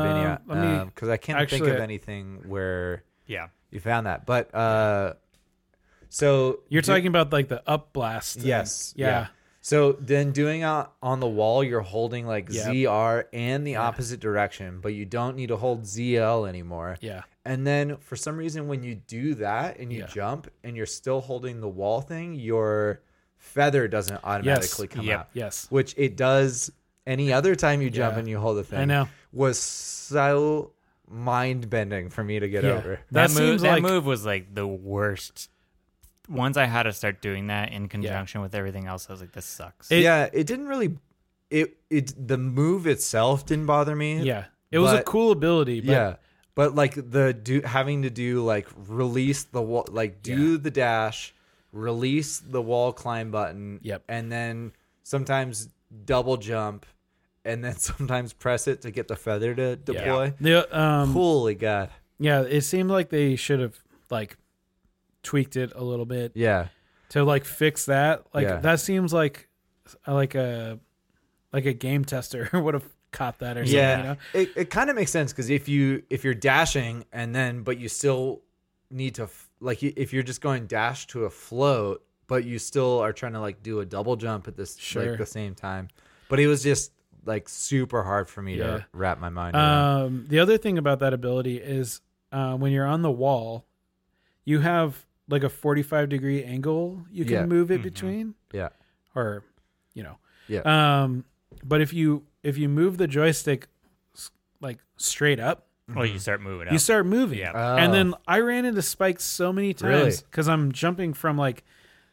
[SPEAKER 2] me-
[SPEAKER 1] Metroidvania because I can't
[SPEAKER 2] actually,
[SPEAKER 1] think of
[SPEAKER 2] I-
[SPEAKER 1] anything where
[SPEAKER 3] yeah,
[SPEAKER 1] you found that. But uh, so
[SPEAKER 2] you're
[SPEAKER 1] do-
[SPEAKER 2] talking about like the up blast. thing.
[SPEAKER 1] Yes.
[SPEAKER 2] Yeah.
[SPEAKER 1] So then doing out on the wall, you're holding like
[SPEAKER 2] Yep.
[SPEAKER 1] ZR and the opposite direction, but you don't need to hold ZL anymore.
[SPEAKER 2] Yeah.
[SPEAKER 1] And then for some reason, when you do that and you
[SPEAKER 2] Yeah.
[SPEAKER 1] jump and you're still holding the wall thing, your feather doesn't automatically come
[SPEAKER 3] Yep.
[SPEAKER 1] out,
[SPEAKER 2] Yes.
[SPEAKER 1] which it does any other time you jump
[SPEAKER 2] Yeah.
[SPEAKER 1] and you hold the thing.
[SPEAKER 2] know.
[SPEAKER 1] Was so mind bending for me to get
[SPEAKER 2] Yeah.
[SPEAKER 1] over.
[SPEAKER 2] That,
[SPEAKER 3] that, move
[SPEAKER 2] seems
[SPEAKER 3] that
[SPEAKER 2] like
[SPEAKER 3] move was like the worst. Once I had to start doing that in conjunction with everything else, I was like, this sucks.
[SPEAKER 2] It-
[SPEAKER 1] yeah, it didn't really. It it the move itself didn't bother me.
[SPEAKER 2] yeah. It was a
[SPEAKER 1] but-
[SPEAKER 2] cool ability, but
[SPEAKER 1] yeah but like the do having to do like release the wall like do the dash release the wall climb button
[SPEAKER 2] Yep.
[SPEAKER 1] and then sometimes double jump and then sometimes press it to get the feather to deploy
[SPEAKER 2] the um
[SPEAKER 1] holy god
[SPEAKER 2] yeah, it seemed like they should have like tweaked it a little bit
[SPEAKER 1] yeah
[SPEAKER 2] to like fix that. Like
[SPEAKER 1] Yeah.
[SPEAKER 2] that seems like like a like a game tester would have caught that or something,
[SPEAKER 1] yeah
[SPEAKER 2] you know?
[SPEAKER 1] it, it kind of makes sense because if you if you're dashing and then but you still need to f- like y- if you're just going dash to a float but you still are trying to like do a double jump at this
[SPEAKER 2] Sure.
[SPEAKER 1] like the same time but it was just like super hard for me
[SPEAKER 2] Yeah.
[SPEAKER 1] to wrap my mind around
[SPEAKER 2] Um, the other thing about that ability is uh, when you're on the wall, you have like a 45 degree angle you can
[SPEAKER 1] Yeah.
[SPEAKER 2] move it between,
[SPEAKER 1] yeah
[SPEAKER 2] or you know,
[SPEAKER 1] Yeah.
[SPEAKER 2] Um, but if you if you move the joystick s- like straight up,
[SPEAKER 3] well,
[SPEAKER 1] Mm-hmm.
[SPEAKER 3] you start moving up.
[SPEAKER 2] you start moving.
[SPEAKER 3] Yeah.
[SPEAKER 2] And then I ran into spikes so many
[SPEAKER 1] Oh. Really?
[SPEAKER 2] times because I'm jumping from like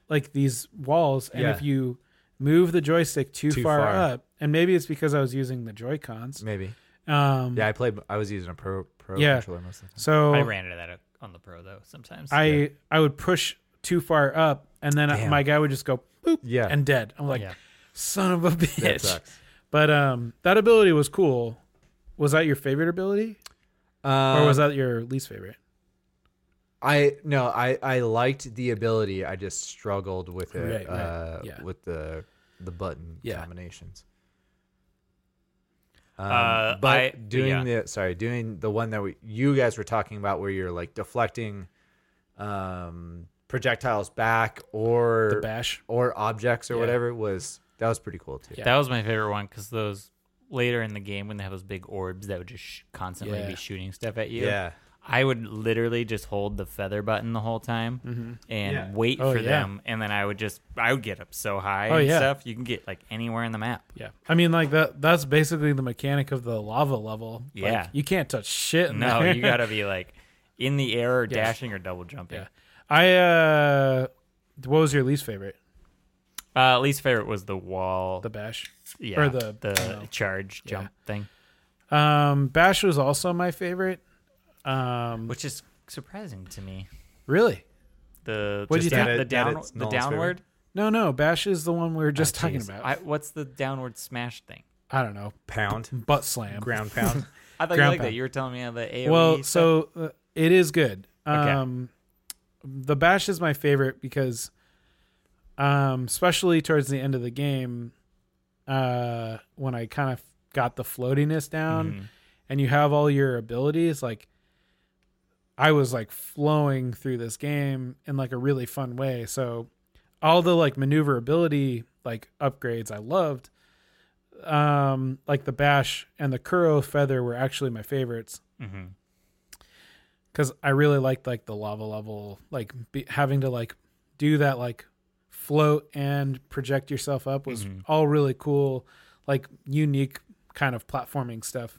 [SPEAKER 2] like these walls, and
[SPEAKER 1] Yeah.
[SPEAKER 2] if you move the joystick too,
[SPEAKER 1] Too
[SPEAKER 2] far,
[SPEAKER 1] far.
[SPEAKER 2] up, and maybe it's because I was using the Joy Cons.
[SPEAKER 1] maybe
[SPEAKER 2] Um,
[SPEAKER 1] yeah i played i was using a pro pro
[SPEAKER 2] Yeah.
[SPEAKER 1] controller most of the time
[SPEAKER 2] So
[SPEAKER 3] I ran into
[SPEAKER 2] uh,
[SPEAKER 3] that on the pro though sometimes.
[SPEAKER 2] I I would push too far up, and then
[SPEAKER 1] Damn.
[SPEAKER 2] my guy would just go boop,
[SPEAKER 1] Yeah.
[SPEAKER 2] and dead. I'm like,
[SPEAKER 3] Yeah.
[SPEAKER 2] son of a
[SPEAKER 1] That
[SPEAKER 2] bitch.
[SPEAKER 1] sucks.
[SPEAKER 2] But um, that ability was cool. Was that your favorite ability, or
[SPEAKER 1] Um,
[SPEAKER 2] was that your least favorite?
[SPEAKER 1] I no, I I liked the ability. I just struggled with it
[SPEAKER 2] Right, right.
[SPEAKER 1] uh,
[SPEAKER 2] Yeah.
[SPEAKER 1] with the the button
[SPEAKER 2] Yeah.
[SPEAKER 1] combinations. Um,
[SPEAKER 3] Uh,
[SPEAKER 1] but
[SPEAKER 3] I-
[SPEAKER 1] doing the sorry, doing the one that we you guys were talking about where you're like deflecting um projectiles back or
[SPEAKER 2] The bash.
[SPEAKER 1] or objects or
[SPEAKER 2] Yeah.
[SPEAKER 1] whatever was that was pretty cool too.
[SPEAKER 2] Yeah.
[SPEAKER 3] That was my favorite one because those later in the game when they have those big orbs that would just sh- constantly
[SPEAKER 2] Yeah.
[SPEAKER 3] be shooting stuff at you.
[SPEAKER 1] Yeah.
[SPEAKER 3] I would literally just hold the feather button the whole time and
[SPEAKER 2] Yeah.
[SPEAKER 3] wait
[SPEAKER 2] Oh,
[SPEAKER 3] for
[SPEAKER 2] yeah.
[SPEAKER 3] them, and then I would just I would get up so high
[SPEAKER 2] Oh,
[SPEAKER 3] and
[SPEAKER 2] yeah.
[SPEAKER 3] stuff. You can get like anywhere in the map.
[SPEAKER 2] Yeah, I mean, like that—that's basically the mechanic of the lava level. Like,
[SPEAKER 3] Yeah.
[SPEAKER 2] you can't touch shit. In
[SPEAKER 3] No,
[SPEAKER 2] there.
[SPEAKER 3] you gotta be like in the air, or dashing, or double jumping.
[SPEAKER 2] Yeah, I. uh What was your least favorite?
[SPEAKER 3] Uh, least favorite was the wall,
[SPEAKER 2] The bash.
[SPEAKER 3] yeah,
[SPEAKER 2] or the- I don't know.
[SPEAKER 3] the charge jump thing,
[SPEAKER 2] Um, bash was also my favorite. Um,
[SPEAKER 3] which is surprising to me.
[SPEAKER 2] really?
[SPEAKER 3] The
[SPEAKER 2] What'd you
[SPEAKER 3] just
[SPEAKER 2] think?
[SPEAKER 3] the
[SPEAKER 1] That it- that
[SPEAKER 3] down
[SPEAKER 1] it's
[SPEAKER 3] the
[SPEAKER 1] Nolan's favorite?
[SPEAKER 3] downward.
[SPEAKER 2] No, no. Bash is the one we were just talking
[SPEAKER 3] Ah, Jeez.
[SPEAKER 2] about.
[SPEAKER 3] I,
[SPEAKER 2] I,
[SPEAKER 3] what's the downward smash thing?
[SPEAKER 2] don't know.
[SPEAKER 1] Pound,
[SPEAKER 2] Butt slam.
[SPEAKER 1] ground pound.
[SPEAKER 3] I thought you
[SPEAKER 2] Ground
[SPEAKER 3] liked that.
[SPEAKER 2] pound.
[SPEAKER 3] You were telling me how the AOE.
[SPEAKER 2] well,
[SPEAKER 3] stuff-
[SPEAKER 2] so uh, it is good.
[SPEAKER 3] E, Okay.
[SPEAKER 2] Um, The bash is my favorite because, um, especially towards the end of the game, uh, when I kind of got the floatiness down
[SPEAKER 3] Mhm.
[SPEAKER 2] and you have all your abilities, like I was like flowing through this game in like a really fun way. So all the like maneuverability like upgrades I loved. Um, like the bash and the Kuro feather were actually my favorites
[SPEAKER 3] Mhm.
[SPEAKER 2] because I really liked like the lava level, like be, having to like do that like float and project yourself up was all really cool, like unique kind of platforming stuff.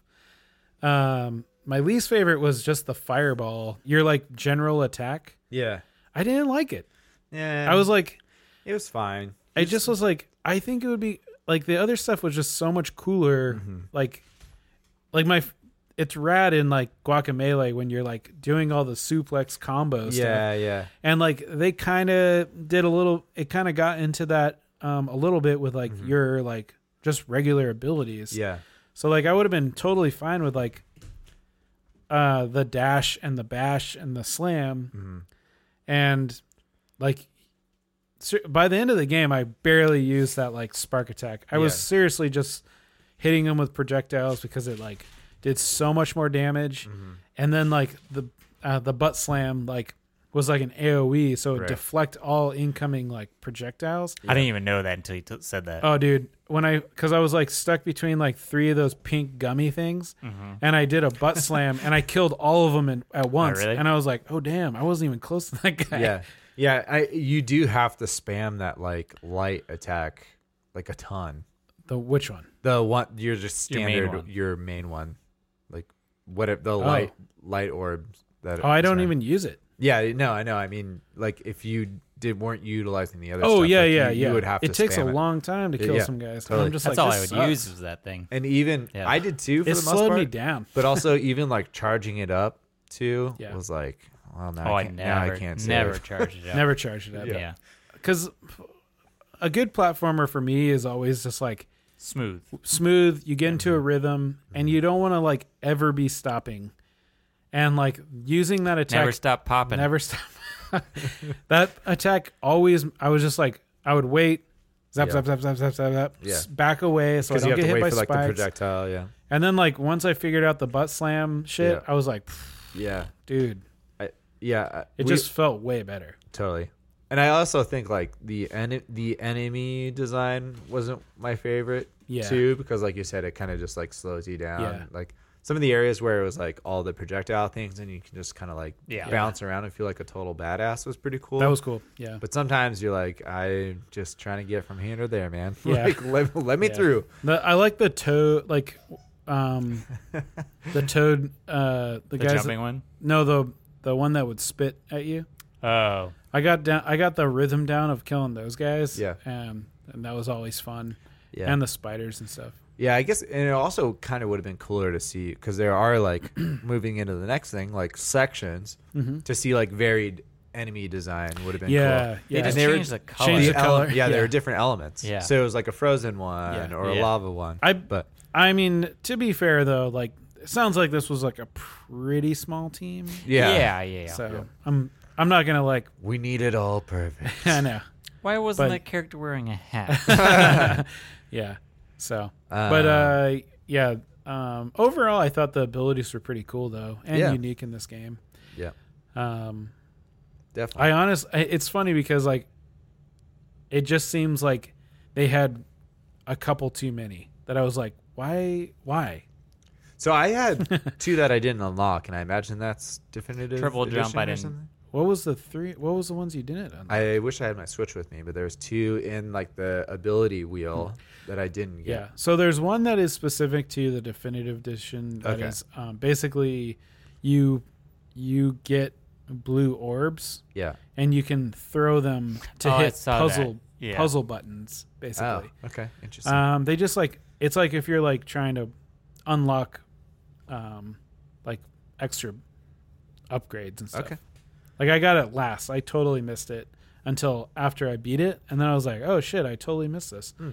[SPEAKER 2] Um, my least favorite was just the fireball. Your like general attack,
[SPEAKER 1] yeah,
[SPEAKER 2] I didn't like it.
[SPEAKER 1] yeah.
[SPEAKER 2] I was like,
[SPEAKER 1] It was fine.
[SPEAKER 2] I just was like, I think it would be like the other stuff was just so much cooler. Like, like my, it's rad in like Guacamele when you're like doing all the suplex combos.
[SPEAKER 1] Yeah, yeah.
[SPEAKER 2] and like they kind of did a little. It kind of got into that um a little bit with like your like just regular abilities.
[SPEAKER 1] Yeah.
[SPEAKER 2] So like I would have been totally fine with like uh the dash and the bash and the slam.
[SPEAKER 1] Mm-hmm.
[SPEAKER 2] And like ser- by the end of the game I barely used that like spark attack. I was
[SPEAKER 1] Yeah.
[SPEAKER 2] seriously just hitting them with projectiles because it like did so much more damage.
[SPEAKER 1] Mm-hmm.
[SPEAKER 2] And then like the uh, the butt slam like was like an AoE so it
[SPEAKER 1] Right.
[SPEAKER 2] deflect all incoming like projectiles.
[SPEAKER 3] I didn't even know that until you t- said that.
[SPEAKER 2] Oh, dude. When I, because I was like stuck between like three of those pink gummy things,
[SPEAKER 1] Mm-hmm.
[SPEAKER 2] and I did a butt slam, and I killed all of them in, at once.
[SPEAKER 3] really?
[SPEAKER 2] And I was like, oh damn, I wasn't even close to that guy.
[SPEAKER 1] yeah yeah i you do have to spam that like light attack like a ton
[SPEAKER 2] The which one?
[SPEAKER 1] the one you're just
[SPEAKER 3] Your main
[SPEAKER 1] standard your main one,
[SPEAKER 3] one.
[SPEAKER 1] like what if the light light orb that
[SPEAKER 2] Oh, I
[SPEAKER 1] is
[SPEAKER 2] don't
[SPEAKER 1] in-
[SPEAKER 2] even use it.
[SPEAKER 1] yeah no i know i mean like if you did weren't utilizing the other
[SPEAKER 2] Oh
[SPEAKER 1] stuff,
[SPEAKER 2] yeah,
[SPEAKER 1] like,
[SPEAKER 2] yeah,
[SPEAKER 1] you,
[SPEAKER 2] yeah.
[SPEAKER 1] you would have to
[SPEAKER 2] it takes a
[SPEAKER 1] spam
[SPEAKER 2] long time to kill
[SPEAKER 1] Yeah,
[SPEAKER 2] some guys.
[SPEAKER 1] totally.
[SPEAKER 2] I'm just
[SPEAKER 3] That's
[SPEAKER 2] like,
[SPEAKER 3] all I would
[SPEAKER 2] this sucks.
[SPEAKER 3] use was that thing.
[SPEAKER 1] and even
[SPEAKER 3] Yeah.
[SPEAKER 1] i did too for
[SPEAKER 2] It
[SPEAKER 1] the most
[SPEAKER 2] slowed
[SPEAKER 1] part
[SPEAKER 2] me down.
[SPEAKER 1] but also even like charging it up too
[SPEAKER 2] Yeah.
[SPEAKER 1] was like well now
[SPEAKER 3] Oh,
[SPEAKER 1] i
[SPEAKER 3] I
[SPEAKER 1] can't
[SPEAKER 3] never,
[SPEAKER 1] now i can't save.
[SPEAKER 3] never charged it up.
[SPEAKER 2] Never charge it up.
[SPEAKER 3] yeah.
[SPEAKER 2] Because a good platformer for me is always just like
[SPEAKER 3] smooth.
[SPEAKER 2] smooth. You get into a
[SPEAKER 1] Mm-hmm.
[SPEAKER 2] rhythm, and you don't want to like ever be stopping. And like using that attack
[SPEAKER 3] Never stop popping.
[SPEAKER 2] Never stop. that attack always. I was just like, I would wait. Zap,
[SPEAKER 1] Yeah.
[SPEAKER 2] zap, zap, zap, zap, zap, zap.
[SPEAKER 1] Yeah.
[SPEAKER 2] s- Back away so I
[SPEAKER 1] because you have
[SPEAKER 2] don't get
[SPEAKER 1] to
[SPEAKER 2] hit
[SPEAKER 1] wait
[SPEAKER 2] by
[SPEAKER 1] for like the
[SPEAKER 2] spikes.
[SPEAKER 1] projectile yeah
[SPEAKER 2] and then like once I figured out the butt slam shit,
[SPEAKER 1] Yeah.
[SPEAKER 2] I was like, "Pff,
[SPEAKER 1] yeah
[SPEAKER 2] dude,
[SPEAKER 1] I, yeah I-
[SPEAKER 2] it
[SPEAKER 1] we-
[SPEAKER 2] just felt way better.
[SPEAKER 1] Totally. And I also think like the en- the enemy design wasn't my favorite
[SPEAKER 2] Yeah.
[SPEAKER 1] too because like you said it kind of just like slows you down.
[SPEAKER 2] Yeah.
[SPEAKER 1] Like some of the areas where it was like all the projectile things and you can just kind of like
[SPEAKER 3] Yeah.
[SPEAKER 1] bounce around and feel like a total badass was pretty cool.
[SPEAKER 2] That was cool. Yeah.
[SPEAKER 1] but sometimes you're like I'm just trying to get from here to there, man.
[SPEAKER 2] Yeah.
[SPEAKER 1] like let, let me
[SPEAKER 2] Yeah.
[SPEAKER 1] through.
[SPEAKER 2] The, I like the toad, like, um, the toad, uh, the,
[SPEAKER 3] The
[SPEAKER 2] guys.
[SPEAKER 3] jumping one.
[SPEAKER 2] No, the the one that would spit at you.
[SPEAKER 3] Oh,
[SPEAKER 2] I got down. I got the rhythm down of killing those guys.
[SPEAKER 1] Yeah.
[SPEAKER 2] Um, and that was always fun.
[SPEAKER 1] Yeah.
[SPEAKER 2] And the spiders and stuff.
[SPEAKER 1] Yeah, I guess, and it also kind of would have been cooler to see because there are like moving into the next thing, like sections to see like varied enemy design would have been
[SPEAKER 2] Mm-hmm. Yeah,
[SPEAKER 1] cool.
[SPEAKER 2] yeah. They
[SPEAKER 3] just
[SPEAKER 1] And were-
[SPEAKER 3] changed the color.
[SPEAKER 2] Change
[SPEAKER 1] the
[SPEAKER 2] the color.
[SPEAKER 1] ele- yeah, there
[SPEAKER 2] Yeah.
[SPEAKER 1] were different elements.
[SPEAKER 3] Yeah.
[SPEAKER 1] so it was like a frozen one
[SPEAKER 2] Yeah.
[SPEAKER 1] or a
[SPEAKER 3] Yeah.
[SPEAKER 1] lava one.
[SPEAKER 2] I-
[SPEAKER 1] but
[SPEAKER 2] I mean, to be fair though, like it sounds like this was like a pretty small team.
[SPEAKER 1] yeah,
[SPEAKER 3] yeah, yeah. yeah.
[SPEAKER 2] so I'm I'm not gonna like
[SPEAKER 1] we need it all perfect.
[SPEAKER 2] I know.
[SPEAKER 3] Why wasn't
[SPEAKER 2] But-
[SPEAKER 3] that character wearing a hat?
[SPEAKER 1] Uh,
[SPEAKER 2] Yeah. So but uh yeah. Um overall I thought the abilities were pretty cool though and
[SPEAKER 1] Yeah.
[SPEAKER 2] unique in this game.
[SPEAKER 1] yeah,
[SPEAKER 2] Um
[SPEAKER 1] definitely.
[SPEAKER 2] I honest I- it's funny because like it just seems like they had a couple too many that I was like, why why?
[SPEAKER 1] So I had two that I didn't unlock, and I imagine that's definitive.
[SPEAKER 3] Triple jump,
[SPEAKER 1] edition
[SPEAKER 3] I
[SPEAKER 1] or
[SPEAKER 3] didn't.
[SPEAKER 1] something?
[SPEAKER 2] What was the three? What was the ones you didn't? Unlock?
[SPEAKER 1] I wish I had my Switch with me, but there's two in like the ability wheel
[SPEAKER 2] Hmm.
[SPEAKER 1] that I didn't
[SPEAKER 2] Yeah.
[SPEAKER 1] get.
[SPEAKER 2] So there's one that is specific to the definitive edition. That is
[SPEAKER 1] Okay.
[SPEAKER 2] um, basically you you get blue orbs
[SPEAKER 1] Yeah.
[SPEAKER 2] and you can throw them to
[SPEAKER 3] Oh, I
[SPEAKER 2] hit
[SPEAKER 3] saw that.
[SPEAKER 2] puzzle
[SPEAKER 3] Yeah.
[SPEAKER 2] puzzle buttons
[SPEAKER 1] Oh,
[SPEAKER 2] basically.
[SPEAKER 1] okay. Interesting.
[SPEAKER 2] um, they just like it's like if you're like trying to unlock um, like extra upgrades and stuff.
[SPEAKER 1] Okay.
[SPEAKER 2] Like I got it last. I totally missed it until after I beat it, and then I was like, "Oh shit, I totally missed this."
[SPEAKER 1] Hmm.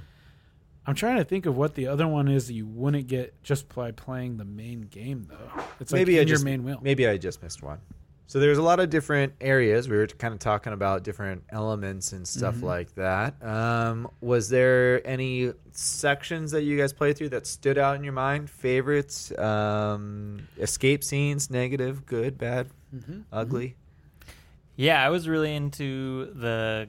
[SPEAKER 2] I'm trying to think of what the other one is that you wouldn't get just by playing the main game though. It's like
[SPEAKER 1] maybe
[SPEAKER 2] in
[SPEAKER 1] I
[SPEAKER 2] your
[SPEAKER 1] just
[SPEAKER 2] main wheel.
[SPEAKER 1] maybe I just missed one. So there's a lot of different areas. We were kind of talking about different elements and stuff like that. Um, was there any sections that you guys played through that stood out in your mind? Favorites, um, escape scenes, negative, good, bad, Mm-hmm.
[SPEAKER 2] Mhm.
[SPEAKER 1] ugly.
[SPEAKER 3] Yeah, I was really into the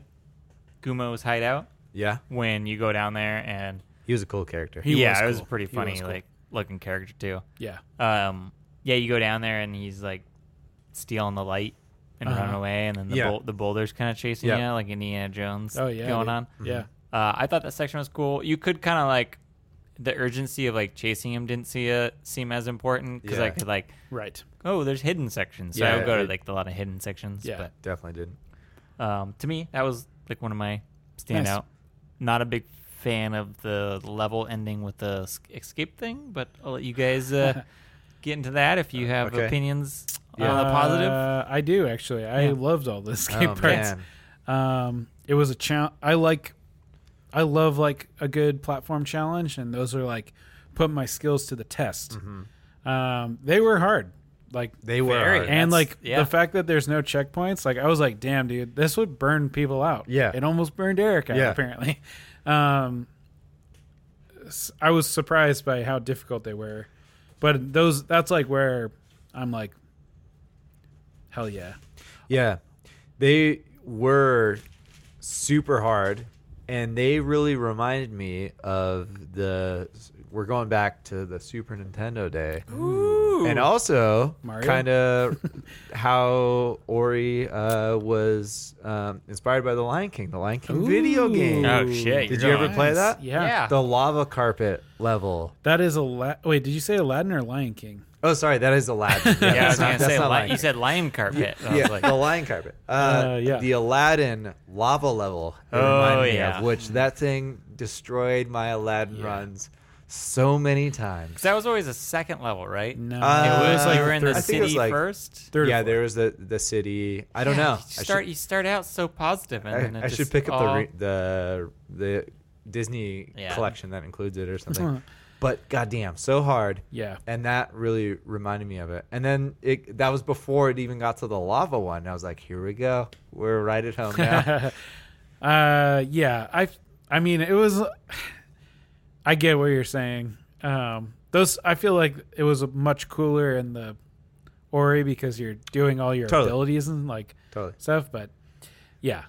[SPEAKER 3] Gumo's hideout
[SPEAKER 1] Yeah,
[SPEAKER 3] when you go down there and
[SPEAKER 1] he was a cool character.
[SPEAKER 2] He
[SPEAKER 3] yeah,
[SPEAKER 2] was
[SPEAKER 3] it was
[SPEAKER 2] cool.
[SPEAKER 3] a pretty
[SPEAKER 2] He
[SPEAKER 3] funny
[SPEAKER 2] was cool.
[SPEAKER 3] like looking character too.
[SPEAKER 2] Yeah.
[SPEAKER 3] Um, yeah, you go down there and he's like stealing the light and
[SPEAKER 2] Uh-huh.
[SPEAKER 3] running away, and then the
[SPEAKER 1] Yeah.
[SPEAKER 3] bou- the boulders kind of chasing
[SPEAKER 1] Yeah.
[SPEAKER 3] you, like Indiana Jones.
[SPEAKER 2] Oh yeah.
[SPEAKER 3] going
[SPEAKER 2] dude.
[SPEAKER 3] on.
[SPEAKER 2] Yeah.
[SPEAKER 1] Mm-hmm.
[SPEAKER 3] Uh, I thought that section was cool. You could kind of like the urgency of like chasing him didn't see uh seem as important because I
[SPEAKER 1] Yeah.
[SPEAKER 3] could like
[SPEAKER 2] Right.
[SPEAKER 3] oh there's hidden sections, so I
[SPEAKER 1] Yeah,
[SPEAKER 3] would go to
[SPEAKER 1] it-
[SPEAKER 3] like a lot of hidden sections.
[SPEAKER 2] Yeah.
[SPEAKER 1] Definitely did.
[SPEAKER 3] But um, to me, that was like one of my standout.
[SPEAKER 2] Nice.
[SPEAKER 3] Not a big fan of the level ending with the s- escape thing, but I'll let you guys uh, get into that if you have
[SPEAKER 1] Uh, Okay.
[SPEAKER 3] opinions
[SPEAKER 1] Yeah.
[SPEAKER 3] on the positive.
[SPEAKER 2] Uh, I do actually. I
[SPEAKER 3] Yeah.
[SPEAKER 2] loved all the escape
[SPEAKER 1] Oh,
[SPEAKER 2] parts.
[SPEAKER 1] man.
[SPEAKER 2] Um, it was a challenge. I like, I love like a good platform challenge, and those are like put my skills to the test. Um, they were hard, like
[SPEAKER 1] Mm-hmm. They were
[SPEAKER 3] Very.
[SPEAKER 1] hard.
[SPEAKER 2] and
[SPEAKER 3] That's-
[SPEAKER 2] like
[SPEAKER 3] yeah.
[SPEAKER 2] the fact that there's no checkpoints. Like I was like, damn, dude, this would burn people out.
[SPEAKER 1] Yeah.
[SPEAKER 2] it almost burned Eric out.
[SPEAKER 1] Yeah.
[SPEAKER 2] Apparently, um, s- I was surprised by how difficult they were, but those that's like where I'm like, hell yeah,
[SPEAKER 1] Yeah. They were super hard and they really reminded me of the we're going back to the Super Nintendo day. And also
[SPEAKER 2] Mario?
[SPEAKER 1] kind of how Ori uh, was um, inspired by the Lion King, the Lion King video game.
[SPEAKER 3] Oh, shit,
[SPEAKER 1] Did
[SPEAKER 3] you're
[SPEAKER 1] you ever
[SPEAKER 3] going-
[SPEAKER 1] play that?
[SPEAKER 2] Yeah.
[SPEAKER 3] Yeah.
[SPEAKER 1] The lava carpet level.
[SPEAKER 2] That is a la- wait. Did you say Aladdin or Lion King?
[SPEAKER 1] Oh, sorry, that is Aladdin.
[SPEAKER 3] yeah, I
[SPEAKER 1] that's
[SPEAKER 3] was
[SPEAKER 1] not-
[SPEAKER 3] gonna
[SPEAKER 1] that's
[SPEAKER 3] say
[SPEAKER 1] not
[SPEAKER 3] li-
[SPEAKER 1] Lion
[SPEAKER 3] you
[SPEAKER 1] King.
[SPEAKER 3] said lion carpet. and I was
[SPEAKER 1] yeah,
[SPEAKER 3] like,
[SPEAKER 1] the lion carpet. Uh,
[SPEAKER 2] Uh, yeah.
[SPEAKER 1] The Aladdin lava level. it
[SPEAKER 3] Oh,
[SPEAKER 1] reminded me
[SPEAKER 3] yeah.
[SPEAKER 1] Of, which that thing destroyed my Aladdin runs so many times.
[SPEAKER 3] Because that was always a second level, right?
[SPEAKER 2] No,
[SPEAKER 1] Uh,
[SPEAKER 3] it was like we're in the
[SPEAKER 1] I think it was
[SPEAKER 3] city
[SPEAKER 1] like-
[SPEAKER 3] first.
[SPEAKER 2] third. or
[SPEAKER 1] yeah,
[SPEAKER 2] fourth.
[SPEAKER 1] there was the the city. I don't
[SPEAKER 3] Yeah,
[SPEAKER 1] know.
[SPEAKER 3] You start you start out so positive,
[SPEAKER 1] I
[SPEAKER 3] and
[SPEAKER 1] should,
[SPEAKER 3] then
[SPEAKER 1] I,
[SPEAKER 3] it
[SPEAKER 1] I should
[SPEAKER 3] just
[SPEAKER 1] pick up the
[SPEAKER 3] all-
[SPEAKER 1] re- the the Disney
[SPEAKER 3] Yeah.
[SPEAKER 1] collection that includes it or something. but goddamn, so hard.
[SPEAKER 2] Yeah.
[SPEAKER 1] And that really reminded me of it. And then it that was before it even got to the lava one. I was like, here we go. We're right at home now.
[SPEAKER 2] uh, yeah. I, I mean, it was. I get what you're saying. Um, those I feel like it was much cooler in the Ori because you're doing all your
[SPEAKER 1] Totally.
[SPEAKER 2] abilities and like
[SPEAKER 1] totally.
[SPEAKER 2] stuff. But yeah,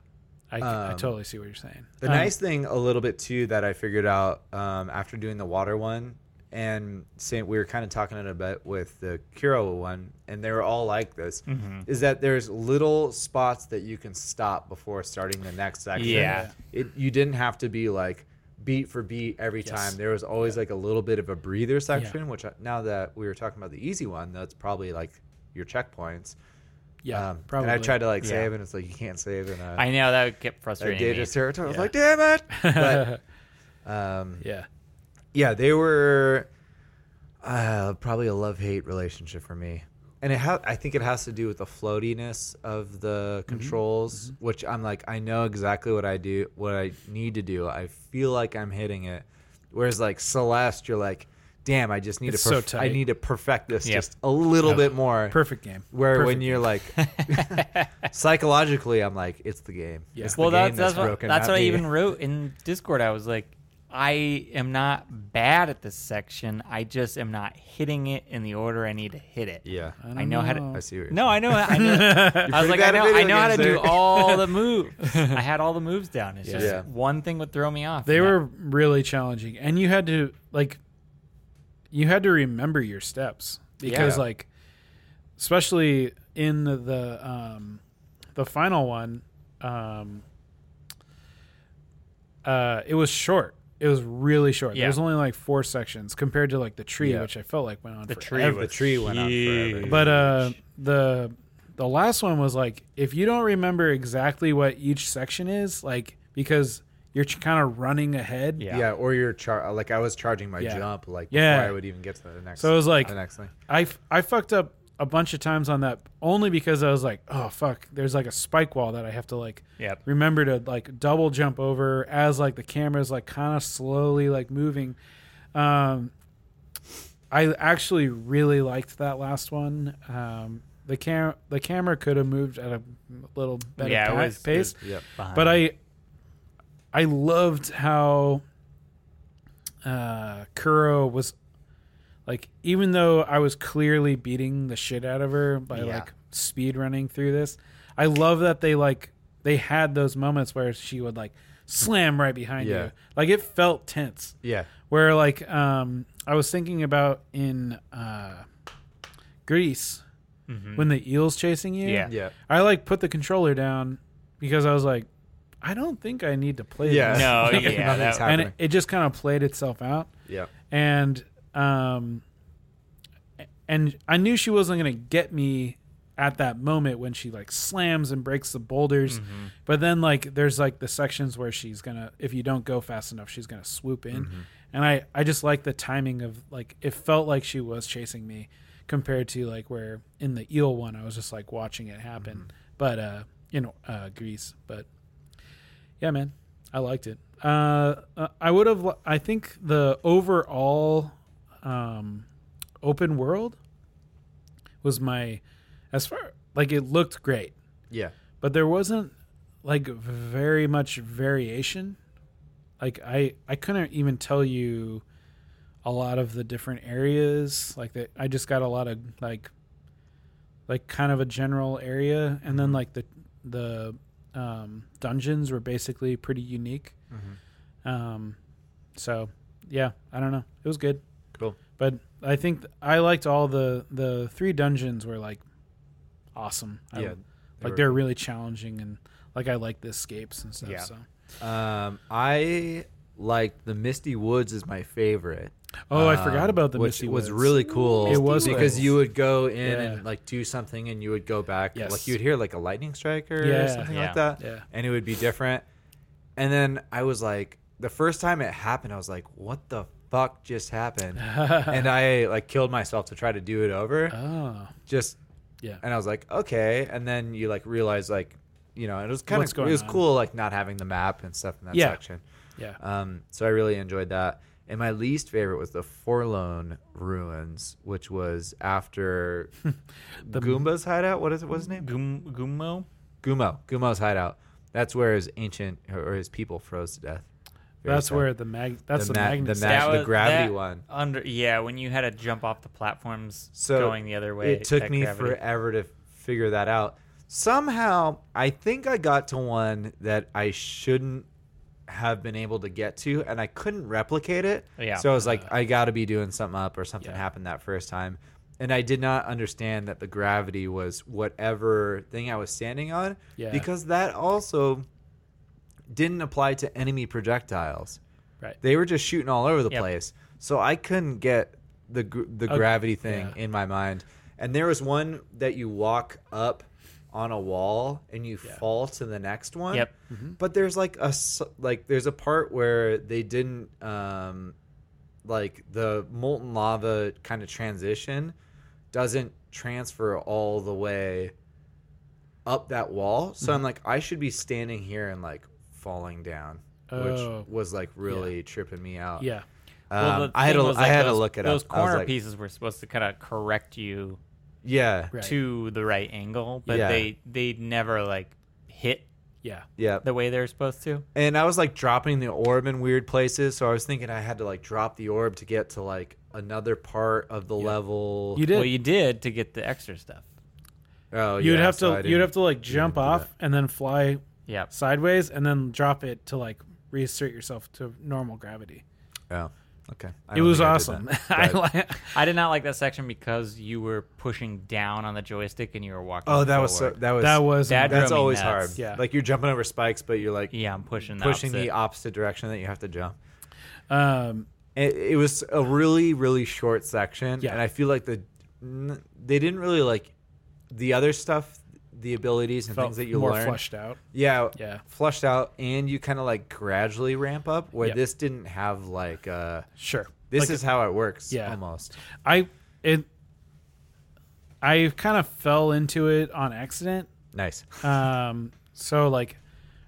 [SPEAKER 2] I, I
[SPEAKER 1] Um,
[SPEAKER 2] totally see what you're saying.
[SPEAKER 1] The
[SPEAKER 2] Um,
[SPEAKER 1] nice thing, a little bit too, that I figured out um, after doing the water one, and saying we were kind of talking it a bit with the Kuro one, and they were all like this,
[SPEAKER 2] Mm-hmm.
[SPEAKER 1] is that there's little spots that you can stop before starting the next section.
[SPEAKER 3] Yeah.
[SPEAKER 1] it, you didn't have to be like beat for beat every time. There was always like a little bit of a breather section, which I, now that we were talking about the easy one, that's probably like your checkpoints.
[SPEAKER 2] yeah,
[SPEAKER 1] um,
[SPEAKER 2] probably.
[SPEAKER 1] And I tried to like
[SPEAKER 3] Yeah.
[SPEAKER 1] save, and it's like you can't save, and uh,
[SPEAKER 3] I know that kept
[SPEAKER 1] I
[SPEAKER 3] frustrating
[SPEAKER 1] did
[SPEAKER 3] me.
[SPEAKER 1] his territory. I was
[SPEAKER 2] Yeah.
[SPEAKER 1] like, damn it. But, um,
[SPEAKER 2] yeah,
[SPEAKER 1] yeah, they were uh, probably a love hate relationship for me. And it ha- I think it has to do with the floatiness of
[SPEAKER 2] Mm-hmm.
[SPEAKER 1] the controls, which I'm like, I know exactly what I do, what I need to do. I feel like I'm hitting it. Whereas like Celeste, you're like, damn, I just need
[SPEAKER 2] It's
[SPEAKER 1] to,
[SPEAKER 2] so
[SPEAKER 1] perf- I
[SPEAKER 2] tight.
[SPEAKER 1] need to perfect this
[SPEAKER 3] Yep.
[SPEAKER 1] just a little bit more.
[SPEAKER 2] perfect game.
[SPEAKER 1] Where
[SPEAKER 2] Perfect
[SPEAKER 1] when you're like, psychologically, I'm like, it's the game.
[SPEAKER 2] Yeah.
[SPEAKER 1] It's the
[SPEAKER 3] Well,
[SPEAKER 1] game
[SPEAKER 3] that's that's what,
[SPEAKER 1] broken,
[SPEAKER 3] that's
[SPEAKER 1] not
[SPEAKER 3] what I
[SPEAKER 1] me.
[SPEAKER 3] even wrote in Discord. I was like, I am not bad at this section. I just am not hitting it in the order I need to hit it.
[SPEAKER 1] Yeah,
[SPEAKER 2] don't
[SPEAKER 3] I know how to-
[SPEAKER 1] I see what you're
[SPEAKER 3] No, I know. I know. I was
[SPEAKER 1] pretty
[SPEAKER 3] like,
[SPEAKER 1] bad
[SPEAKER 3] I
[SPEAKER 1] at
[SPEAKER 3] know,
[SPEAKER 1] video
[SPEAKER 3] I know how to
[SPEAKER 1] games,
[SPEAKER 3] do
[SPEAKER 1] Eric.
[SPEAKER 3] all the moves. I had all the moves down. It's just
[SPEAKER 1] Yeah.
[SPEAKER 3] one thing would throw me off.
[SPEAKER 2] They
[SPEAKER 3] and that-
[SPEAKER 2] were really challenging, and you had to like. you had to remember your steps because
[SPEAKER 1] Yeah.
[SPEAKER 2] like especially in the, the um the final one um uh it was short it was really short
[SPEAKER 3] Yeah.
[SPEAKER 2] there was only like four sections compared to like the tree
[SPEAKER 1] Yeah.
[SPEAKER 2] which i felt like went on
[SPEAKER 3] The
[SPEAKER 2] forever.
[SPEAKER 3] tree,
[SPEAKER 1] Forever.
[SPEAKER 3] was
[SPEAKER 1] The tree went on forever.
[SPEAKER 3] huge.
[SPEAKER 2] But uh the the last one was like if you don't remember exactly what each section is, like because you're kind of running ahead.
[SPEAKER 3] Yeah.
[SPEAKER 1] Yeah. or you're char- like I was charging my
[SPEAKER 2] Yeah.
[SPEAKER 1] jump like
[SPEAKER 2] Yeah.
[SPEAKER 1] before I would even get to the next.
[SPEAKER 2] So it was like
[SPEAKER 1] the next thing.
[SPEAKER 2] I f- I fucked up a bunch of times on that only because I was like, oh fuck, there's like a spike wall that I have to like
[SPEAKER 3] Yep.
[SPEAKER 2] remember to like double jump over as like the camera's like kind of slowly like moving. Um I actually really liked that last one. Um the cam the camera could have moved at a little better
[SPEAKER 3] Yeah, it
[SPEAKER 2] pa-
[SPEAKER 3] was- it
[SPEAKER 2] pace.
[SPEAKER 3] was
[SPEAKER 1] Yep.
[SPEAKER 3] behind.
[SPEAKER 2] but I I loved how uh Kuro was like even though I was clearly beating the shit out of her by
[SPEAKER 3] Yeah.
[SPEAKER 2] like speed running through this, I love that they like they had those moments where she would like slam right behind
[SPEAKER 1] Yeah.
[SPEAKER 2] you. Like it felt tense.
[SPEAKER 1] Yeah.
[SPEAKER 2] Where like um I was thinking about in uh Greece when the eel's chasing you.
[SPEAKER 3] Yeah.
[SPEAKER 1] Yeah.
[SPEAKER 2] I like put the controller down because I was like, I don't think I need to play
[SPEAKER 1] Yeah.
[SPEAKER 2] this.
[SPEAKER 3] No,
[SPEAKER 1] Nothing-
[SPEAKER 3] yeah,
[SPEAKER 1] Nothing's
[SPEAKER 2] and
[SPEAKER 3] that-
[SPEAKER 1] happening.
[SPEAKER 2] it, it just kind of played itself out.
[SPEAKER 1] yeah.
[SPEAKER 2] And um, and I knew she wasn't gonna get me at that moment when she like slams and breaks the boulders. But then like there's like the sections where she's gonna if you don't go fast enough, she's gonna swoop in. And I I just like the timing of like it felt like she was chasing me compared to like where in the eel one I was just like watching it happen. But uh you know uh Greece, but yeah, man. I liked it. Uh uh, I would have li- I think the overall um open world was my as far like it looked great
[SPEAKER 1] Yeah.
[SPEAKER 2] but there wasn't like very much variation like i i couldn't even tell you a lot of the different areas like that i just got a lot of like like kind of a general area and then like the the um, dungeons were basically pretty unique um so yeah i don't know it was good
[SPEAKER 1] Cool.
[SPEAKER 2] but I think th- I liked all the the three dungeons were like awesome. I,
[SPEAKER 1] Yeah,
[SPEAKER 2] like
[SPEAKER 1] they were
[SPEAKER 2] they're really challenging and like I like the escapes and stuff.
[SPEAKER 3] Yeah.
[SPEAKER 2] So
[SPEAKER 1] Um, I liked the Misty Woods is my favorite.
[SPEAKER 2] oh, I
[SPEAKER 1] um,
[SPEAKER 2] forgot about the
[SPEAKER 1] which
[SPEAKER 2] Misty
[SPEAKER 1] was
[SPEAKER 2] Woods.
[SPEAKER 1] really cool.
[SPEAKER 2] It was
[SPEAKER 1] because
[SPEAKER 2] cool.
[SPEAKER 1] you would go in
[SPEAKER 2] Yeah.
[SPEAKER 1] and like do something, and you would go back.
[SPEAKER 2] Yes.
[SPEAKER 1] Like you would hear like a lightning strike or
[SPEAKER 2] Yeah.
[SPEAKER 1] something
[SPEAKER 3] Yeah.
[SPEAKER 1] like that,
[SPEAKER 2] Yeah.
[SPEAKER 1] and it would be different. And then I was like, the first time it happened, I was like, what the fuck just happened? and I like killed myself to try to do it over.
[SPEAKER 2] oh
[SPEAKER 1] just
[SPEAKER 2] yeah
[SPEAKER 1] and I was like, okay. And then you like realize like, you know, it was kind
[SPEAKER 2] What's
[SPEAKER 1] of
[SPEAKER 2] going
[SPEAKER 1] it was
[SPEAKER 2] on.
[SPEAKER 1] cool like not having the map and stuff in that
[SPEAKER 2] Yeah.
[SPEAKER 1] section.
[SPEAKER 2] yeah
[SPEAKER 1] Um, so I really enjoyed that. And my least favorite was the Forlone ruins, which was after the Goomba's hideout. What is it? What's his name?
[SPEAKER 3] Gum- Gummo?
[SPEAKER 1] Gumo. Gumo's hideout. That's where his ancient or his people froze to death. Very
[SPEAKER 2] that's
[SPEAKER 1] sad.
[SPEAKER 2] where the mag that's the,
[SPEAKER 1] ma-
[SPEAKER 2] magnet
[SPEAKER 1] the
[SPEAKER 2] stuff.
[SPEAKER 1] mag- That's the
[SPEAKER 3] was-
[SPEAKER 1] gravity one.
[SPEAKER 3] Under yeah, when you had to jump off the platforms
[SPEAKER 1] So
[SPEAKER 3] going the other way.
[SPEAKER 1] It took
[SPEAKER 3] that
[SPEAKER 1] me
[SPEAKER 3] gravity-
[SPEAKER 1] forever to figure that out. Somehow, I think I got to one that I shouldn't have been able to get to, and I couldn't replicate it.
[SPEAKER 3] Yeah.
[SPEAKER 1] So I was like, I got to be doing something up, or something
[SPEAKER 2] Yeah.
[SPEAKER 1] happened that first time. And I did not understand that the gravity was whatever thing I was standing on,
[SPEAKER 2] Yeah.
[SPEAKER 1] because that also didn't apply to enemy projectiles.
[SPEAKER 2] right
[SPEAKER 1] They were just shooting all over the
[SPEAKER 3] Yep.
[SPEAKER 1] place. So I couldn't get the gr- the
[SPEAKER 2] Oh,
[SPEAKER 1] gravity thing
[SPEAKER 2] yeah.
[SPEAKER 1] in my mind. And there was one that you walk up on a wall and you
[SPEAKER 2] Yeah.
[SPEAKER 1] fall to the next one.
[SPEAKER 3] Yep.
[SPEAKER 1] But there's like a s- like there's a part where they didn't um like the molten lava kind of transition doesn't transfer all the way up that wall. So
[SPEAKER 3] Mm-hmm.
[SPEAKER 1] I'm like I should be standing here and like falling down,
[SPEAKER 2] Oh.
[SPEAKER 1] which was like really tripping me out.
[SPEAKER 2] yeah
[SPEAKER 1] Um,
[SPEAKER 3] Well, the
[SPEAKER 1] I had
[SPEAKER 3] thing
[SPEAKER 1] to
[SPEAKER 3] was,
[SPEAKER 1] I
[SPEAKER 3] like,
[SPEAKER 1] had to
[SPEAKER 3] those-
[SPEAKER 1] look it
[SPEAKER 3] Those
[SPEAKER 1] up. I was
[SPEAKER 3] corner
[SPEAKER 1] like,
[SPEAKER 3] pieces were supposed to kind of correct you
[SPEAKER 1] Yeah.
[SPEAKER 2] right
[SPEAKER 3] to the right angle, but
[SPEAKER 1] Yeah.
[SPEAKER 3] they they never like hit
[SPEAKER 2] yeah
[SPEAKER 1] Yeah.
[SPEAKER 3] the way they're supposed to.
[SPEAKER 1] And I was like dropping the orb in weird places, so I was thinking I had to like drop the orb to get to like another part of the level.
[SPEAKER 2] you did
[SPEAKER 3] Well, you did to get the extra stuff.
[SPEAKER 1] oh,
[SPEAKER 2] you'd
[SPEAKER 1] yeah,
[SPEAKER 2] have
[SPEAKER 1] so I
[SPEAKER 2] to
[SPEAKER 1] didn't-
[SPEAKER 2] you'd have to like jump off and then fly
[SPEAKER 3] Yeah.
[SPEAKER 2] sideways and then drop it to like reassert yourself to normal gravity
[SPEAKER 1] Oh, Okay. I
[SPEAKER 2] It
[SPEAKER 1] don't
[SPEAKER 2] was
[SPEAKER 1] think I did
[SPEAKER 2] awesome.
[SPEAKER 1] that.
[SPEAKER 2] I
[SPEAKER 1] But-
[SPEAKER 2] li-
[SPEAKER 3] I did not like that section because you were pushing down on the joystick and you were walking.
[SPEAKER 1] oh, that was so,
[SPEAKER 3] forward.
[SPEAKER 1] that was
[SPEAKER 2] that was
[SPEAKER 3] That drove
[SPEAKER 1] that's
[SPEAKER 3] me
[SPEAKER 1] always
[SPEAKER 3] nuts.
[SPEAKER 1] hard.
[SPEAKER 2] Yeah.
[SPEAKER 1] Like you're jumping over spikes, but you're like
[SPEAKER 3] Yeah, I'm pushing the
[SPEAKER 1] pushing
[SPEAKER 3] opposite.
[SPEAKER 1] the opposite direction that you have to jump.
[SPEAKER 2] um,
[SPEAKER 1] It, it was a really really short section,
[SPEAKER 2] Yeah.
[SPEAKER 1] and I feel like the n- they didn't really like the other stuff, the abilities and
[SPEAKER 2] felt
[SPEAKER 1] things that you
[SPEAKER 2] more
[SPEAKER 1] learn.
[SPEAKER 2] flushed out.
[SPEAKER 1] Yeah,
[SPEAKER 2] Yeah.
[SPEAKER 1] flushed out, and you kind of like gradually ramp up. Where
[SPEAKER 2] Yeah.
[SPEAKER 1] this didn't have like uh,
[SPEAKER 2] Sure.
[SPEAKER 1] this
[SPEAKER 2] Like,
[SPEAKER 1] is how it works.
[SPEAKER 2] Yeah.
[SPEAKER 1] almost.
[SPEAKER 2] I it I kind of fell into it on accident.
[SPEAKER 1] Nice.
[SPEAKER 2] Um, so like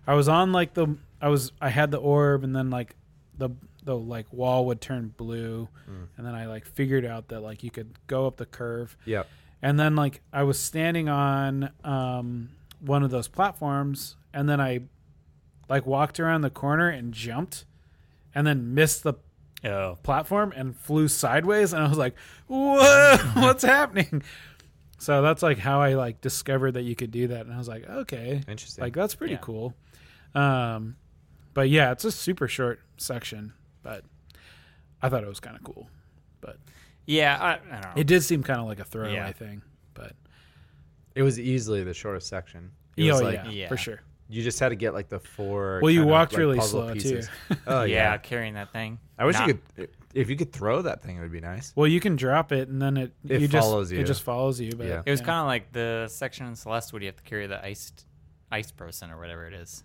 [SPEAKER 2] I was on like the I was I had the orb and then like the the like wall would turn blue
[SPEAKER 1] Hmm.
[SPEAKER 2] and then I like figured out that like you could go up the curve
[SPEAKER 1] Yep.
[SPEAKER 2] and then like I was standing on um one of those platforms and then I like walked around the corner and jumped and then missed the
[SPEAKER 3] oh,
[SPEAKER 2] platform and flew sideways and I was like, "Whoa, what's happening?" So that's like how I like discovered that you could do that and I was like, "Okay."
[SPEAKER 1] Interesting.
[SPEAKER 2] Like that's pretty
[SPEAKER 3] Yeah.
[SPEAKER 2] cool. Um but yeah, it's a super short section, but I thought it was kind of cool. But
[SPEAKER 3] yeah. I, I don't know.
[SPEAKER 2] it did seem kind of like a throwaway
[SPEAKER 3] Yeah.
[SPEAKER 2] thing, but
[SPEAKER 1] it was easily the shortest section. It
[SPEAKER 2] oh,
[SPEAKER 1] was like
[SPEAKER 2] yeah,
[SPEAKER 3] Yeah.
[SPEAKER 2] for sure.
[SPEAKER 1] you just had to get like the four.
[SPEAKER 2] Well, you
[SPEAKER 1] kind of,
[SPEAKER 2] walked
[SPEAKER 1] like,
[SPEAKER 2] really
[SPEAKER 1] puzzle
[SPEAKER 2] slow, too.
[SPEAKER 1] pieces. Oh
[SPEAKER 3] yeah,
[SPEAKER 1] yeah.
[SPEAKER 3] carrying that thing.
[SPEAKER 1] I wish
[SPEAKER 3] Not-
[SPEAKER 1] you could. If you could throw that thing, it would be nice.
[SPEAKER 2] Well, you can drop it and then it,
[SPEAKER 1] It
[SPEAKER 2] you just
[SPEAKER 1] follows you.
[SPEAKER 2] it just follows you, but
[SPEAKER 1] Yeah.
[SPEAKER 3] It was kind of like the section in Celeste where you have to carry the iced ice person or whatever it is.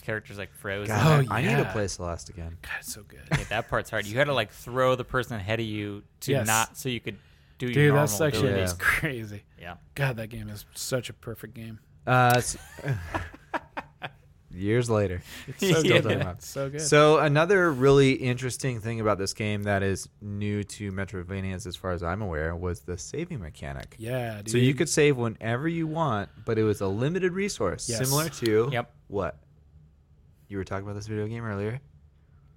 [SPEAKER 3] Characters like frozen.
[SPEAKER 1] God,
[SPEAKER 2] Oh,
[SPEAKER 1] I need to
[SPEAKER 2] yeah.
[SPEAKER 1] play Celeste again.
[SPEAKER 2] God, it's so good.
[SPEAKER 3] Yeah, that part's hard. You had to like throw the person ahead of you to
[SPEAKER 2] Yes.
[SPEAKER 3] not so you could do your
[SPEAKER 2] Dude,
[SPEAKER 3] normal
[SPEAKER 2] that section
[SPEAKER 1] ability.
[SPEAKER 2] is
[SPEAKER 1] Yeah.
[SPEAKER 2] crazy.
[SPEAKER 3] Yeah.
[SPEAKER 2] God, that game is such a perfect game.
[SPEAKER 1] Uh, s- years later.
[SPEAKER 2] so
[SPEAKER 1] Still
[SPEAKER 2] good.
[SPEAKER 1] talking about
[SPEAKER 2] It's so good.
[SPEAKER 1] So another really interesting thing about this game that is new to Metroidvanias, as far as I'm aware, was the saving mechanic.
[SPEAKER 2] yeah, dude.
[SPEAKER 1] So you could save whenever you want, but it was a limited resource,
[SPEAKER 2] Yes.
[SPEAKER 1] similar to
[SPEAKER 3] Yep.
[SPEAKER 1] what you were talking about this video game earlier,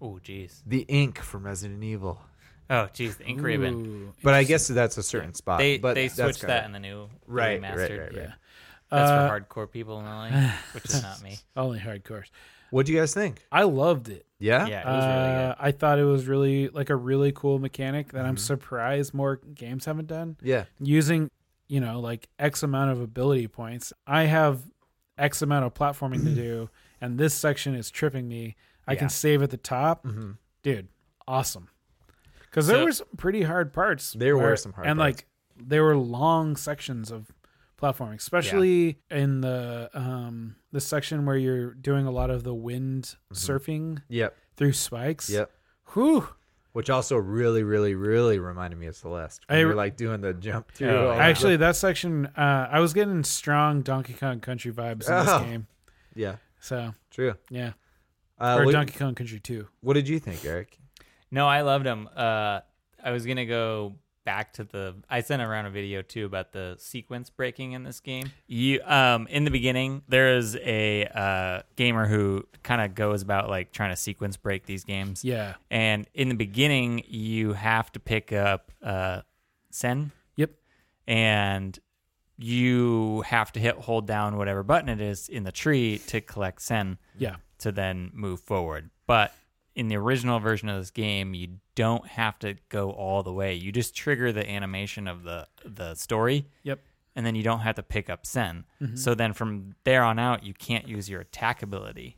[SPEAKER 3] Oh, jeez.
[SPEAKER 1] the ink from Resident Evil.
[SPEAKER 3] Oh, jeez. The ink ribbon.
[SPEAKER 2] Ooh,
[SPEAKER 1] But I guess that's a certain spot.
[SPEAKER 3] They
[SPEAKER 1] Uh, but
[SPEAKER 3] they
[SPEAKER 1] that's
[SPEAKER 3] switched
[SPEAKER 1] kinda-
[SPEAKER 3] that in the new
[SPEAKER 1] Right, right,
[SPEAKER 3] remastered.
[SPEAKER 1] right, right.
[SPEAKER 2] yeah.
[SPEAKER 3] That's
[SPEAKER 2] Uh,
[SPEAKER 3] for hardcore people only, which is not me.
[SPEAKER 2] only hardcore.
[SPEAKER 1] What'd you guys think?
[SPEAKER 2] I loved it.
[SPEAKER 1] Yeah.
[SPEAKER 3] Yeah, it was really
[SPEAKER 2] Uh, I thought it was really like a really cool mechanic that I'm surprised more games haven't done
[SPEAKER 1] Yeah.
[SPEAKER 2] using. You know, like X amount of ability points. I have X amount of platforming to do, and this section is tripping me. I
[SPEAKER 1] Yeah. Mm-hmm.
[SPEAKER 2] can save at the top, dude. Awesome. Because there
[SPEAKER 3] So-
[SPEAKER 2] were some pretty hard parts.
[SPEAKER 1] There were some hard
[SPEAKER 2] and
[SPEAKER 1] parts.
[SPEAKER 2] like there were long sections of platforming, especially in the um the section where you're doing a lot of the wind surfing
[SPEAKER 1] Yep.
[SPEAKER 2] through spikes.
[SPEAKER 1] Mm-hmm. Yep.
[SPEAKER 2] Whew.
[SPEAKER 1] Which also really, really, really reminded me of Celeste. When
[SPEAKER 2] I-
[SPEAKER 1] you're like doing the jump through.
[SPEAKER 3] Oh,
[SPEAKER 1] all
[SPEAKER 3] yeah.
[SPEAKER 1] the-
[SPEAKER 2] Actually, that section, uh, I was getting strong Donkey Kong Country vibes in
[SPEAKER 1] Oh.
[SPEAKER 2] this game.
[SPEAKER 1] yeah,
[SPEAKER 2] So
[SPEAKER 1] true.
[SPEAKER 2] yeah,
[SPEAKER 1] Uh,
[SPEAKER 2] or
[SPEAKER 1] what,
[SPEAKER 2] Donkey Kong Country Two.
[SPEAKER 1] what did you think, Eric?
[SPEAKER 3] No, I loved them. Uh, I was gonna go back to the. I sent around a video too about the sequence breaking in this game. You, um, in the beginning, there is a uh, gamer who kind of goes about like trying to sequence break these games.
[SPEAKER 2] Yeah.
[SPEAKER 3] And in the beginning, you have to pick up uh, Sen,
[SPEAKER 2] Yep.
[SPEAKER 3] and you have to hit hold down whatever button it is in the tree to collect Sen
[SPEAKER 2] Yeah.
[SPEAKER 3] to then move forward. But in the original version of this game, you don't have to go all the way. You just trigger the animation of the the story,
[SPEAKER 2] Yep.
[SPEAKER 3] and then you don't have to pick up Sen. So then from there on out, you can't use your attack ability.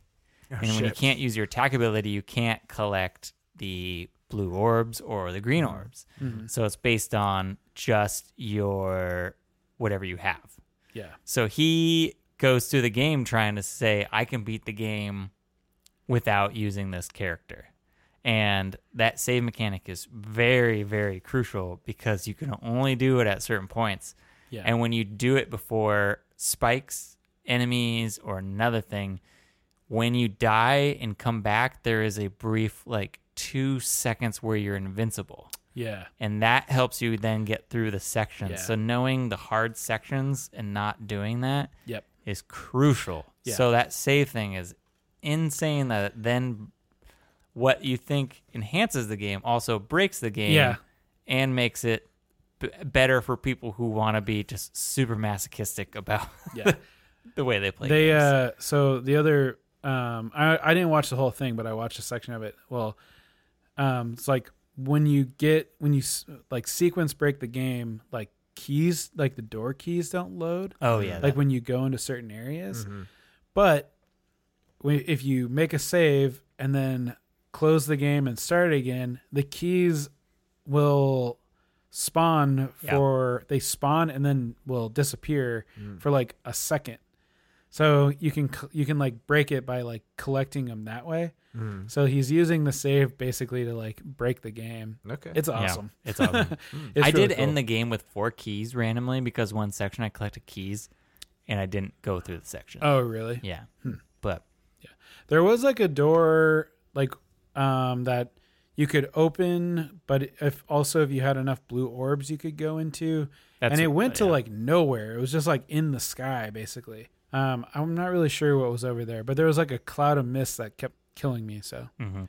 [SPEAKER 3] and when you
[SPEAKER 1] shit.
[SPEAKER 3] can't use your attack ability, you can't collect the blue orbs or the green orbs. So it's based on just your whatever you have.
[SPEAKER 2] Yeah.
[SPEAKER 3] So he goes through the game trying to say, I can beat the game without using this character. And that save mechanic is very, very crucial because you can only do it at certain points.
[SPEAKER 2] Yeah.
[SPEAKER 3] And when you do it before spikes, enemies, or another thing, when you die and come back, there is a brief, like, two seconds where you're invincible
[SPEAKER 2] yeah.
[SPEAKER 3] and that helps you then get through the sections.
[SPEAKER 2] Yeah.
[SPEAKER 3] So knowing the hard sections and not doing that
[SPEAKER 2] Yep.
[SPEAKER 3] is crucial.
[SPEAKER 2] Yeah.
[SPEAKER 3] So that save thing is insane. That it then what you think enhances the game also breaks the game.
[SPEAKER 2] Yeah.
[SPEAKER 3] and makes it b- better for people who want to be just super masochistic about
[SPEAKER 2] Yeah.
[SPEAKER 3] the way they play.
[SPEAKER 2] they
[SPEAKER 3] games.
[SPEAKER 2] uh so the other um I I didn't watch the whole thing, but I watched a section of it. Well, um, it's like when you get when you s- like sequence break the game, like keys, like the door keys don't load.
[SPEAKER 3] Oh yeah,
[SPEAKER 2] like
[SPEAKER 3] that- Mm-hmm.
[SPEAKER 2] when you go into certain areas. But when, if you make a save and then close the game and start again, the keys will spawn
[SPEAKER 3] Yeah.
[SPEAKER 2] for they spawn and then will disappear for like a second. So you can c- you can like break it by like collecting them that way. So he's using the save basically to like break the game.
[SPEAKER 1] Okay.
[SPEAKER 2] It's
[SPEAKER 3] Yeah,
[SPEAKER 2] awesome.
[SPEAKER 3] it's awesome.
[SPEAKER 2] It's
[SPEAKER 3] I
[SPEAKER 2] really
[SPEAKER 3] did
[SPEAKER 2] cool.
[SPEAKER 3] end the game with four keys randomly because one section I collected keys, and I didn't go through the section.
[SPEAKER 2] Oh really?
[SPEAKER 3] yeah, but
[SPEAKER 2] There was like a door like um that you could open, but if also if you had enough blue orbs you could go into.
[SPEAKER 3] That's
[SPEAKER 2] and it
[SPEAKER 3] what-
[SPEAKER 2] went to
[SPEAKER 3] yeah.
[SPEAKER 2] like nowhere. It was just like in the sky basically. Um I'm not really sure what was over there, but there was like a cloud of mist that kept killing me, so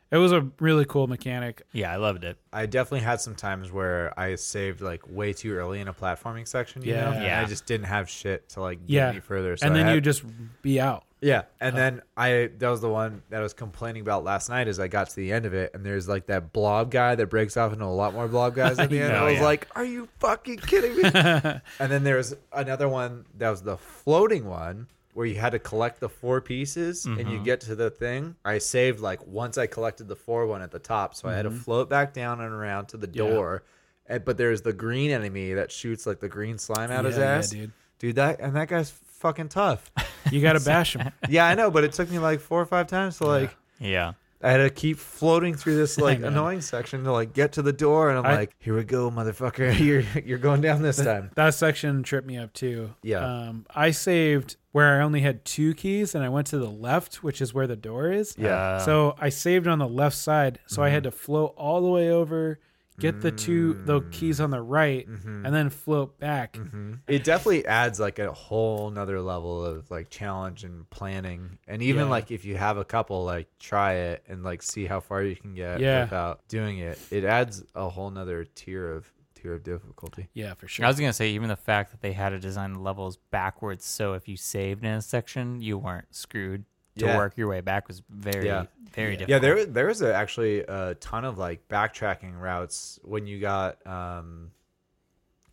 [SPEAKER 2] it was a really cool mechanic.
[SPEAKER 3] yeah, I loved it.
[SPEAKER 1] I definitely had some times where I saved like way too early in a platforming section. You
[SPEAKER 2] Yeah.
[SPEAKER 1] know? And
[SPEAKER 3] Yeah.
[SPEAKER 1] I just didn't have shit to like get
[SPEAKER 2] Yeah.
[SPEAKER 1] me further. So
[SPEAKER 2] and
[SPEAKER 1] I
[SPEAKER 2] then
[SPEAKER 1] had-
[SPEAKER 2] you just be out.
[SPEAKER 1] Yeah,
[SPEAKER 2] Oh.
[SPEAKER 1] and then I that was the one that I was complaining about last night. Is I got to the end of it, and there's like that blob guy that breaks off into a lot more blob guys at the end.
[SPEAKER 3] know,
[SPEAKER 1] I was
[SPEAKER 3] yeah.
[SPEAKER 1] like, "Are you fucking kidding me?" and then there was another one that was the floating one where you had to collect the four pieces, and
[SPEAKER 2] Mm-hmm.
[SPEAKER 1] you get to the thing. I saved like once I collected the four one at the top, so I had to
[SPEAKER 2] Mm-hmm.
[SPEAKER 1] float back down and around to the door. And, but there's the green enemy that shoots like the green slime out his
[SPEAKER 2] Yeah, yeah,
[SPEAKER 1] ass,
[SPEAKER 2] dude.
[SPEAKER 1] dude. That and that guy's fucking tough
[SPEAKER 2] You got to bash him.
[SPEAKER 1] yeah, I know, but it took me like four or five times to like
[SPEAKER 3] Yeah,
[SPEAKER 1] I had to keep floating through this like annoying section to like get to the door, and I'm
[SPEAKER 2] I-
[SPEAKER 1] like, here we go, motherfucker, you're you're going down this time.
[SPEAKER 2] That section tripped me up too.
[SPEAKER 1] Yeah.
[SPEAKER 2] Um, I saved where I only had two keys and I went to the left, which is where the door is.
[SPEAKER 1] Yeah. Mm-hmm.
[SPEAKER 2] so I saved on the left side. So I had to float all the way over, get the two the
[SPEAKER 1] Mm.
[SPEAKER 2] keys on the right,
[SPEAKER 1] Mm-hmm.
[SPEAKER 2] and then float back.
[SPEAKER 1] It definitely adds like a whole nother level of like challenge and planning, and even
[SPEAKER 2] Yeah.
[SPEAKER 1] like if you have a couple, like try it and like see how far you can get
[SPEAKER 2] Yeah.
[SPEAKER 1] without doing it. It adds a whole nother tier of tier of difficulty.
[SPEAKER 2] Yeah, for
[SPEAKER 3] I
[SPEAKER 2] sure.
[SPEAKER 3] was gonna say even the fact that they had to design the levels backwards, so if you saved in a section, you weren't screwed. To
[SPEAKER 1] Yeah.
[SPEAKER 3] work your way back was very,
[SPEAKER 1] Yeah.
[SPEAKER 3] very difficult.
[SPEAKER 1] Yeah, there wa- there was a, actually a ton of like backtracking routes when you got um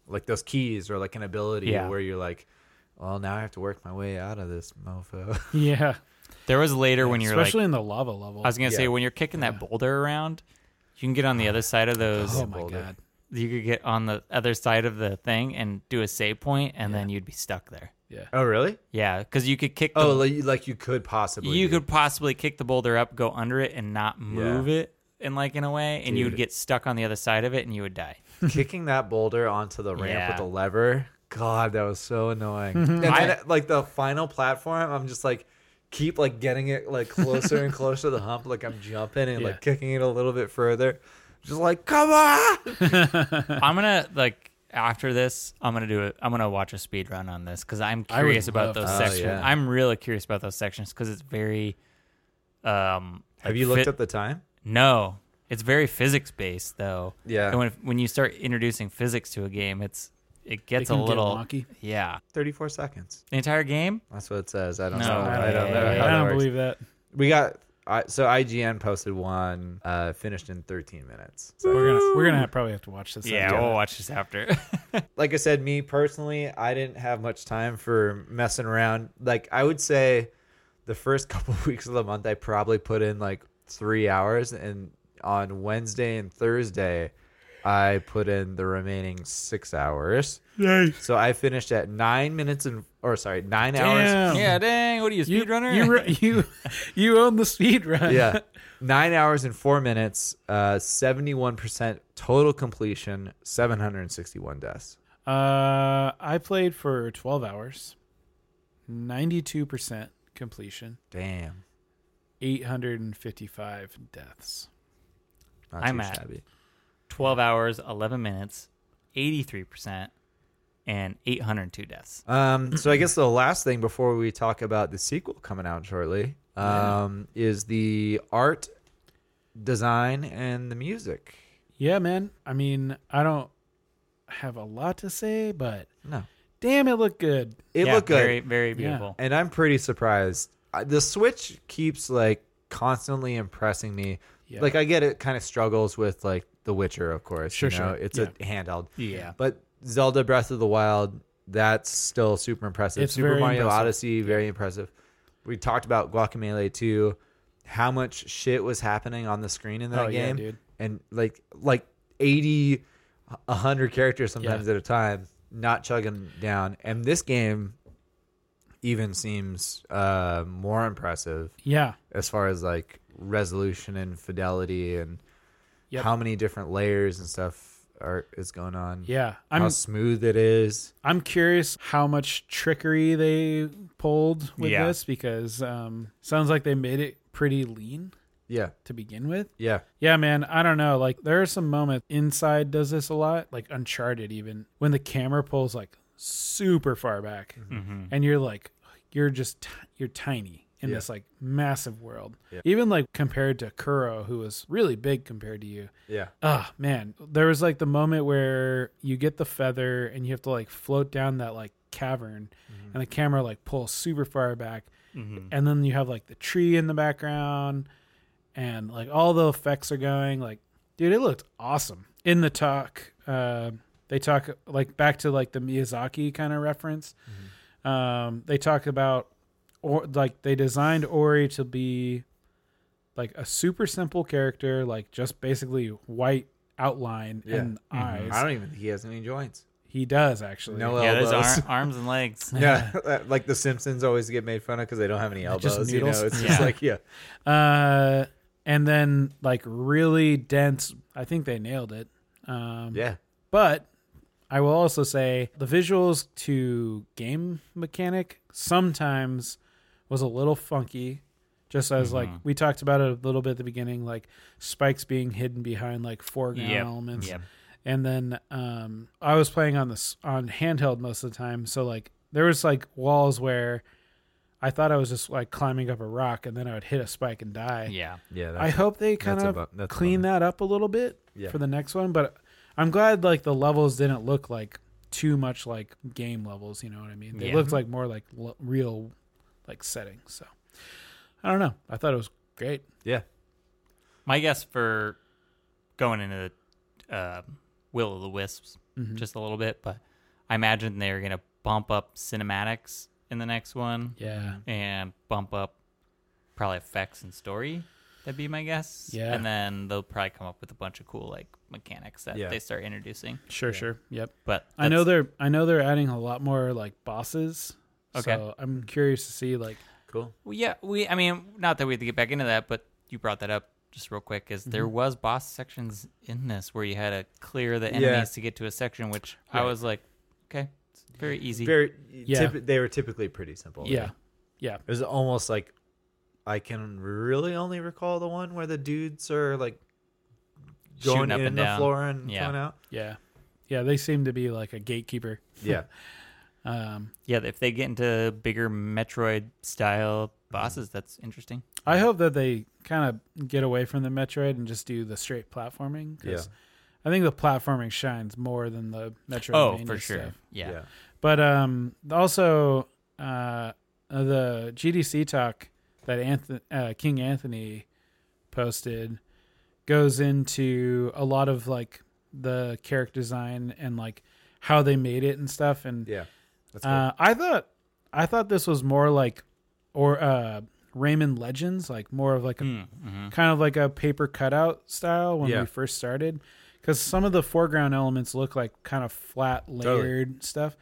[SPEAKER 1] like those keys or like an ability
[SPEAKER 3] Yeah.
[SPEAKER 1] where you're like, well, now I have to work my way out of this mofo.
[SPEAKER 2] yeah.
[SPEAKER 3] There was later when you're like,
[SPEAKER 2] Especially in the lava level.
[SPEAKER 3] I was gonna say
[SPEAKER 1] Yeah.
[SPEAKER 3] when you're kicking that boulder around, you can get on the other side of those.
[SPEAKER 2] oh my
[SPEAKER 1] boulder.
[SPEAKER 2] god.
[SPEAKER 3] You could get on the other side of the thing and do a save point, and then you'd be stuck there.
[SPEAKER 2] Yeah.
[SPEAKER 1] oh, really?
[SPEAKER 3] Yeah, because you could kick. The,
[SPEAKER 1] Oh, like, like you could possibly.
[SPEAKER 3] you
[SPEAKER 1] do.
[SPEAKER 3] could possibly kick the boulder up, go under it, and not move it in like in a way, and you would
[SPEAKER 1] Dude.
[SPEAKER 3] get stuck on the other side of it, and you would die.
[SPEAKER 1] kicking that boulder onto the ramp
[SPEAKER 3] Yeah.
[SPEAKER 1] with the lever. God, that was so annoying. and
[SPEAKER 3] I-
[SPEAKER 1] then, like the final platform, I'm just like keep like getting it like closer and closer to the hump. Like I'm jumping and
[SPEAKER 2] Yeah.
[SPEAKER 1] like kicking it a little bit further. Just like come on.
[SPEAKER 3] I'm gonna like after this, I'm gonna do it. I'm gonna watch a speed run on this because I'm
[SPEAKER 2] I would
[SPEAKER 3] curious
[SPEAKER 2] love
[SPEAKER 3] about those
[SPEAKER 2] to.
[SPEAKER 1] Oh,
[SPEAKER 3] sections.
[SPEAKER 1] yeah.
[SPEAKER 3] I'm really curious about those sections because it's very. Um,
[SPEAKER 1] Have you looked
[SPEAKER 3] fit-
[SPEAKER 1] at the time?
[SPEAKER 3] No, it's very physics based though.
[SPEAKER 1] Yeah.
[SPEAKER 3] And when when you start introducing physics to a game, it's it gets
[SPEAKER 2] It
[SPEAKER 3] a
[SPEAKER 2] can get
[SPEAKER 3] little
[SPEAKER 2] wonky.
[SPEAKER 3] Yeah,
[SPEAKER 1] 34 seconds.
[SPEAKER 3] the entire game.
[SPEAKER 1] That's what it says. I don't
[SPEAKER 3] No
[SPEAKER 1] know. I don't know.
[SPEAKER 3] way.
[SPEAKER 1] How
[SPEAKER 2] I
[SPEAKER 1] that
[SPEAKER 2] don't
[SPEAKER 1] works.
[SPEAKER 2] believe that.
[SPEAKER 1] We got I, so IGN posted one uh, finished in 13 minutes. So,
[SPEAKER 2] We're gonna we're gonna have- probably have to watch this.
[SPEAKER 3] Yeah, oh,
[SPEAKER 2] after.
[SPEAKER 3] we'll watch this after.
[SPEAKER 1] like I said, me personally, I didn't have much time for messing around. Like I would say, the first couple of weeks of the month, I probably put in like three hours, and on Wednesday and Thursday, I put in the remaining six hours. So I finished at nine minutes and or sorry, nine hours
[SPEAKER 2] Damn.
[SPEAKER 3] yeah, dang. What are you,
[SPEAKER 2] You,
[SPEAKER 3] speedrunner?
[SPEAKER 2] you, ru- you, you own the speed run.
[SPEAKER 1] yeah. Nine hours and four minutes, uh, 71% total completion, 761 deaths.
[SPEAKER 2] Uh, I played for 12 hours, 92% completion,
[SPEAKER 1] Damn.
[SPEAKER 2] 855 deaths.
[SPEAKER 1] Not
[SPEAKER 3] I'm
[SPEAKER 1] too
[SPEAKER 3] at-
[SPEAKER 1] shabby.
[SPEAKER 3] 12 hours, 11 minutes, 83%, and 802 deaths.
[SPEAKER 1] Um, so I guess the last thing before we talk about the sequel coming out shortly um, is the art, design, and the music.
[SPEAKER 2] Yeah, man. I mean, I don't have a lot to say, but
[SPEAKER 1] No.
[SPEAKER 2] damn, it looked good.
[SPEAKER 1] It
[SPEAKER 3] Yeah,
[SPEAKER 1] looked good.
[SPEAKER 3] Very, very beautiful.
[SPEAKER 1] and I'm pretty surprised. I- The Switch keeps like constantly impressing me.
[SPEAKER 2] Yeah.
[SPEAKER 1] Like I get it kind of struggles with like The Witcher, of course.
[SPEAKER 2] Sure,
[SPEAKER 1] you know?
[SPEAKER 2] sure.
[SPEAKER 1] It's a handheld.
[SPEAKER 3] Yeah.
[SPEAKER 1] But Zelda Breath of the Wild, that's still super impressive.
[SPEAKER 2] It's
[SPEAKER 1] super
[SPEAKER 2] very
[SPEAKER 1] Mario
[SPEAKER 2] impressive.
[SPEAKER 1] Odyssey, very impressive. We talked about Guacamelee too, how much shit was happening on the screen in that
[SPEAKER 2] Oh, yeah,
[SPEAKER 1] game.
[SPEAKER 2] dude.
[SPEAKER 1] And like like 80 100 characters sometimes
[SPEAKER 2] Yeah.
[SPEAKER 1] at a time, not chugging down. And this game even seems uh more impressive
[SPEAKER 2] Yeah.
[SPEAKER 1] as far as like resolution and fidelity and
[SPEAKER 2] Yep.
[SPEAKER 1] how many different layers and stuff are is going on.
[SPEAKER 2] Yeah.
[SPEAKER 1] how
[SPEAKER 2] I'm
[SPEAKER 1] smooth it is.
[SPEAKER 2] I'm curious how much trickery they pulled with
[SPEAKER 3] Yeah.
[SPEAKER 2] this because um sounds like they made it pretty lean
[SPEAKER 1] Yeah,
[SPEAKER 2] to begin with.
[SPEAKER 1] yeah,
[SPEAKER 2] Yeah, man, I don't know. Like there are some moments inside does this a lot, like Uncharted even, when the camera pulls like super far back
[SPEAKER 1] Mm-hmm.
[SPEAKER 2] and you're like you're just t- you're tiny in
[SPEAKER 1] Yeah.
[SPEAKER 2] this like massive world.
[SPEAKER 1] Yeah.
[SPEAKER 2] Even like compared to Kuro who was really big compared to you.
[SPEAKER 1] yeah,
[SPEAKER 2] Oh man, there was like the moment where you get the feather and you have to like float down that like cavern,
[SPEAKER 1] Mm-hmm.
[SPEAKER 2] and the camera like pulls super far back, and then you have like the tree in the background, and like all the effects are going. Like, dude, it looked awesome in the talk. Uh, they talk like back to like the Miyazaki kind of reference.
[SPEAKER 1] Mm-hmm.
[SPEAKER 2] Um, they talk about or like they designed Ori to be like a super simple character, like just basically white outline
[SPEAKER 1] Yeah. Mm-hmm.
[SPEAKER 2] and eyes.
[SPEAKER 1] I don't even think he has any joints.
[SPEAKER 2] He does actually.
[SPEAKER 1] No
[SPEAKER 3] Yeah, those
[SPEAKER 1] elbows.
[SPEAKER 3] ar- arms and legs.
[SPEAKER 1] Yeah, like the Simpsons always get made fun of because they don't have any
[SPEAKER 2] just
[SPEAKER 1] elbows. You know,
[SPEAKER 2] noodles.
[SPEAKER 1] it's just
[SPEAKER 3] Yeah.
[SPEAKER 1] like yeah,
[SPEAKER 2] Uh, and then like really dense. I think they nailed it. Um,
[SPEAKER 1] yeah,
[SPEAKER 2] But I will also say the visuals to game mechanic sometimes was a little funky. Just as like
[SPEAKER 1] Mm-hmm.
[SPEAKER 2] we talked about it a little bit at the beginning, like spikes being hidden behind like foreground
[SPEAKER 3] Yep.
[SPEAKER 2] elements.
[SPEAKER 3] Yep.
[SPEAKER 2] and then um i was playing on this on handheld most of the time so like there was like walls where i thought i was just like climbing up a rock and then i would hit a spike and die
[SPEAKER 3] Yeah.
[SPEAKER 1] yeah.
[SPEAKER 2] i hope they kind
[SPEAKER 1] that's a
[SPEAKER 2] of
[SPEAKER 1] bu- that's a
[SPEAKER 2] clean that up a little bit
[SPEAKER 1] Yeah.
[SPEAKER 2] for the next one but i'm glad like the levels didn't look like too much like game levels you know what i mean they
[SPEAKER 3] Yeah.
[SPEAKER 2] looked like more like l- real like settings so i don't know i thought it was great
[SPEAKER 1] yeah,
[SPEAKER 3] My guess for going into the uh, Will of the Wisps just a little bit, but I imagine they're going to bump up cinematics in the next one
[SPEAKER 2] yeah
[SPEAKER 3] and bump up probably effects and story. That'd be my guess.
[SPEAKER 2] Yeah.
[SPEAKER 3] And then they'll probably come up with a bunch of cool like mechanics that
[SPEAKER 1] Yeah.
[SPEAKER 3] they start introducing.
[SPEAKER 2] sure sure yep
[SPEAKER 3] But
[SPEAKER 2] Mm-hmm. I know
[SPEAKER 3] that's-
[SPEAKER 2] they're I know they're adding a lot more like bosses.
[SPEAKER 3] Okay.
[SPEAKER 2] So I'm curious to see like
[SPEAKER 1] cool.
[SPEAKER 3] Well, yeah, we. I mean, not that we have to get back into that, but you brought that up just real quick. Is
[SPEAKER 1] Mm-hmm.
[SPEAKER 3] there was boss sections in this where you had to clear the enemies
[SPEAKER 1] Yeah.
[SPEAKER 3] to get to a section, which I
[SPEAKER 2] Right.
[SPEAKER 3] was like, okay, it's very easy.
[SPEAKER 1] Very,
[SPEAKER 2] Yeah.
[SPEAKER 1] typ- they were typically pretty simple.
[SPEAKER 2] yeah.
[SPEAKER 1] It was almost like I can really only recall the one where the dudes are like
[SPEAKER 3] Shooting
[SPEAKER 1] going
[SPEAKER 3] up
[SPEAKER 1] in
[SPEAKER 3] and
[SPEAKER 1] the
[SPEAKER 3] down.
[SPEAKER 1] floor and
[SPEAKER 3] Yeah.
[SPEAKER 1] coming out.
[SPEAKER 2] Yeah. Yeah, they seem to be like a gatekeeper.
[SPEAKER 1] Yeah,
[SPEAKER 2] Um
[SPEAKER 3] yeah, if they get into bigger Metroid style bosses, that's interesting.
[SPEAKER 2] I hope that they kind of get away from the Metroid and just do the straight platforming cuz
[SPEAKER 1] Yeah.
[SPEAKER 2] I think the platforming shines more than the Metroid
[SPEAKER 3] Oh, for sure. Yeah.
[SPEAKER 1] yeah,
[SPEAKER 2] But um, also uh, the GDC talk that Anth- uh, King Anthony posted goes into a lot of like the character design and like how they made it and stuff. And
[SPEAKER 1] yeah. That's cool.
[SPEAKER 2] uh, I thought I thought this was more like or uh, Rayman Legends, like more of like a
[SPEAKER 3] Mm-hmm.
[SPEAKER 2] kind of like a paper cutout style when
[SPEAKER 1] Yeah.
[SPEAKER 2] we first started because some of the foreground elements look like kind of flat
[SPEAKER 1] Totally.
[SPEAKER 2] layered stuff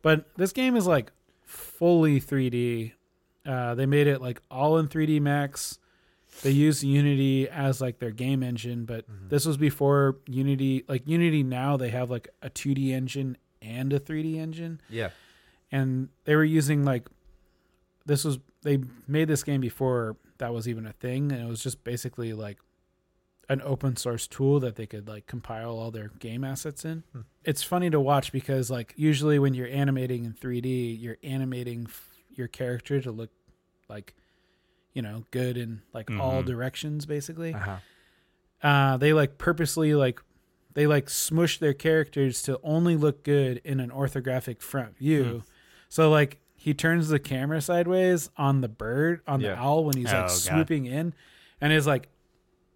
[SPEAKER 2] but this game is like fully 3d uh, they made it like all in 3d max they use unity as like their game engine but
[SPEAKER 1] Mm-hmm.
[SPEAKER 2] this was before unity like unity now they have like a 2d engine and a 3d engine
[SPEAKER 1] yeah,
[SPEAKER 2] and they were using like this was they made this game before that was even a thing and it was just basically like an open source tool that they could like compile all their game assets in. It's funny to watch because like usually when you're animating in 3D, you're animating f- your character to look like you know, good in like all
[SPEAKER 3] Mhm.
[SPEAKER 2] directions basically
[SPEAKER 1] uh-huh.
[SPEAKER 2] uh, they like purposely like they like smush their characters to only look good in an orthographic front view. So like he turns the camera sideways on the bird on the
[SPEAKER 1] Yeah.
[SPEAKER 2] owl when he's
[SPEAKER 3] Oh,
[SPEAKER 2] like
[SPEAKER 3] God.
[SPEAKER 2] swooping in, and is like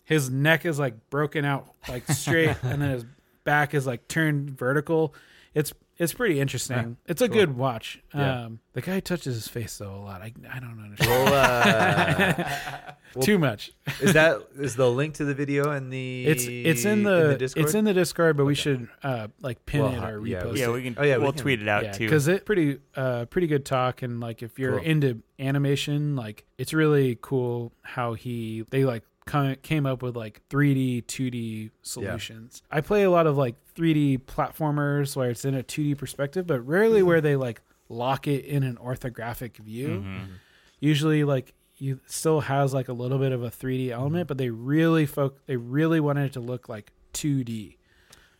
[SPEAKER 2] his neck is like broken out like straight, and then his back is like turned vertical. It's it's pretty interesting. it's a good watch.
[SPEAKER 1] Yeah.
[SPEAKER 2] Um, the guy touches his face though a lot. I I don't understand
[SPEAKER 1] We'll, uh,
[SPEAKER 2] too much.
[SPEAKER 1] is that is the link to the video in the
[SPEAKER 2] It's it's in the,
[SPEAKER 1] Discord?
[SPEAKER 2] it's in the Discord, but we should uh like pin
[SPEAKER 1] Well,
[SPEAKER 2] it or
[SPEAKER 1] yeah,
[SPEAKER 2] repost
[SPEAKER 1] we-
[SPEAKER 3] Yeah,
[SPEAKER 2] it.
[SPEAKER 3] we can.
[SPEAKER 1] Oh, yeah, we
[SPEAKER 3] we'll
[SPEAKER 1] can.
[SPEAKER 3] tweet it out
[SPEAKER 2] yeah,
[SPEAKER 3] too.
[SPEAKER 2] because it pretty uh pretty good talk and like if you're
[SPEAKER 1] Cool.
[SPEAKER 2] into animation, like it's really cool how he they like co- came up with like 3D 2D solutions. I play a lot of like 3D platformers where it's in a 2D perspective, but rarely
[SPEAKER 1] Mm-hmm.
[SPEAKER 2] where they like lock it in an orthographic view.
[SPEAKER 3] Mm-hmm.
[SPEAKER 1] Mm-hmm.
[SPEAKER 2] Usually like you still has like a little bit of a 3D
[SPEAKER 1] Mm-hmm.
[SPEAKER 2] element, but they really foc they really wanted it to look like 2D.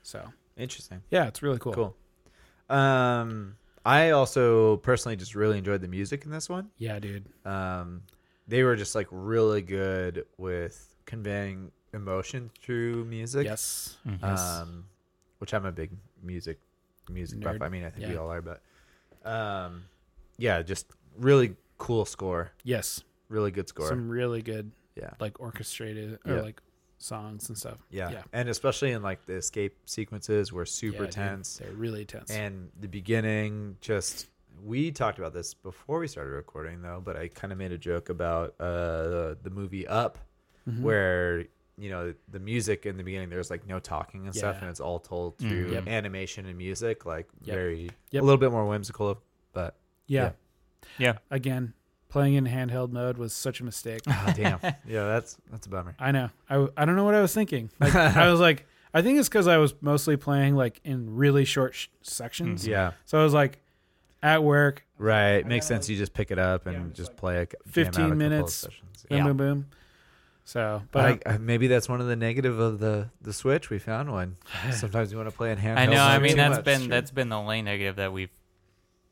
[SPEAKER 2] So,
[SPEAKER 1] interesting.
[SPEAKER 2] yeah, it's really cool.
[SPEAKER 1] Cool. Um, I also personally just really enjoyed the music in this one.
[SPEAKER 2] Yeah, dude.
[SPEAKER 1] Um, they were just like really good with conveying emotion through music.
[SPEAKER 2] yes.
[SPEAKER 1] Um, which I'm a big music music buff.
[SPEAKER 2] Nerd.
[SPEAKER 1] I mean, I think we
[SPEAKER 2] Yeah.
[SPEAKER 1] all are, but um, yeah, just really cool score,
[SPEAKER 2] Yes.
[SPEAKER 1] really good score.
[SPEAKER 2] Some really good
[SPEAKER 1] yeah.
[SPEAKER 2] like orchestrated or
[SPEAKER 1] Yeah.
[SPEAKER 2] like songs and stuff.
[SPEAKER 1] yeah,
[SPEAKER 2] Yeah.
[SPEAKER 1] and especially in like the escape sequences were super
[SPEAKER 2] Yeah, dude,
[SPEAKER 1] tense.
[SPEAKER 2] They're really tense.
[SPEAKER 1] And the beginning, just we talked about this before we started recording, though. But I kind of made a joke about uh, the, the movie Up,
[SPEAKER 2] Mm-hmm.
[SPEAKER 1] where you know the music in the beginning. There's like no talking and stuff,
[SPEAKER 2] Yeah. Mm-hmm.
[SPEAKER 1] and it's all told through
[SPEAKER 2] Yep.
[SPEAKER 1] animation and music, like
[SPEAKER 2] Yep.
[SPEAKER 1] very
[SPEAKER 2] Yep.
[SPEAKER 1] a little bit more whimsical. But
[SPEAKER 2] yeah.
[SPEAKER 1] yeah.
[SPEAKER 3] yeah,
[SPEAKER 2] Again, playing in handheld mode was such a mistake.
[SPEAKER 1] oh, damn, yeah, that's that's a bummer.
[SPEAKER 2] I know. I, I don't know what I was thinking. Like, I was like, I think it's because I was mostly playing like in really short sh- sections.
[SPEAKER 1] Mm-hmm. Yeah,
[SPEAKER 2] So I was like, at work,
[SPEAKER 1] right. Makes sense. You just pick it up and
[SPEAKER 2] I'm
[SPEAKER 1] just,
[SPEAKER 2] just like,
[SPEAKER 1] play it.
[SPEAKER 2] 15 minutes. boom,
[SPEAKER 3] Yeah.
[SPEAKER 2] boom, boom. So, but
[SPEAKER 1] But I, I, maybe that's one of the negative of the the Switch. We found one. Sometimes you want to play in handheld.
[SPEAKER 3] I know.
[SPEAKER 1] mode
[SPEAKER 3] I
[SPEAKER 1] too
[SPEAKER 3] mean, that's
[SPEAKER 1] much.
[SPEAKER 3] been that's been the only negative that we've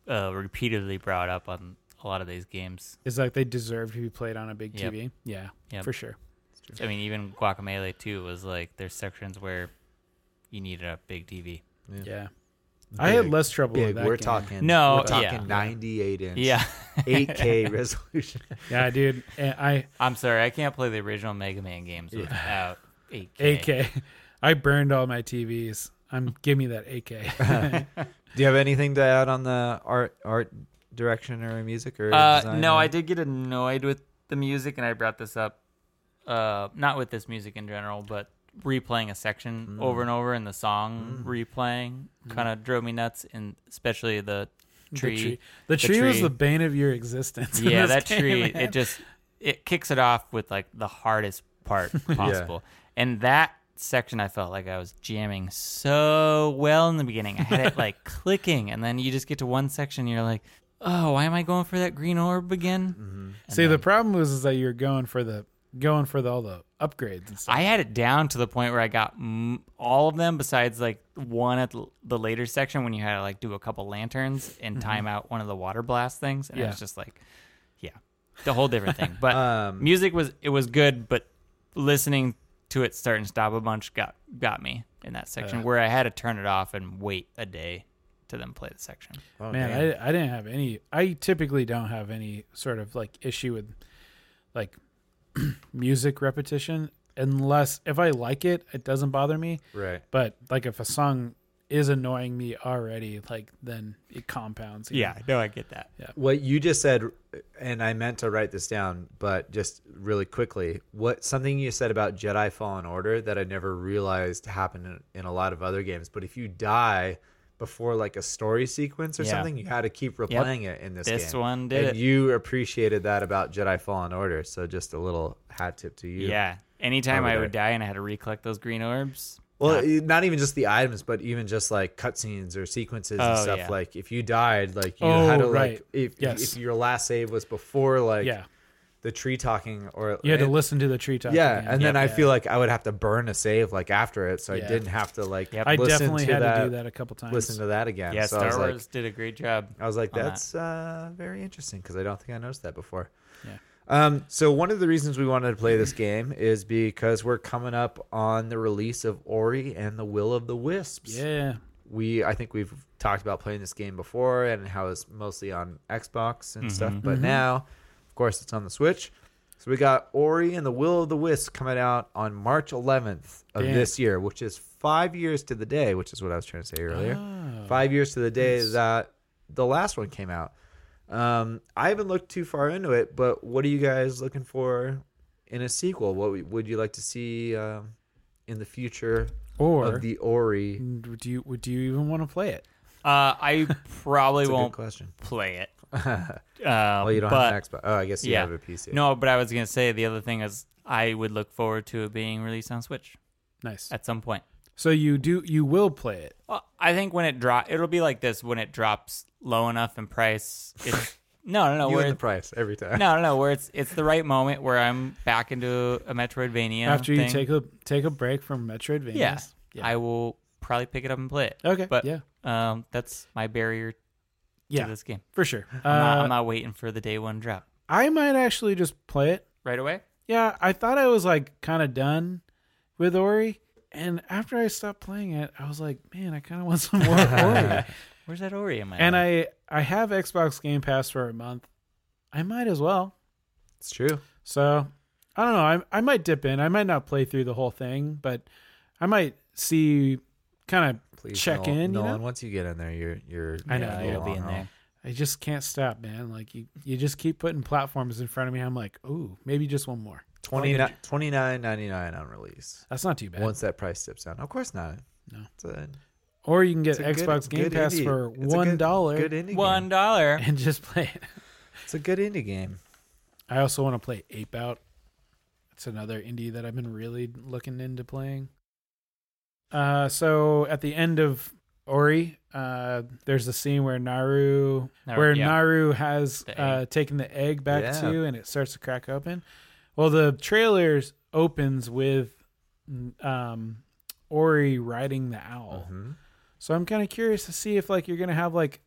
[SPEAKER 3] uh, repeatedly brought up on a lot of these games.
[SPEAKER 2] it's like they deserve to be played on a big
[SPEAKER 3] Yep.
[SPEAKER 2] TV. Yeah,
[SPEAKER 3] Yep.
[SPEAKER 2] for sure.
[SPEAKER 3] I mean, even Guacamole too was like there's sections where you need a big TV.
[SPEAKER 2] Yeah. I had
[SPEAKER 1] Big,
[SPEAKER 2] less trouble with
[SPEAKER 1] big.
[SPEAKER 2] that.
[SPEAKER 1] We're
[SPEAKER 2] game.
[SPEAKER 1] talking.
[SPEAKER 3] No,
[SPEAKER 1] we're talking
[SPEAKER 3] yeah.
[SPEAKER 1] 98 inch.
[SPEAKER 3] Yeah,
[SPEAKER 1] 8K resolution.
[SPEAKER 2] Yeah, dude. And I,
[SPEAKER 3] I'm sorry, I can't play the original Mega Man games without 8K.
[SPEAKER 2] AK. I burned all my TVs. I'm give me that AK.
[SPEAKER 1] Do you have anything to add on the art art direction or music or
[SPEAKER 3] Uh,
[SPEAKER 1] design
[SPEAKER 3] no,
[SPEAKER 1] or-
[SPEAKER 3] I did get annoyed with the music, and I brought this up. Uh, not with this music in general, but replaying a section over and over, and the song replaying kind of drove me nuts, and especially the
[SPEAKER 2] The
[SPEAKER 3] tree.
[SPEAKER 2] tree. The tree was
[SPEAKER 3] tree.
[SPEAKER 2] the bane of your existence. in
[SPEAKER 3] yeah,
[SPEAKER 2] this
[SPEAKER 3] that
[SPEAKER 2] game,
[SPEAKER 3] tree.
[SPEAKER 2] man.
[SPEAKER 3] It just it kicks it off with like the hardest part possible, and that section I felt like I was jamming so well in the beginning. I had it like clicking, and then you just get to one section, and you're like. Oh, why am I going for that green orb again? And
[SPEAKER 2] See,
[SPEAKER 3] then-
[SPEAKER 2] the problem was is that you're going for the going for the, all the upgrades and stuff.
[SPEAKER 3] I had it down to the point where I got m- all of them besides like one at l- the later section when you had to like do a couple lanterns and time out one of the water blast things and I
[SPEAKER 2] Yeah.
[SPEAKER 3] was just like yeah the whole different thing but
[SPEAKER 1] Um,
[SPEAKER 3] music was it was good but listening to it start and stop a bunch got got me in that section
[SPEAKER 2] Uh.
[SPEAKER 3] where I had to turn it off and wait a day to then play the section
[SPEAKER 1] Oh,
[SPEAKER 2] man,
[SPEAKER 1] damn.
[SPEAKER 2] I, I didn't have any. I typically don't have any sort of like issue with like music repetition unless if I like it, it doesn't bother me.
[SPEAKER 1] right.
[SPEAKER 2] But like if a song is annoying me already, like then it compounds. you know?
[SPEAKER 3] no I get that
[SPEAKER 1] What you just said, and I meant to write this down, but just really quickly, what something you said about Jedi Fallen Order that I never realized happened in, in a lot of other games. But if you die before like a story sequence or
[SPEAKER 3] Yeah.
[SPEAKER 1] something, you had to keep replaying it in this.
[SPEAKER 3] This
[SPEAKER 1] game.
[SPEAKER 3] one did
[SPEAKER 1] and
[SPEAKER 3] it.
[SPEAKER 1] you appreciated that about Jedi Fallen Order. So just a little hat tip to you.
[SPEAKER 3] yeah anytime
[SPEAKER 1] Over
[SPEAKER 3] I
[SPEAKER 1] there.
[SPEAKER 3] would die and I had to recollect those green orbs
[SPEAKER 1] Well, eh, not even just the items, but even just like cutscenes or sequences and
[SPEAKER 3] Oh,
[SPEAKER 1] stuff.
[SPEAKER 3] yeah.
[SPEAKER 1] Like if you died, like you
[SPEAKER 2] Oh,
[SPEAKER 1] had to
[SPEAKER 2] right.
[SPEAKER 1] like if
[SPEAKER 2] Yes.
[SPEAKER 1] if your last save was before like
[SPEAKER 2] yeah.
[SPEAKER 1] the tree talking or
[SPEAKER 2] You had to
[SPEAKER 1] and-
[SPEAKER 2] listen to the tree talk.
[SPEAKER 1] yeah,
[SPEAKER 2] again.
[SPEAKER 1] and then
[SPEAKER 2] Yeah.
[SPEAKER 1] I feel like I would have to burn a save like after it, so I
[SPEAKER 2] Yeah.
[SPEAKER 1] didn't have to like
[SPEAKER 3] Yep.
[SPEAKER 2] I
[SPEAKER 1] listen
[SPEAKER 2] definitely
[SPEAKER 1] to
[SPEAKER 2] had
[SPEAKER 1] that,
[SPEAKER 2] to do that a couple times.
[SPEAKER 1] listen to that again.
[SPEAKER 3] yeah
[SPEAKER 1] so I
[SPEAKER 3] Star
[SPEAKER 1] was
[SPEAKER 3] Wars
[SPEAKER 1] like,
[SPEAKER 3] did a great job
[SPEAKER 1] I was like,
[SPEAKER 3] on that.
[SPEAKER 1] that's uh, very interesting because I don't think I noticed that before.
[SPEAKER 2] Yeah.
[SPEAKER 1] Um, so one of the reasons we wanted to play this game is because we're coming up on the release of Ori and the Will of the Wisps.
[SPEAKER 2] yeah,
[SPEAKER 1] we I think we've talked about playing this game before and how it's mostly on Xbox
[SPEAKER 2] Mm-hmm.
[SPEAKER 1] and stuff, but now, of course, it's on the Switch. So we got Ori and the Will of the Wisp coming out on March 11th of
[SPEAKER 2] Damn.
[SPEAKER 1] this year, which is five years to the day, which is what I was trying to say earlier.
[SPEAKER 2] Ah.
[SPEAKER 1] Five years to the day that the last one came out. Um, I haven't looked too far into it, but what are you guys looking for in a sequel? What we- would you like to see um, in the future
[SPEAKER 2] Or
[SPEAKER 1] of the Ori?
[SPEAKER 2] do you do you even want to play it?
[SPEAKER 3] Uh, I probably
[SPEAKER 1] That's a good
[SPEAKER 3] won't
[SPEAKER 1] question.
[SPEAKER 3] play it.
[SPEAKER 1] well,
[SPEAKER 3] Uh,
[SPEAKER 1] you don't
[SPEAKER 3] but,
[SPEAKER 1] have an Xbox. Oh, I guess you
[SPEAKER 3] yeah.
[SPEAKER 1] have a PC.
[SPEAKER 3] No, but I was gonna say the other thing is I would look forward to it being released on Switch
[SPEAKER 2] Nice.
[SPEAKER 3] at some point.
[SPEAKER 2] So you do you will play it.
[SPEAKER 3] Well, I think when it drop, it'll be like this when it drops low enough in price. It's, no, no, no,
[SPEAKER 1] you
[SPEAKER 3] where
[SPEAKER 1] and the
[SPEAKER 3] it,
[SPEAKER 1] price every time.
[SPEAKER 3] no, no, no, where it's it's the right moment where I'm back into a Metroidvania.
[SPEAKER 2] After you
[SPEAKER 3] thing.
[SPEAKER 2] take a take a break from Metroidvania.
[SPEAKER 3] yeah, I will probably pick it up and play it.
[SPEAKER 2] okay.
[SPEAKER 3] but-
[SPEAKER 2] yeah.
[SPEAKER 3] Um, that's my barrier to
[SPEAKER 2] Yeah.
[SPEAKER 3] this game.
[SPEAKER 2] For sure. Uh,
[SPEAKER 3] I'm, not, I'm not waiting for the day one drop
[SPEAKER 2] I might actually just play it.
[SPEAKER 3] right away.
[SPEAKER 2] Yeah, I thought I was like kind of done with Ori, and after I stopped playing it, I was like, man, I kind of want some more Ori.
[SPEAKER 3] Where's that Ori in my?
[SPEAKER 2] and
[SPEAKER 3] life?
[SPEAKER 2] I I have Xbox Game Pass for a month. I might as well.
[SPEAKER 1] It's true.
[SPEAKER 2] So I don't know. I I might dip in. I might not play through the whole thing, but I might see kind of
[SPEAKER 1] Please
[SPEAKER 2] check
[SPEAKER 1] Nolan,
[SPEAKER 2] in. You
[SPEAKER 1] Nolan,
[SPEAKER 2] know?
[SPEAKER 1] once you get in there, you're you're.
[SPEAKER 2] I know,
[SPEAKER 3] yeah,
[SPEAKER 2] yeah,
[SPEAKER 3] you'll be
[SPEAKER 1] long
[SPEAKER 3] in
[SPEAKER 1] haul.
[SPEAKER 3] there.
[SPEAKER 2] I just can't stop, man. Like you, you just keep putting platforms in front of me. I'm like, ooh, maybe just one more.
[SPEAKER 1] 29 $29.99 on release.
[SPEAKER 2] That's not too bad.
[SPEAKER 1] Once that price dips down, of course not.
[SPEAKER 2] No.
[SPEAKER 1] it's a,
[SPEAKER 2] or you can get
[SPEAKER 1] it's a good-
[SPEAKER 2] Xbox Game
[SPEAKER 1] good
[SPEAKER 2] Pass
[SPEAKER 1] indie-
[SPEAKER 2] for
[SPEAKER 1] it's a good-
[SPEAKER 2] one dollar
[SPEAKER 1] Good indie
[SPEAKER 3] One
[SPEAKER 1] Game.
[SPEAKER 3] dollar.
[SPEAKER 2] and just play it.
[SPEAKER 1] It's a good indie game.
[SPEAKER 2] I also want to play Ape Out. It's another indie that I've been really looking into playing. Uh, so at the end of Ori, uh, there's a scene where Naru,
[SPEAKER 3] Naru-
[SPEAKER 2] where
[SPEAKER 3] yeah.
[SPEAKER 2] Naru has
[SPEAKER 3] The
[SPEAKER 2] uh, taken the egg back
[SPEAKER 1] Yeah.
[SPEAKER 2] to, and it starts to crack open. Well, the trailer opens with um, Ori riding the owl.
[SPEAKER 1] Mhm.
[SPEAKER 2] So I'm kind of curious to see if like you're gonna have like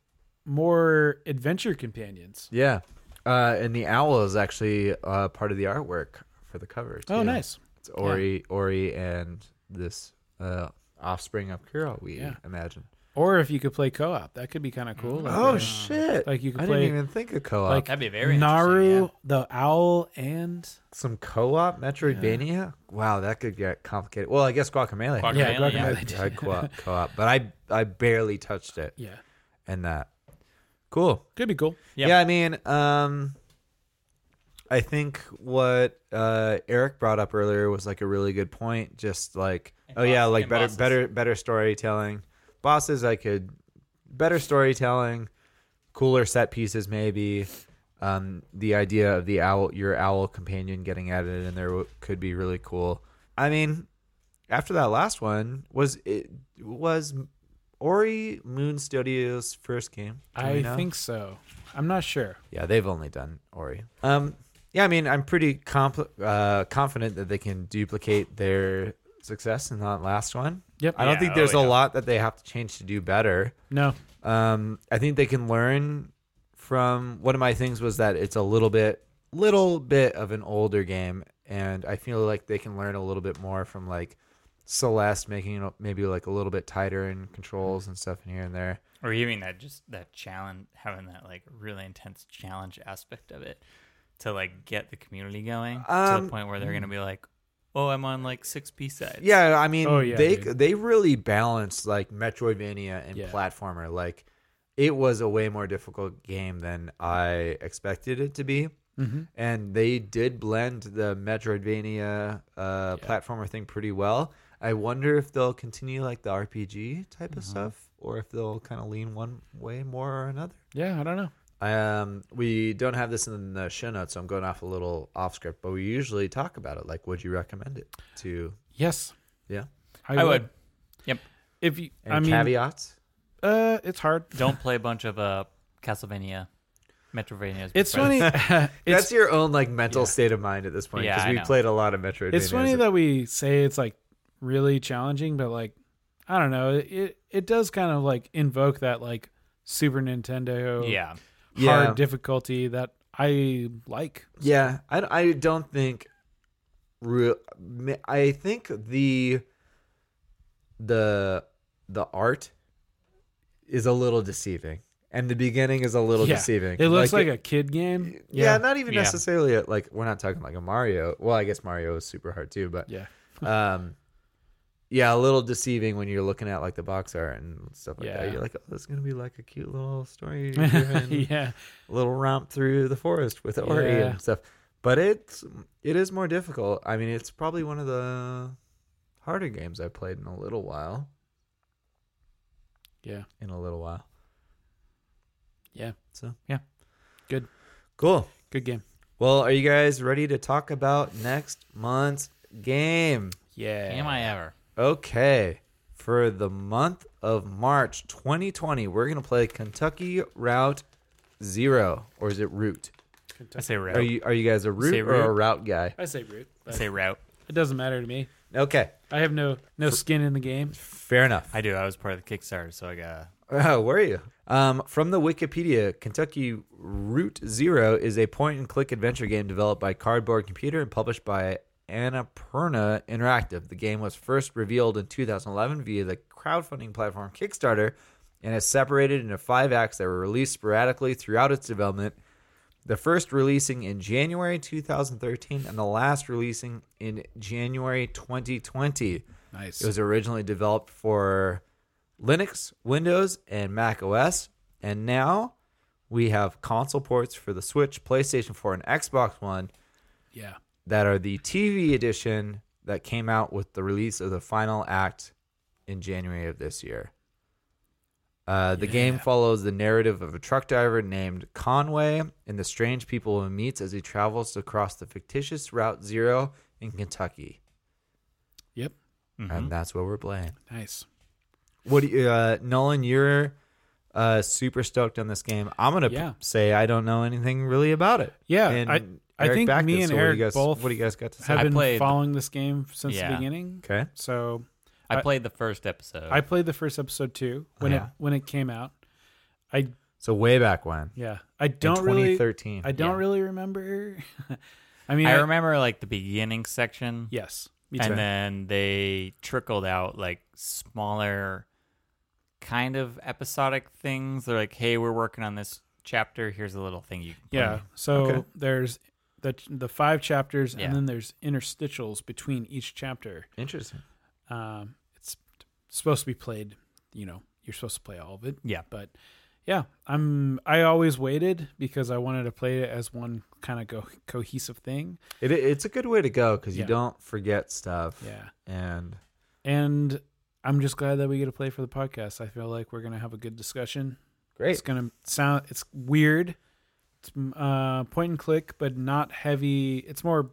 [SPEAKER 2] more adventure companions.
[SPEAKER 1] Yeah, uh, and the owl is actually uh, part of the artwork for the cover.
[SPEAKER 2] Oh,
[SPEAKER 1] too.
[SPEAKER 2] nice.
[SPEAKER 1] It's Ori, Ori, and this uh, offspring of Kira. We
[SPEAKER 2] Yeah.
[SPEAKER 1] imagine.
[SPEAKER 2] Or if you could play co-op, that could be kind of cool. Like,
[SPEAKER 1] Oh
[SPEAKER 2] uh,
[SPEAKER 1] shit!
[SPEAKER 2] Like you could
[SPEAKER 1] I
[SPEAKER 2] play
[SPEAKER 1] didn't even think of co-op.
[SPEAKER 2] like
[SPEAKER 3] That'd be very
[SPEAKER 2] Naru,
[SPEAKER 3] interesting,
[SPEAKER 2] the owl, and
[SPEAKER 1] Some co-op Metroidvania. Wow, that could get complicated. Well, I guess Guacamole.
[SPEAKER 3] Guac-
[SPEAKER 2] yeah,
[SPEAKER 3] Guacamelee,
[SPEAKER 1] I,
[SPEAKER 2] Guacamelee.
[SPEAKER 1] I co-op, co-op, but I I barely touched it
[SPEAKER 2] yeah,
[SPEAKER 1] in that. Cool.
[SPEAKER 2] could be cool.
[SPEAKER 3] Yep.
[SPEAKER 1] Yeah, I mean, um, I think what uh, Eric brought up earlier was like a really good point. Just like,
[SPEAKER 3] And
[SPEAKER 1] oh yeah,
[SPEAKER 3] boss-
[SPEAKER 1] like
[SPEAKER 3] and
[SPEAKER 1] better,
[SPEAKER 3] bosses.
[SPEAKER 1] better, better storytelling. Bosses, I could better storytelling, cooler set pieces, maybe. Um, the idea of the owl, your owl companion, getting at it, and there w- could be really cool. I mean, after that last one was it was Ori Moon Studios' first game. Do we
[SPEAKER 2] I
[SPEAKER 1] know?
[SPEAKER 2] think so. I'm not sure.
[SPEAKER 1] Yeah, they've only done Ori. Um, yeah, I mean, I'm pretty compl- uh, confident that they can duplicate their success in that last one.
[SPEAKER 2] Yep.
[SPEAKER 1] I don't
[SPEAKER 3] Yeah,
[SPEAKER 1] think there's
[SPEAKER 3] oh,
[SPEAKER 1] a
[SPEAKER 3] yeah.
[SPEAKER 1] lot that they have to change to do better.
[SPEAKER 2] No.
[SPEAKER 1] Um, I think they can learn from one of my things was that it's a little bit, little bit of an older game, and I feel like they can learn a little bit more from like Celeste, making it maybe like a little bit tighter in controls and stuff in here and there.
[SPEAKER 3] Or even that just that challenge, having that like really intense challenge aspect of it to like get the community going to
[SPEAKER 1] Um,
[SPEAKER 3] the point where they're gonna be like, "Oh, I'm on like six B sides."
[SPEAKER 1] Yeah, I mean,
[SPEAKER 2] Oh, yeah,
[SPEAKER 1] they
[SPEAKER 2] dude.
[SPEAKER 1] they really balanced like Metroidvania and
[SPEAKER 2] Yeah.
[SPEAKER 1] platformer. Like, it was a way more difficult game than I expected it to be,
[SPEAKER 2] Mm-hmm.
[SPEAKER 1] and they did blend the Metroidvania uh, platformer thing pretty well. I wonder if they'll continue like the RPG type
[SPEAKER 2] Mm-hmm.
[SPEAKER 1] of stuff, or if they'll kind of lean one way more or another.
[SPEAKER 2] Yeah, I don't know.
[SPEAKER 1] Um, we don't have this in the show notes, so I'm going off a little off script, but we usually talk about it. Like, would you recommend it to?
[SPEAKER 2] Yes,
[SPEAKER 1] Yeah.
[SPEAKER 3] I would. Yep.
[SPEAKER 2] If you,
[SPEAKER 1] Any
[SPEAKER 2] I mean,
[SPEAKER 1] caveats?
[SPEAKER 2] uh, it's hard.
[SPEAKER 3] Don't play a bunch of uh Castlevania, Metroidvania.
[SPEAKER 2] It's funny. it's
[SPEAKER 1] That's your own like mental state of mind at this point
[SPEAKER 3] Yeah,
[SPEAKER 1] because
[SPEAKER 3] I
[SPEAKER 1] we
[SPEAKER 3] know.
[SPEAKER 1] played a lot of Metroid.
[SPEAKER 2] it's funny that we say it's like really challenging, but like I don't know, it it does kind of like invoke that like Super Nintendo
[SPEAKER 3] Yeah.
[SPEAKER 1] Yeah.
[SPEAKER 2] hard difficulty that I like.
[SPEAKER 1] yeah, I, I don't think real. I think the the the art is a little deceiving, and the beginning is a little
[SPEAKER 2] Yeah.
[SPEAKER 1] deceiving.
[SPEAKER 2] It looks like, a kid game.
[SPEAKER 1] yeah, not even
[SPEAKER 3] Yeah.
[SPEAKER 1] necessarily a, like we're not talking like a Mario. Well, I guess Mario is super hard too, but
[SPEAKER 2] Yeah.
[SPEAKER 1] um, yeah, a little deceiving when you're looking at like the box art and stuff like
[SPEAKER 2] Yeah.
[SPEAKER 1] that. You're like, oh, this is gonna be like a cute little story, driven
[SPEAKER 2] yeah.
[SPEAKER 1] little romp through the forest with Ori
[SPEAKER 2] Yeah.
[SPEAKER 1] and stuff. But it's it is more difficult. I mean, it's probably one of the harder games I've played in a little while.
[SPEAKER 2] Yeah.
[SPEAKER 1] In a little while.
[SPEAKER 2] Yeah.
[SPEAKER 1] So
[SPEAKER 3] Yeah.
[SPEAKER 2] Good.
[SPEAKER 1] Cool.
[SPEAKER 2] Good game.
[SPEAKER 1] Well, are you guys ready to talk about next month's game?
[SPEAKER 2] Yeah.
[SPEAKER 3] Am I ever?
[SPEAKER 1] Okay. For the month of March 2020, we're going to play Kentucky Route 0 or is it Route?
[SPEAKER 3] I say route.
[SPEAKER 1] Are you are you guys a route
[SPEAKER 3] Say
[SPEAKER 1] or a
[SPEAKER 3] route.
[SPEAKER 1] route guy?
[SPEAKER 2] I say root,
[SPEAKER 3] I
[SPEAKER 2] but
[SPEAKER 3] say route.
[SPEAKER 2] it doesn't matter to me.
[SPEAKER 1] Okay.
[SPEAKER 2] I have no no skin in the game.
[SPEAKER 1] Fair enough.
[SPEAKER 3] I do. I was part of the Kickstarter, so I got.
[SPEAKER 1] Oh, were you? Um, from the Wikipedia, Kentucky Route Zero is a point and click adventure game developed by Cardboard Computer and published by Annapurna Interactive. The game was first revealed in 2011 via the crowdfunding platform Kickstarter and is separated into five acts that were released sporadically throughout its development. The first releasing in January 2013 and the last releasing in January 2020.
[SPEAKER 2] Nice.
[SPEAKER 1] It was originally developed for Linux, Windows, and Mac OS, and now we have console ports for the Switch, PlayStation 4, and Xbox One
[SPEAKER 2] yeah.
[SPEAKER 1] that are the TV edition that came out with the release of the final act in January of this year. Uh, the game follows the narrative of a truck driver named Conway and the strange people he meets as he travels across the fictitious Route Zero in Kentucky.
[SPEAKER 2] Yep.
[SPEAKER 1] And that's what we're playing.
[SPEAKER 2] Nice.
[SPEAKER 1] What do you, uh, Nolan? You're uh, super stoked on this game. I'm gonna p-
[SPEAKER 2] Yeah.
[SPEAKER 1] say I don't know anything really about it.
[SPEAKER 2] Yeah,
[SPEAKER 1] And
[SPEAKER 2] I- I
[SPEAKER 1] Eric
[SPEAKER 2] think
[SPEAKER 1] backed it,
[SPEAKER 2] me and
[SPEAKER 1] so what do
[SPEAKER 2] Eric
[SPEAKER 1] you guys,
[SPEAKER 2] both
[SPEAKER 1] What do you guys got to say?
[SPEAKER 2] I've
[SPEAKER 3] I
[SPEAKER 2] been
[SPEAKER 3] played-
[SPEAKER 2] following this game since the
[SPEAKER 3] Yeah.
[SPEAKER 2] beginning.
[SPEAKER 1] okay.
[SPEAKER 2] So
[SPEAKER 3] I
[SPEAKER 2] I-
[SPEAKER 3] played the first episode.
[SPEAKER 2] I played the first episode too when it
[SPEAKER 1] Yeah.
[SPEAKER 2] when it came out. I
[SPEAKER 1] So way back when,
[SPEAKER 2] yeah. I
[SPEAKER 1] in
[SPEAKER 2] don't really
[SPEAKER 1] 2013.
[SPEAKER 2] I don't
[SPEAKER 3] Yeah.
[SPEAKER 2] really remember. I mean, I
[SPEAKER 3] I remember like the beginning section,
[SPEAKER 2] Yes. Me too.
[SPEAKER 3] and then they trickled out like smaller, kind of episodic things. They're like, "Hey, we're working on this chapter. Here's a little thing you can." play."
[SPEAKER 2] yeah. So
[SPEAKER 1] Okay.
[SPEAKER 2] there's the the five chapters,
[SPEAKER 3] Yeah.
[SPEAKER 2] and then there's interstitials between each chapter.
[SPEAKER 1] Interesting.
[SPEAKER 2] Um, it's supposed to be played. You know, you're supposed to play all of it.
[SPEAKER 3] Yeah.
[SPEAKER 2] But yeah, I'm. I always waited because I wanted to play it as one kind of go cohesive thing.
[SPEAKER 1] It, it's a good way to go because
[SPEAKER 2] Yeah.
[SPEAKER 1] you don't forget stuff.
[SPEAKER 2] Yeah.
[SPEAKER 1] And
[SPEAKER 2] And I'm just glad that we get to play for the podcast. I feel like we're gonna have a good discussion. It's
[SPEAKER 1] great.
[SPEAKER 2] gonna sound. It's weird. It's mm, uh, point and click, but not heavy. It's more,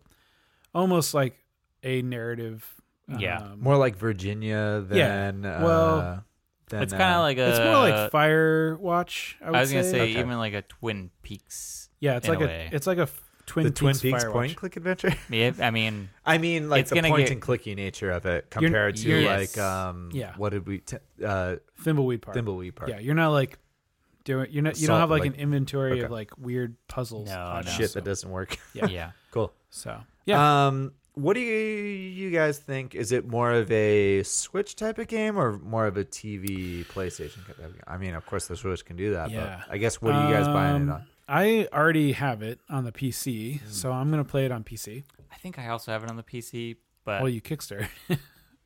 [SPEAKER 2] almost like a narrative.
[SPEAKER 3] Yeah.
[SPEAKER 2] um,
[SPEAKER 1] More like Virginia
[SPEAKER 2] Yeah.
[SPEAKER 1] than uh,
[SPEAKER 2] Well,
[SPEAKER 1] than,
[SPEAKER 3] it's kind
[SPEAKER 1] uh,
[SPEAKER 3] of like a.
[SPEAKER 2] it's more like Firewatch. I, would
[SPEAKER 3] I was gonna say
[SPEAKER 1] Okay.
[SPEAKER 3] even like a Twin Peaks.
[SPEAKER 2] yeah. It's
[SPEAKER 3] in
[SPEAKER 2] like
[SPEAKER 3] a
[SPEAKER 2] a,
[SPEAKER 3] way.
[SPEAKER 2] it's like a f- Twin
[SPEAKER 1] the Twin
[SPEAKER 2] Peaks,
[SPEAKER 1] Peaks
[SPEAKER 2] Firewatch.
[SPEAKER 1] point and click adventure.
[SPEAKER 3] Yeah, I mean,
[SPEAKER 1] I mean, like
[SPEAKER 3] It's
[SPEAKER 1] the
[SPEAKER 3] gonna
[SPEAKER 1] point
[SPEAKER 3] get-
[SPEAKER 1] and clicky nature of it compared to
[SPEAKER 3] yes.
[SPEAKER 1] like um,
[SPEAKER 2] Yeah.
[SPEAKER 1] what did we t- uh,
[SPEAKER 2] Thimbleweed Park.
[SPEAKER 1] Thimbleweed Park?
[SPEAKER 2] Yeah, you're not like doing. You're not. You don't
[SPEAKER 1] Salt,
[SPEAKER 2] have like,
[SPEAKER 1] like-
[SPEAKER 2] an inventory
[SPEAKER 1] okay.
[SPEAKER 2] of like weird puzzles.
[SPEAKER 3] No,
[SPEAKER 2] on
[SPEAKER 3] no.
[SPEAKER 2] it,
[SPEAKER 1] shit
[SPEAKER 2] So,
[SPEAKER 1] that doesn't work.
[SPEAKER 2] Yeah.
[SPEAKER 3] yeah.
[SPEAKER 1] cool.
[SPEAKER 2] so yeah,
[SPEAKER 1] Um, what do you you guys think? Is it more of a Switch type of game or more of a TV PlayStation type of game? I mean, of course, the Switch can do that.
[SPEAKER 2] Yeah.
[SPEAKER 1] But I guess what are you guys buying it
[SPEAKER 2] Um,
[SPEAKER 1] on? Hmm.
[SPEAKER 2] I already have it on the PC, so I'm gonna play it on PC.
[SPEAKER 3] I think I also have it on the PC, but
[SPEAKER 2] Well, you Kickstarter.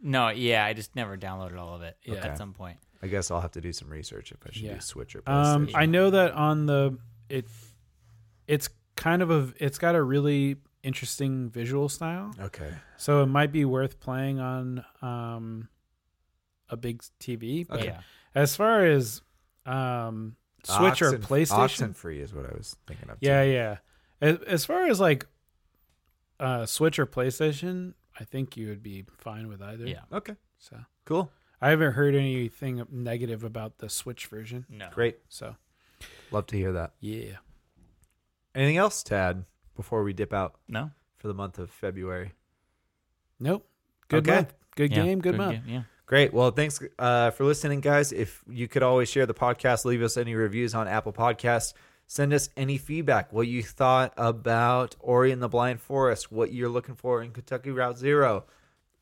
[SPEAKER 3] no, yeah, I just never downloaded all of it
[SPEAKER 2] Yeah.
[SPEAKER 3] at some point.
[SPEAKER 1] I guess I'll have to do some research if I should
[SPEAKER 2] Yeah.
[SPEAKER 1] do Switch or PlayStation.
[SPEAKER 2] Um, I know that on the it, it's kind of a it's got a really interesting visual style,
[SPEAKER 1] okay.
[SPEAKER 2] so it might be worth playing on um, a big TV. But
[SPEAKER 1] Okay.
[SPEAKER 3] Yeah.
[SPEAKER 2] as far as um, Switch or
[SPEAKER 1] Oxen-
[SPEAKER 2] PlayStation,
[SPEAKER 1] Oxenfree is what I was thinking of. too.
[SPEAKER 2] yeah, yeah. As, as far as like uh, Switch or PlayStation, I think you would be fine with either.
[SPEAKER 3] Yeah.
[SPEAKER 1] Okay.
[SPEAKER 2] So
[SPEAKER 1] Cool.
[SPEAKER 2] I haven't heard anything negative about the Switch version.
[SPEAKER 3] No.
[SPEAKER 1] Great.
[SPEAKER 2] So
[SPEAKER 1] Love to hear that.
[SPEAKER 2] yeah.
[SPEAKER 1] Anything else, Tad? Before we dip out
[SPEAKER 3] No.
[SPEAKER 1] for the month of February.
[SPEAKER 2] Nope. Good
[SPEAKER 1] Okay.
[SPEAKER 2] month. Good
[SPEAKER 3] Yeah,
[SPEAKER 2] game. Good, month.
[SPEAKER 3] game, Yeah.
[SPEAKER 1] Great. Well, thanks uh, for listening, guys. If you could always share the podcast, leave us any reviews on Apple Podcasts, send us any feedback, what you thought about Ori and the Blind Forest, what you're looking for in Kentucky Route Zero,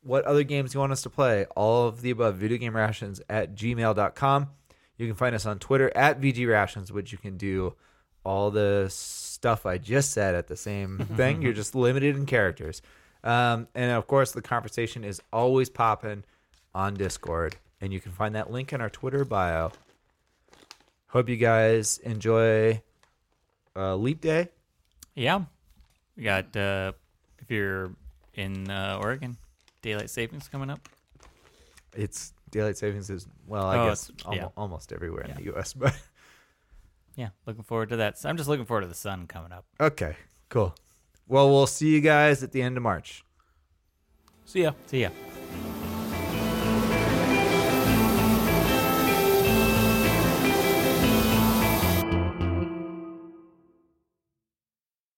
[SPEAKER 1] what other games you want us to play, all of the above, video game rations at gmail.com. You can find us on Twitter at VG Rations, which you can do all the stuff I just said at the same thing. You're just limited in characters. Um, and of course, the conversation is always popping on Discord. And you can find that link in our Twitter bio. Hope you guys enjoy uh, Leap Day.
[SPEAKER 3] Yeah. We got, uh, if you're in uh, Oregon, daylight savings coming up.
[SPEAKER 1] It's daylight savings is well, I
[SPEAKER 3] Oh,
[SPEAKER 1] guess
[SPEAKER 3] it's-
[SPEAKER 1] almo-
[SPEAKER 3] yeah.
[SPEAKER 1] almost everywhere in
[SPEAKER 3] Yeah.
[SPEAKER 1] the U.S. But
[SPEAKER 3] Yeah. Looking forward to that. So I'm just looking forward to the sun coming up.
[SPEAKER 1] okay, cool. Well, we'll see you guys at the end of March.
[SPEAKER 2] See ya.
[SPEAKER 3] See ya.